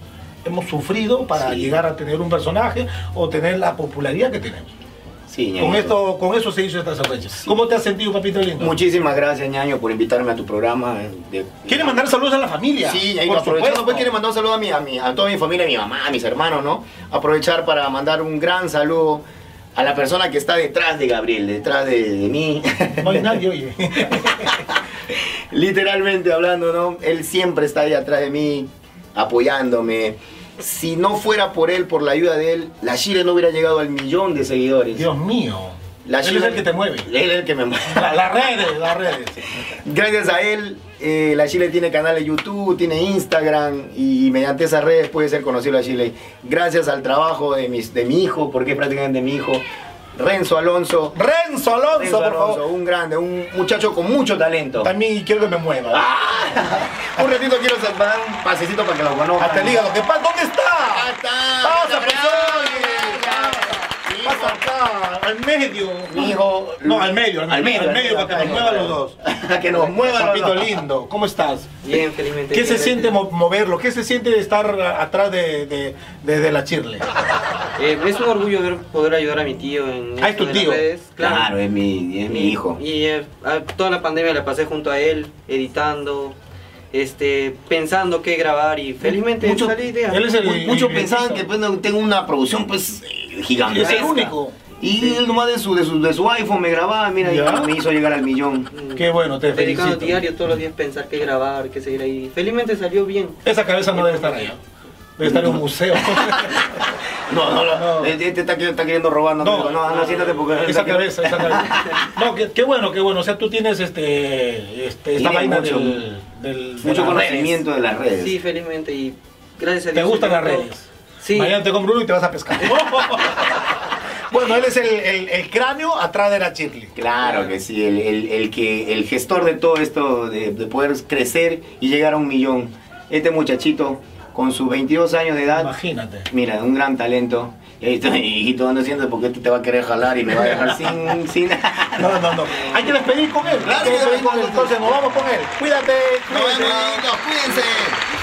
Speaker 1: hemos sufrido para llegar a tener un personaje o tener la popularidad que tenemos.
Speaker 2: Sí,
Speaker 1: Con,
Speaker 2: ñañito.
Speaker 1: esto, con eso se hizo esta secuencia. ¿Cómo te has sentido, papito lindo?
Speaker 2: Muchísimas gracias, ñaño, por invitarme a tu programa. eh, de-
Speaker 1: ¿Quiere mandar saludos a la familia?
Speaker 2: Sí, y ahí aprovechando, pues quiero mandar un saludo a, mi, a, mi- a toda mi familia, a mi mamá, a mis hermanos, ¿no? Aprovechar para mandar un gran saludo a la persona que está detrás de Gabriel, detrás de, de mí.
Speaker 1: No hay nadie, oye.
Speaker 2: Literalmente hablando, ¿no? Él siempre está ahí atrás de mí, apoyándome. Si no fuera por él, por la ayuda de él, la Chile no hubiera llegado al millón de seguidores.
Speaker 1: Dios mío.
Speaker 2: La
Speaker 1: Él es
Speaker 2: Shira-
Speaker 1: el que te mueve.
Speaker 2: Él es el que me mueve.
Speaker 1: La- las redes, las redes.
Speaker 2: Gracias a él, eh, la Chile tiene canal de YouTube, tiene Instagram y mediante esas redes puede ser conocido la Chile. Gracias al trabajo de, mis, de mi hijo, porque es prácticamente mi hijo, Renzo Alonso.
Speaker 1: Renzo Alonso,
Speaker 2: Renzo
Speaker 1: por
Speaker 2: Alonso,
Speaker 1: favor.
Speaker 2: un grande, un muchacho con mucho talento.
Speaker 1: También quiero que me mueva.
Speaker 2: Ah. Un ratito quiero salvar un pasecito para que lo conozcan.
Speaker 1: Hasta el hígado. ¿Qué pasa? ¿Dónde está?
Speaker 2: Ah, está.
Speaker 1: Pasa, pues,
Speaker 2: Bravo,
Speaker 1: oye.
Speaker 2: bravo.
Speaker 1: Pasa acá, al medio.
Speaker 2: Mi hijo.
Speaker 1: No, al medio, al medio, al medio, para que nos muevan los dos.
Speaker 2: que nos muevan los
Speaker 1: Papito
Speaker 2: dos.
Speaker 1: lindo, ¿cómo estás?
Speaker 10: Bien, felizmente.
Speaker 1: ¿Qué se
Speaker 10: bien,
Speaker 1: siente mo-
Speaker 10: gracias.
Speaker 1: moverlo? ¿Qué se siente de estar a- atrás de, de- de- de la chirle?
Speaker 10: Eh, es un orgullo ver- poder ayudar a mi tío en.
Speaker 1: Ah,
Speaker 10: esto
Speaker 1: es tu
Speaker 10: de las
Speaker 1: tío.
Speaker 10: redes,
Speaker 2: Claro, es mi, es mi hijo.
Speaker 10: Y eh, a- toda la pandemia la pasé junto a él, editando, este, pensando qué grabar y felizmente
Speaker 1: Mucho-
Speaker 10: salí de
Speaker 1: él es el-
Speaker 2: Mu- Muchos
Speaker 1: el-
Speaker 2: pensaban que pues, no, tengo una producción pues eh, gigantesca.
Speaker 1: Es el único.
Speaker 2: Y él nomás de su, de su, de su iPhone me grababa, mira, y
Speaker 1: Ya.
Speaker 2: me hizo llegar al millón.
Speaker 1: Qué bueno, te
Speaker 10: Dedicado
Speaker 1: felicito.
Speaker 10: Mm, diario todos los días pensar qué grabar, qué seguir ahí. Felizmente salió bien.
Speaker 1: Esa cabeza no debe estar allá. Debe estar en un museo.
Speaker 2: No, no, no.
Speaker 1: No.
Speaker 2: Este, este está, queri- está queriendo robar, no,
Speaker 1: No.
Speaker 2: no, no, anda, siéntate porque.
Speaker 1: esa cabeza, esa cabeza. No, qué, qué bueno, qué bueno. O sea, tú tienes este, este esta
Speaker 2: Tiene
Speaker 1: vaina
Speaker 2: mucho-
Speaker 1: del, del- de
Speaker 2: Mucho
Speaker 1: las redes.
Speaker 2: conocimiento de las redes.
Speaker 10: Sí, felizmente y gracias a
Speaker 1: Te
Speaker 10: Dios.
Speaker 1: gustan las
Speaker 10: sobre todo.
Speaker 1: redes.
Speaker 10: Sí.
Speaker 1: Mañana te compro uno y te vas a pescar.
Speaker 5: Bueno, él es el, el- el cráneo atrás de la chirli.
Speaker 2: Claro que sí, el, el- el que, el gestor de todo esto, de, de poder crecer y llegar a un millón. Este muchachito, con sus 22 años de edad,
Speaker 1: Imagínate.
Speaker 2: mira, un gran talento. Y ahí está, hijito, ando haciendo porque este te va a querer jalar y me va a dejar sin, sin nada.
Speaker 1: No, no, no. Hay que despedir con él. Hay que despedir con él. Entonces nos vamos con él. Cuídate.
Speaker 7: Nos
Speaker 1: cuídate.
Speaker 7: vemos, amiguitos, cuídense.